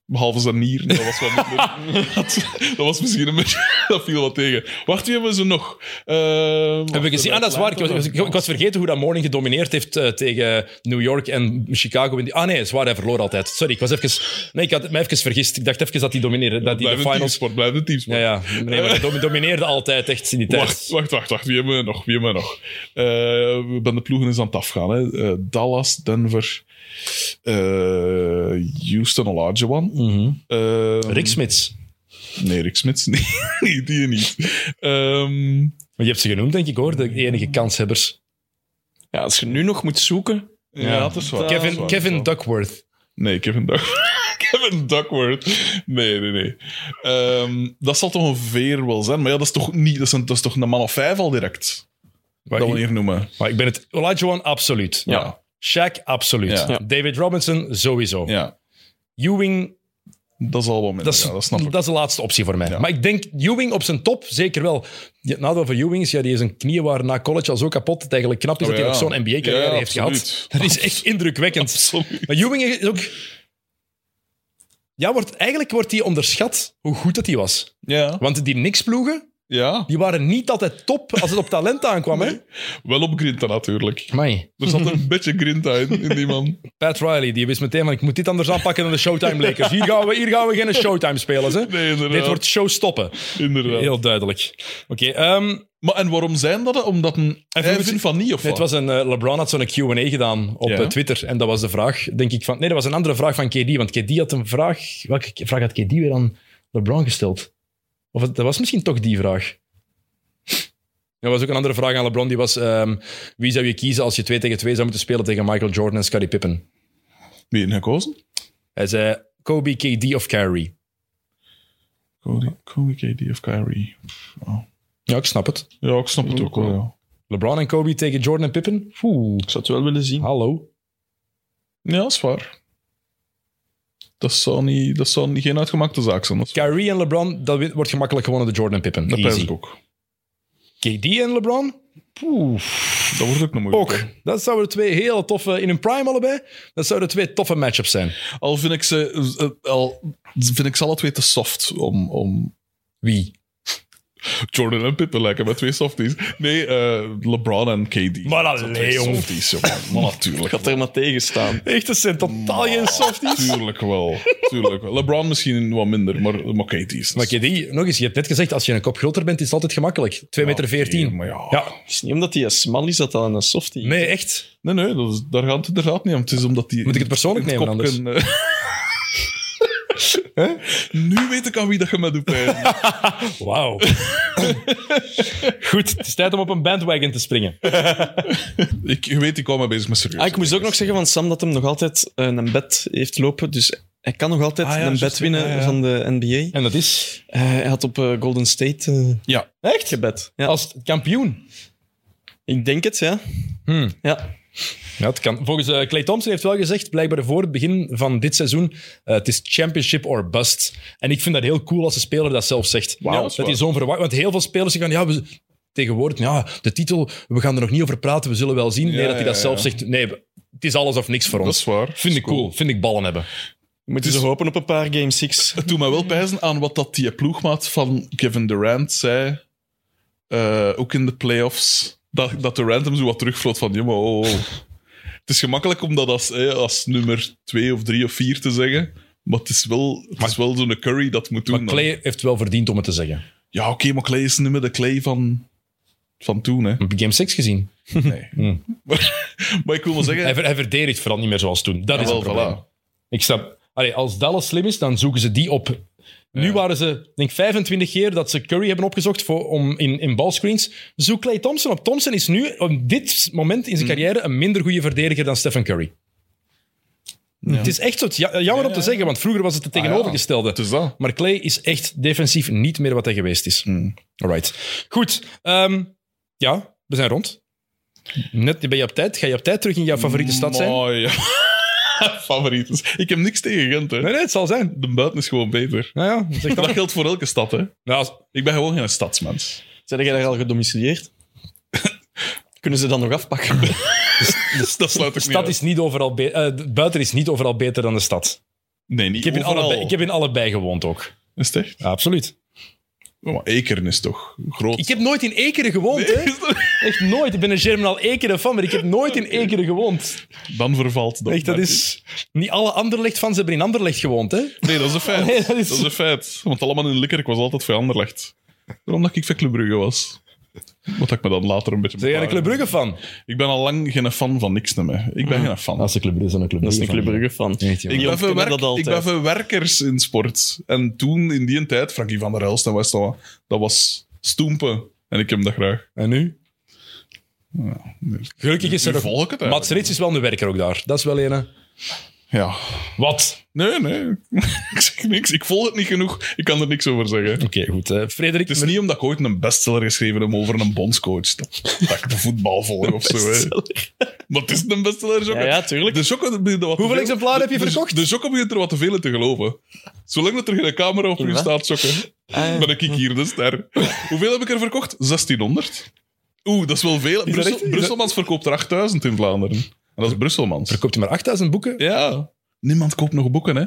Behalve zijn nieren, dat was wat minder. dat, dat was misschien een beetje... Dat viel wat tegen. Wacht, wie hebben we ze nog? Eh,
Heb ik gezien? Ah, dat is waar. Ik was, ik was- ik was vergeten hoe dat Morning gedomineerd heeft eh, tegen New York en Chicago. in die- Ah nee, het is waar, hij verloor altijd. Sorry, ik was even... Nee, ik had me even vergist. Ik dacht even dat hij domineerde, dat hij
Blijf
de
een
finals...
teamsport, blijf een teamsport.
Ja, ja. Nee, maar hij dom- domineerde altijd echt in die tijd.
Wacht, wacht, wacht, wacht. Wie hebben we nog? Wie hebben we nog? Eh, we ben de ploegen eens aan het afgaan. Hè. Eh, Dallas, Denver, eh, Houston, Olajuwon.
Mhm.
Eh,
Rick Smits.
Nee, Rick Smits. Nee, die- die niet. Ehm,
Maar je hebt ze genoemd, denk ik, hoor. De enige kanshebbers.
Ja, als je nu nog moet zoeken.
ja, dat is waar. dat is
Kevin,
waar,
Kevin
dat is
Duckworth.
waar. Nee, Kevin Duckworth. Kevin Duckworth. Nee, nee, nee. Ehm, dat zal toch ongeveer wel zijn. Maar ja, dat is toch, niet, dat is, een- dat is toch een man of vijf al direct?
Maar
dat we
ik-
hier noemen.
Maar ik ben het... Olajuwon, absoluut.
Ja.
Shaq, absoluut.
Ja.
David Robinson, sowieso.
Ja,
Ewing,
dat zal wel minder.
dat is,
ja, dat snap ik.
dat is de laatste optie voor mij.
Ja.
Maar ik denk Ewing op zijn top, zeker wel. Ja, Het nadeel van Ewing is, ja, die is een knieën waar na college al zo kapot. Het eigenlijk knap is
Oh,
dat hij
ja.
nog zo'n NBA-carrière
Ja,
heeft
absoluut.
gehad. Dat is echt indrukwekkend.
Absoluut.
Maar Ewing is ook... Ja, wordt, eigenlijk wordt hij onderschat hoe goed dat hij was.
Ja.
Want die Knicks-ploegen,
ja.
die waren niet altijd top als het op talent aankwam, hè?
Wel op Grinta natuurlijk.
Amai.
Er zat een beetje Grinta in, in die man.
Pat Riley, die wist meteen van, ik moet dit anders aanpakken dan de Showtime Lakers. Hier gaan we, hier gaan we geen Showtime spelen, hè?
Nee, inderdaad.
Dit wordt show stoppen.
inderdaad.
Heel duidelijk. Oké, ehm, nee,
Maar en waarom zijn dat? Omdat een... Hij
vindt-
vindt van niet, of
het
wat?
was een, eh, LeBron had zo'n Q&A gedaan op
Ja.
eh, Twitter en dat was de vraag, denk ik, van... Nee, dat was een andere vraag van KD, want KD had een vraag... Welke k- vraag had KD weer aan LeBron gesteld? Of het- dat was misschien toch die vraag. Er was ook een andere vraag aan LeBron, die was... ehm, wie zou je kiezen als je 2 tegen 2 zou moeten spelen tegen Michael Jordan en Scottie Pippen?
Wie heeft gekozen?
Hij zei Kobe, KD of Kyrie.
Cody, Cody KD of Kyrie.
Ja, ik snap het.
Ja, ik snap het ook wel, ja.
LeBron en Kobe tegen Jordan en Pippen? Oeh,
Ik zou het wel willen zien.
hallo.
Ja, dat is waar. Dat zou, niet, dat zou niet, geen uitgemaakte zaak zijn. Dat, is-
Kyrie en LeBron, dat wi- wordt gemakkelijk gewonnen door Jordan en Pippen.
dat pijs
Easy.
ik ook.
KD en LeBron?
Dat wordt ook nog moeilijk.
Ook. Dat zouden twee hele toffe, in hun prime allebei, dat zouden twee toffe matchups zijn.
Al vind ik ze... eh, Al vind ik ze alle twee te soft om... om
Wie?
Jordan en Pippen lijken met twee softies. Nee, eh, LeBron en KD.
Maar
Dat zijn twee
allee, jong.
Softies, jongen. Maar natuurlijk.
Ik had er maar tegen staan.
Echt, dat zijn totaal geen softies.
Tuurlijk wel. Tuurlijk wel. LeBron misschien wat minder, maar, maar KD is...
Maar KD, nog eens, je hebt net gezegd, als je een kop groter bent, is het altijd gemakkelijk. 2 meter 14.
maar ja.
Ja.
Het is niet omdat hij een smal is dat dat een softie is.
Nee, echt.
Nee, nee, dat is, daar gaat het inderdaad niet om. Het is omdat die...
Moet ik het persoonlijk
in
nemen
kopken, eh, Nu weet ik aan wie dat je me doet pijn.
Wauw. Goed, het is tijd om op een bandwagon te springen.
ik je weet, ik kwam me bezig met serieus.
Ah, ik moest ook nog zeggen van Sam dat hem nog altijd eh, een bed heeft lopen. Dus hij kan nog altijd
Ah, ja,
een bed
juist,
winnen
ja, ja.
van de NBA.
En dat is...
Eh, hij had op eh, Golden State eh,
Ja,
Echt?
gebed. Ja.
Als kampioen.
Ik denk het, ja.
Hmm.
ja.
Ja, het kan. Volgens eh, Clay Thompson heeft wel gezegd, blijkbaar voor het begin van dit seizoen, eh, het is championship or bust. En ik vind dat heel cool als een speler dat zelf zegt.
Wauw.
dat hij zo'n verwacht... Want heel veel spelers zeggen, ja, we, tegenwoordig, ja, de titel, we gaan er nog niet over praten, we zullen wel zien. Nee,
Ja,
dat hij dat
ja,
zelf
ja.
zegt, nee, het is alles of niks voor
dat
ons.
is waar.
Vind ik cool. Vind ik ballen hebben.
Moeten
Dus-
ze hopen op een paar Game 6.
Het doet mij wel pijzen aan wat dat die ploegmaat van Kevin Durant zei. eh, ook in de playoffs. Dat, dat Durant hem zo wat terugvloot van... Jongen, oh, oh. Het is gemakkelijk om dat als, eh, als nummer twee of drie of vier te zeggen. Maar het is wel, het is wel zo'n Curry dat moet doen.
Maar
dan.
Clay heeft wel verdiend om het te zeggen.
Ja, oké, maar Clay is niet meer de Clay van, van toen. Hè.
Heb je Game 6 gezien?
Nee. maar, maar ik wil wel zeggen... ah,
Hij, ver- hij verdedigt vooral niet meer zoals toen. Dat is
wel,
het probleem.
voilà.
Ik snap. Allee, als Dallas slim is, dan zoeken ze die op. Nu waren ze, denk ik, 25 keer dat ze Curry hebben opgezocht voor, om in, in balscreens. Zoek Clay Thompson op. Thompson is nu, op dit moment in zijn carrière, een minder goede verdediger dan Stephen Curry. Het is echt zo, ja- jammer om te zeggen, want vroeger was het het tegenovergestelde.
Het is dat.
Maar Clay is echt defensief niet meer wat hij geweest is. Alright. Goed. ehm, ja, we zijn rond. Net ben je op tijd. Ga je op tijd terug in jouw favoriete stad zijn?
Mooi, ja. Favoriet. is- Ik heb niks tegen Gent, hè.
Nee, nee, het zal zijn.
De buiten is gewoon beter.
Nou ja, zeg
Dat
dan.
geldt voor elke stad, hè.
Nou, als-
Ik ben gewoon geen stadsmens.
Zijn jij daar al gedomicilieerd? Kunnen ze dan nog afpakken?
Dus dat sluit ik
De
niet
stad
uit.
is niet overal be- eh, de- buiten is niet overal beter dan de stad.
Nee, niet
Ik heb, in
overal.
allebei, ik heb in allebei gewoond ook.
Is het echt?
absoluut.
Oh, maar Ekeren is toch groot.
Ik heb nooit in Ekeren gewoond, hè?
Is dat-
Echt nooit. Ik ben een Germinal Ekeren fan, maar ik heb nooit in Ekeren gewoond.
Dan vervalt dat.
Echt, dat is... Niet alle Anderlecht fans hebben in Anderlecht gewoond, hè?
Nee, dat is een feit.
Nee,
dat,
dat
is...
is-
een feit. Want allemaal in Likkerk was altijd voor Anderlecht. Daarom dat ik van Club Brugge was. Wat ik me dan later een beetje...
Ben jij een Club Brugge Ah. fan?
Ik ben al lang geen fan van niks meer. Ik ben geen fan.
een Club Brugge, dan een Club
Dat is een Club Brugge fan.
Ik
Die
ben,
ontkennen
verwerk,
dat
ik
altijd.
ben verwerkers in sport. En toen, in die tijd, Frankie van der Elst en Westawa, dat was stoempen. En ik heb dat graag.
En nu? Gelukkig is
Nu
er nog...
volg ik het
Mats
eigenlijk.
Rits is wel een werker ook daar. Dat is wel een... hè.
Ja.
Wat?
Nee, nee. ik zeg niks. Ik volg het niet genoeg. Ik kan er niks over zeggen.
Oké, goed. eh, Frederik...
Het is niet omdat ik ooit een bestseller geschreven heb over een bondscoach. Dat, dat ik de voetbal volg of zo. Hè. Maar het is een bestseller, Jocke.
Ja, ja, tuurlijk.
De Jocke begint er wat te
Hoeveel
veel-
exemplaren heb je
de- de-
verkocht?
De Jocke begint er wat te veel in te geloven. Zolang dat er geen camera op
In
u
wat?
staat, Jocke,
Ah, ja.
ben ik hier de ster. Hoeveel heb ik er verkocht? 1600. Oeh, dat is wel veel. Brussel-
echt? Is dat-
Brusselmans verkoopt er 8000 in Vlaanderen. En dat is Brusselmans.
Verkoopt hij maar 8000 boeken?
Ja, niemand koopt nog boeken, hè.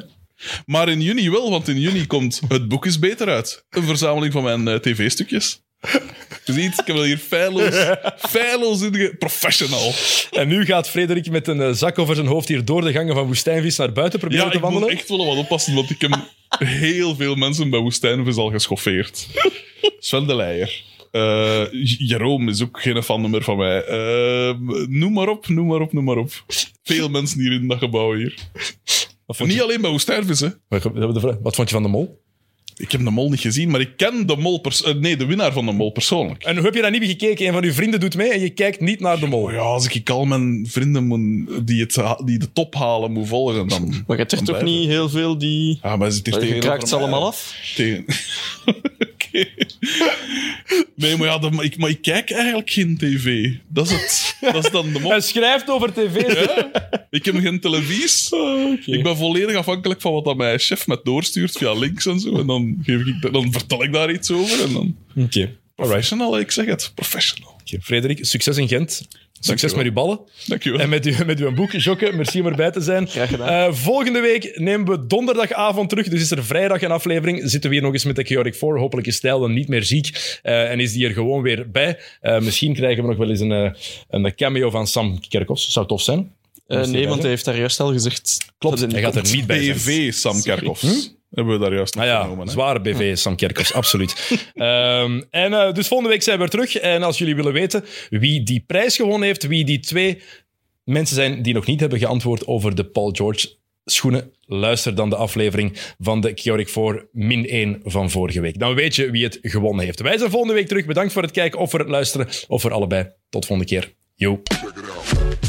Maar in juni wel, want in juni komt Het Boek is Beter uit. Een verzameling van mijn eh, tv-stukjes. Je ziet, ik heb dat hier feilloos, feilloos in ge- Professional.
En nu gaat Frederik met een eh, zak over zijn hoofd hier door de gangen van Woestijnvis naar buiten proberen
Ja,
te
ik moet
wandelen.
echt wel wat oppassen, want ik heb heel veel mensen bij Woestijnvis al geschoffeerd. Sven de Leijer. Eh, J- Jeroen is ook geen fan meer van mij. Eh, noem maar op, noem maar op, noem maar op. Veel mensen hier in dat gebouw hier.
Wat vond,
Niet
je,
alleen bij Woestijnvis, hè.
Wat- wat- wat- wat vond je van de mol?
Ik heb de mol niet gezien, maar ik ken de mol pers- eh, nee, de winnaar van de mol persoonlijk.
En hoe heb je daar niet meer gekeken? Een van uw vrienden doet mee en je kijkt niet naar de mol.
Oh ja, als ik al mijn vrienden moet, die, het, ha- die de top halen moet volgen, dan...
Maar je hebt er
dan
toch
blijven.
niet heel veel die...
Ja, maar hij zit hier
Je
tegenover
kraakt ze
mij.
allemaal af.
Tegen... Oké. Nee, maar ja, dat, maar, ik, maar ik kijk eigenlijk geen tv. Dat is het. Dat is dan de mol.
Hij schrijft over tv.
Ik heb geen televies. Ik ben volledig afhankelijk van wat dat mijn chef met doorstuurt via links en zo. En dan, geef ik, dat- dan vertel ik daar iets over. En dan...
Oké.
Professional, ik zeg het. Professional.
Oké, Frederik, succes in Gent. Succes
Dankjewel.
met uw ballen
Dankjewel.
en met uw, met uw boek. Jokke, merci om erbij te zijn.
Graag gedaan.
Eh, volgende week nemen we donderdagavond terug. Dus is er vrijdag een aflevering. Zitten we hier nog eens met de Chaotic 4. Hopelijk is Stijl dan niet meer ziek. eh, en is die er gewoon weer bij. Eh, misschien krijgen we nog wel eens een, eh, een cameo van Sam Kerkos. Zou tof zijn.
Eh,
Moest hij
nee, want
bij
hij heeft daar juist al gezegd.
Klopt,
dat
hij gaat er niet bij zijn. Hm?
BV Sam Kerkhoffs. Hebben we daar juist nog
Ah ja,
genomen. hè?
zware BV Sam Kerkhoffs, absoluut. Ehm, en eh, dus volgende week zijn we er terug. En als jullie willen weten wie die prijs gewonnen heeft, wie die twee mensen zijn die nog niet hebben geantwoord over de Paul George schoenen, luister dan de aflevering van de Keurig voor min 1 van vorige week. Dan weet je wie het gewonnen heeft. Wij zijn volgende week terug. Bedankt voor het kijken of voor het luisteren of voor allebei. Tot volgende keer. Yo.
Check it out.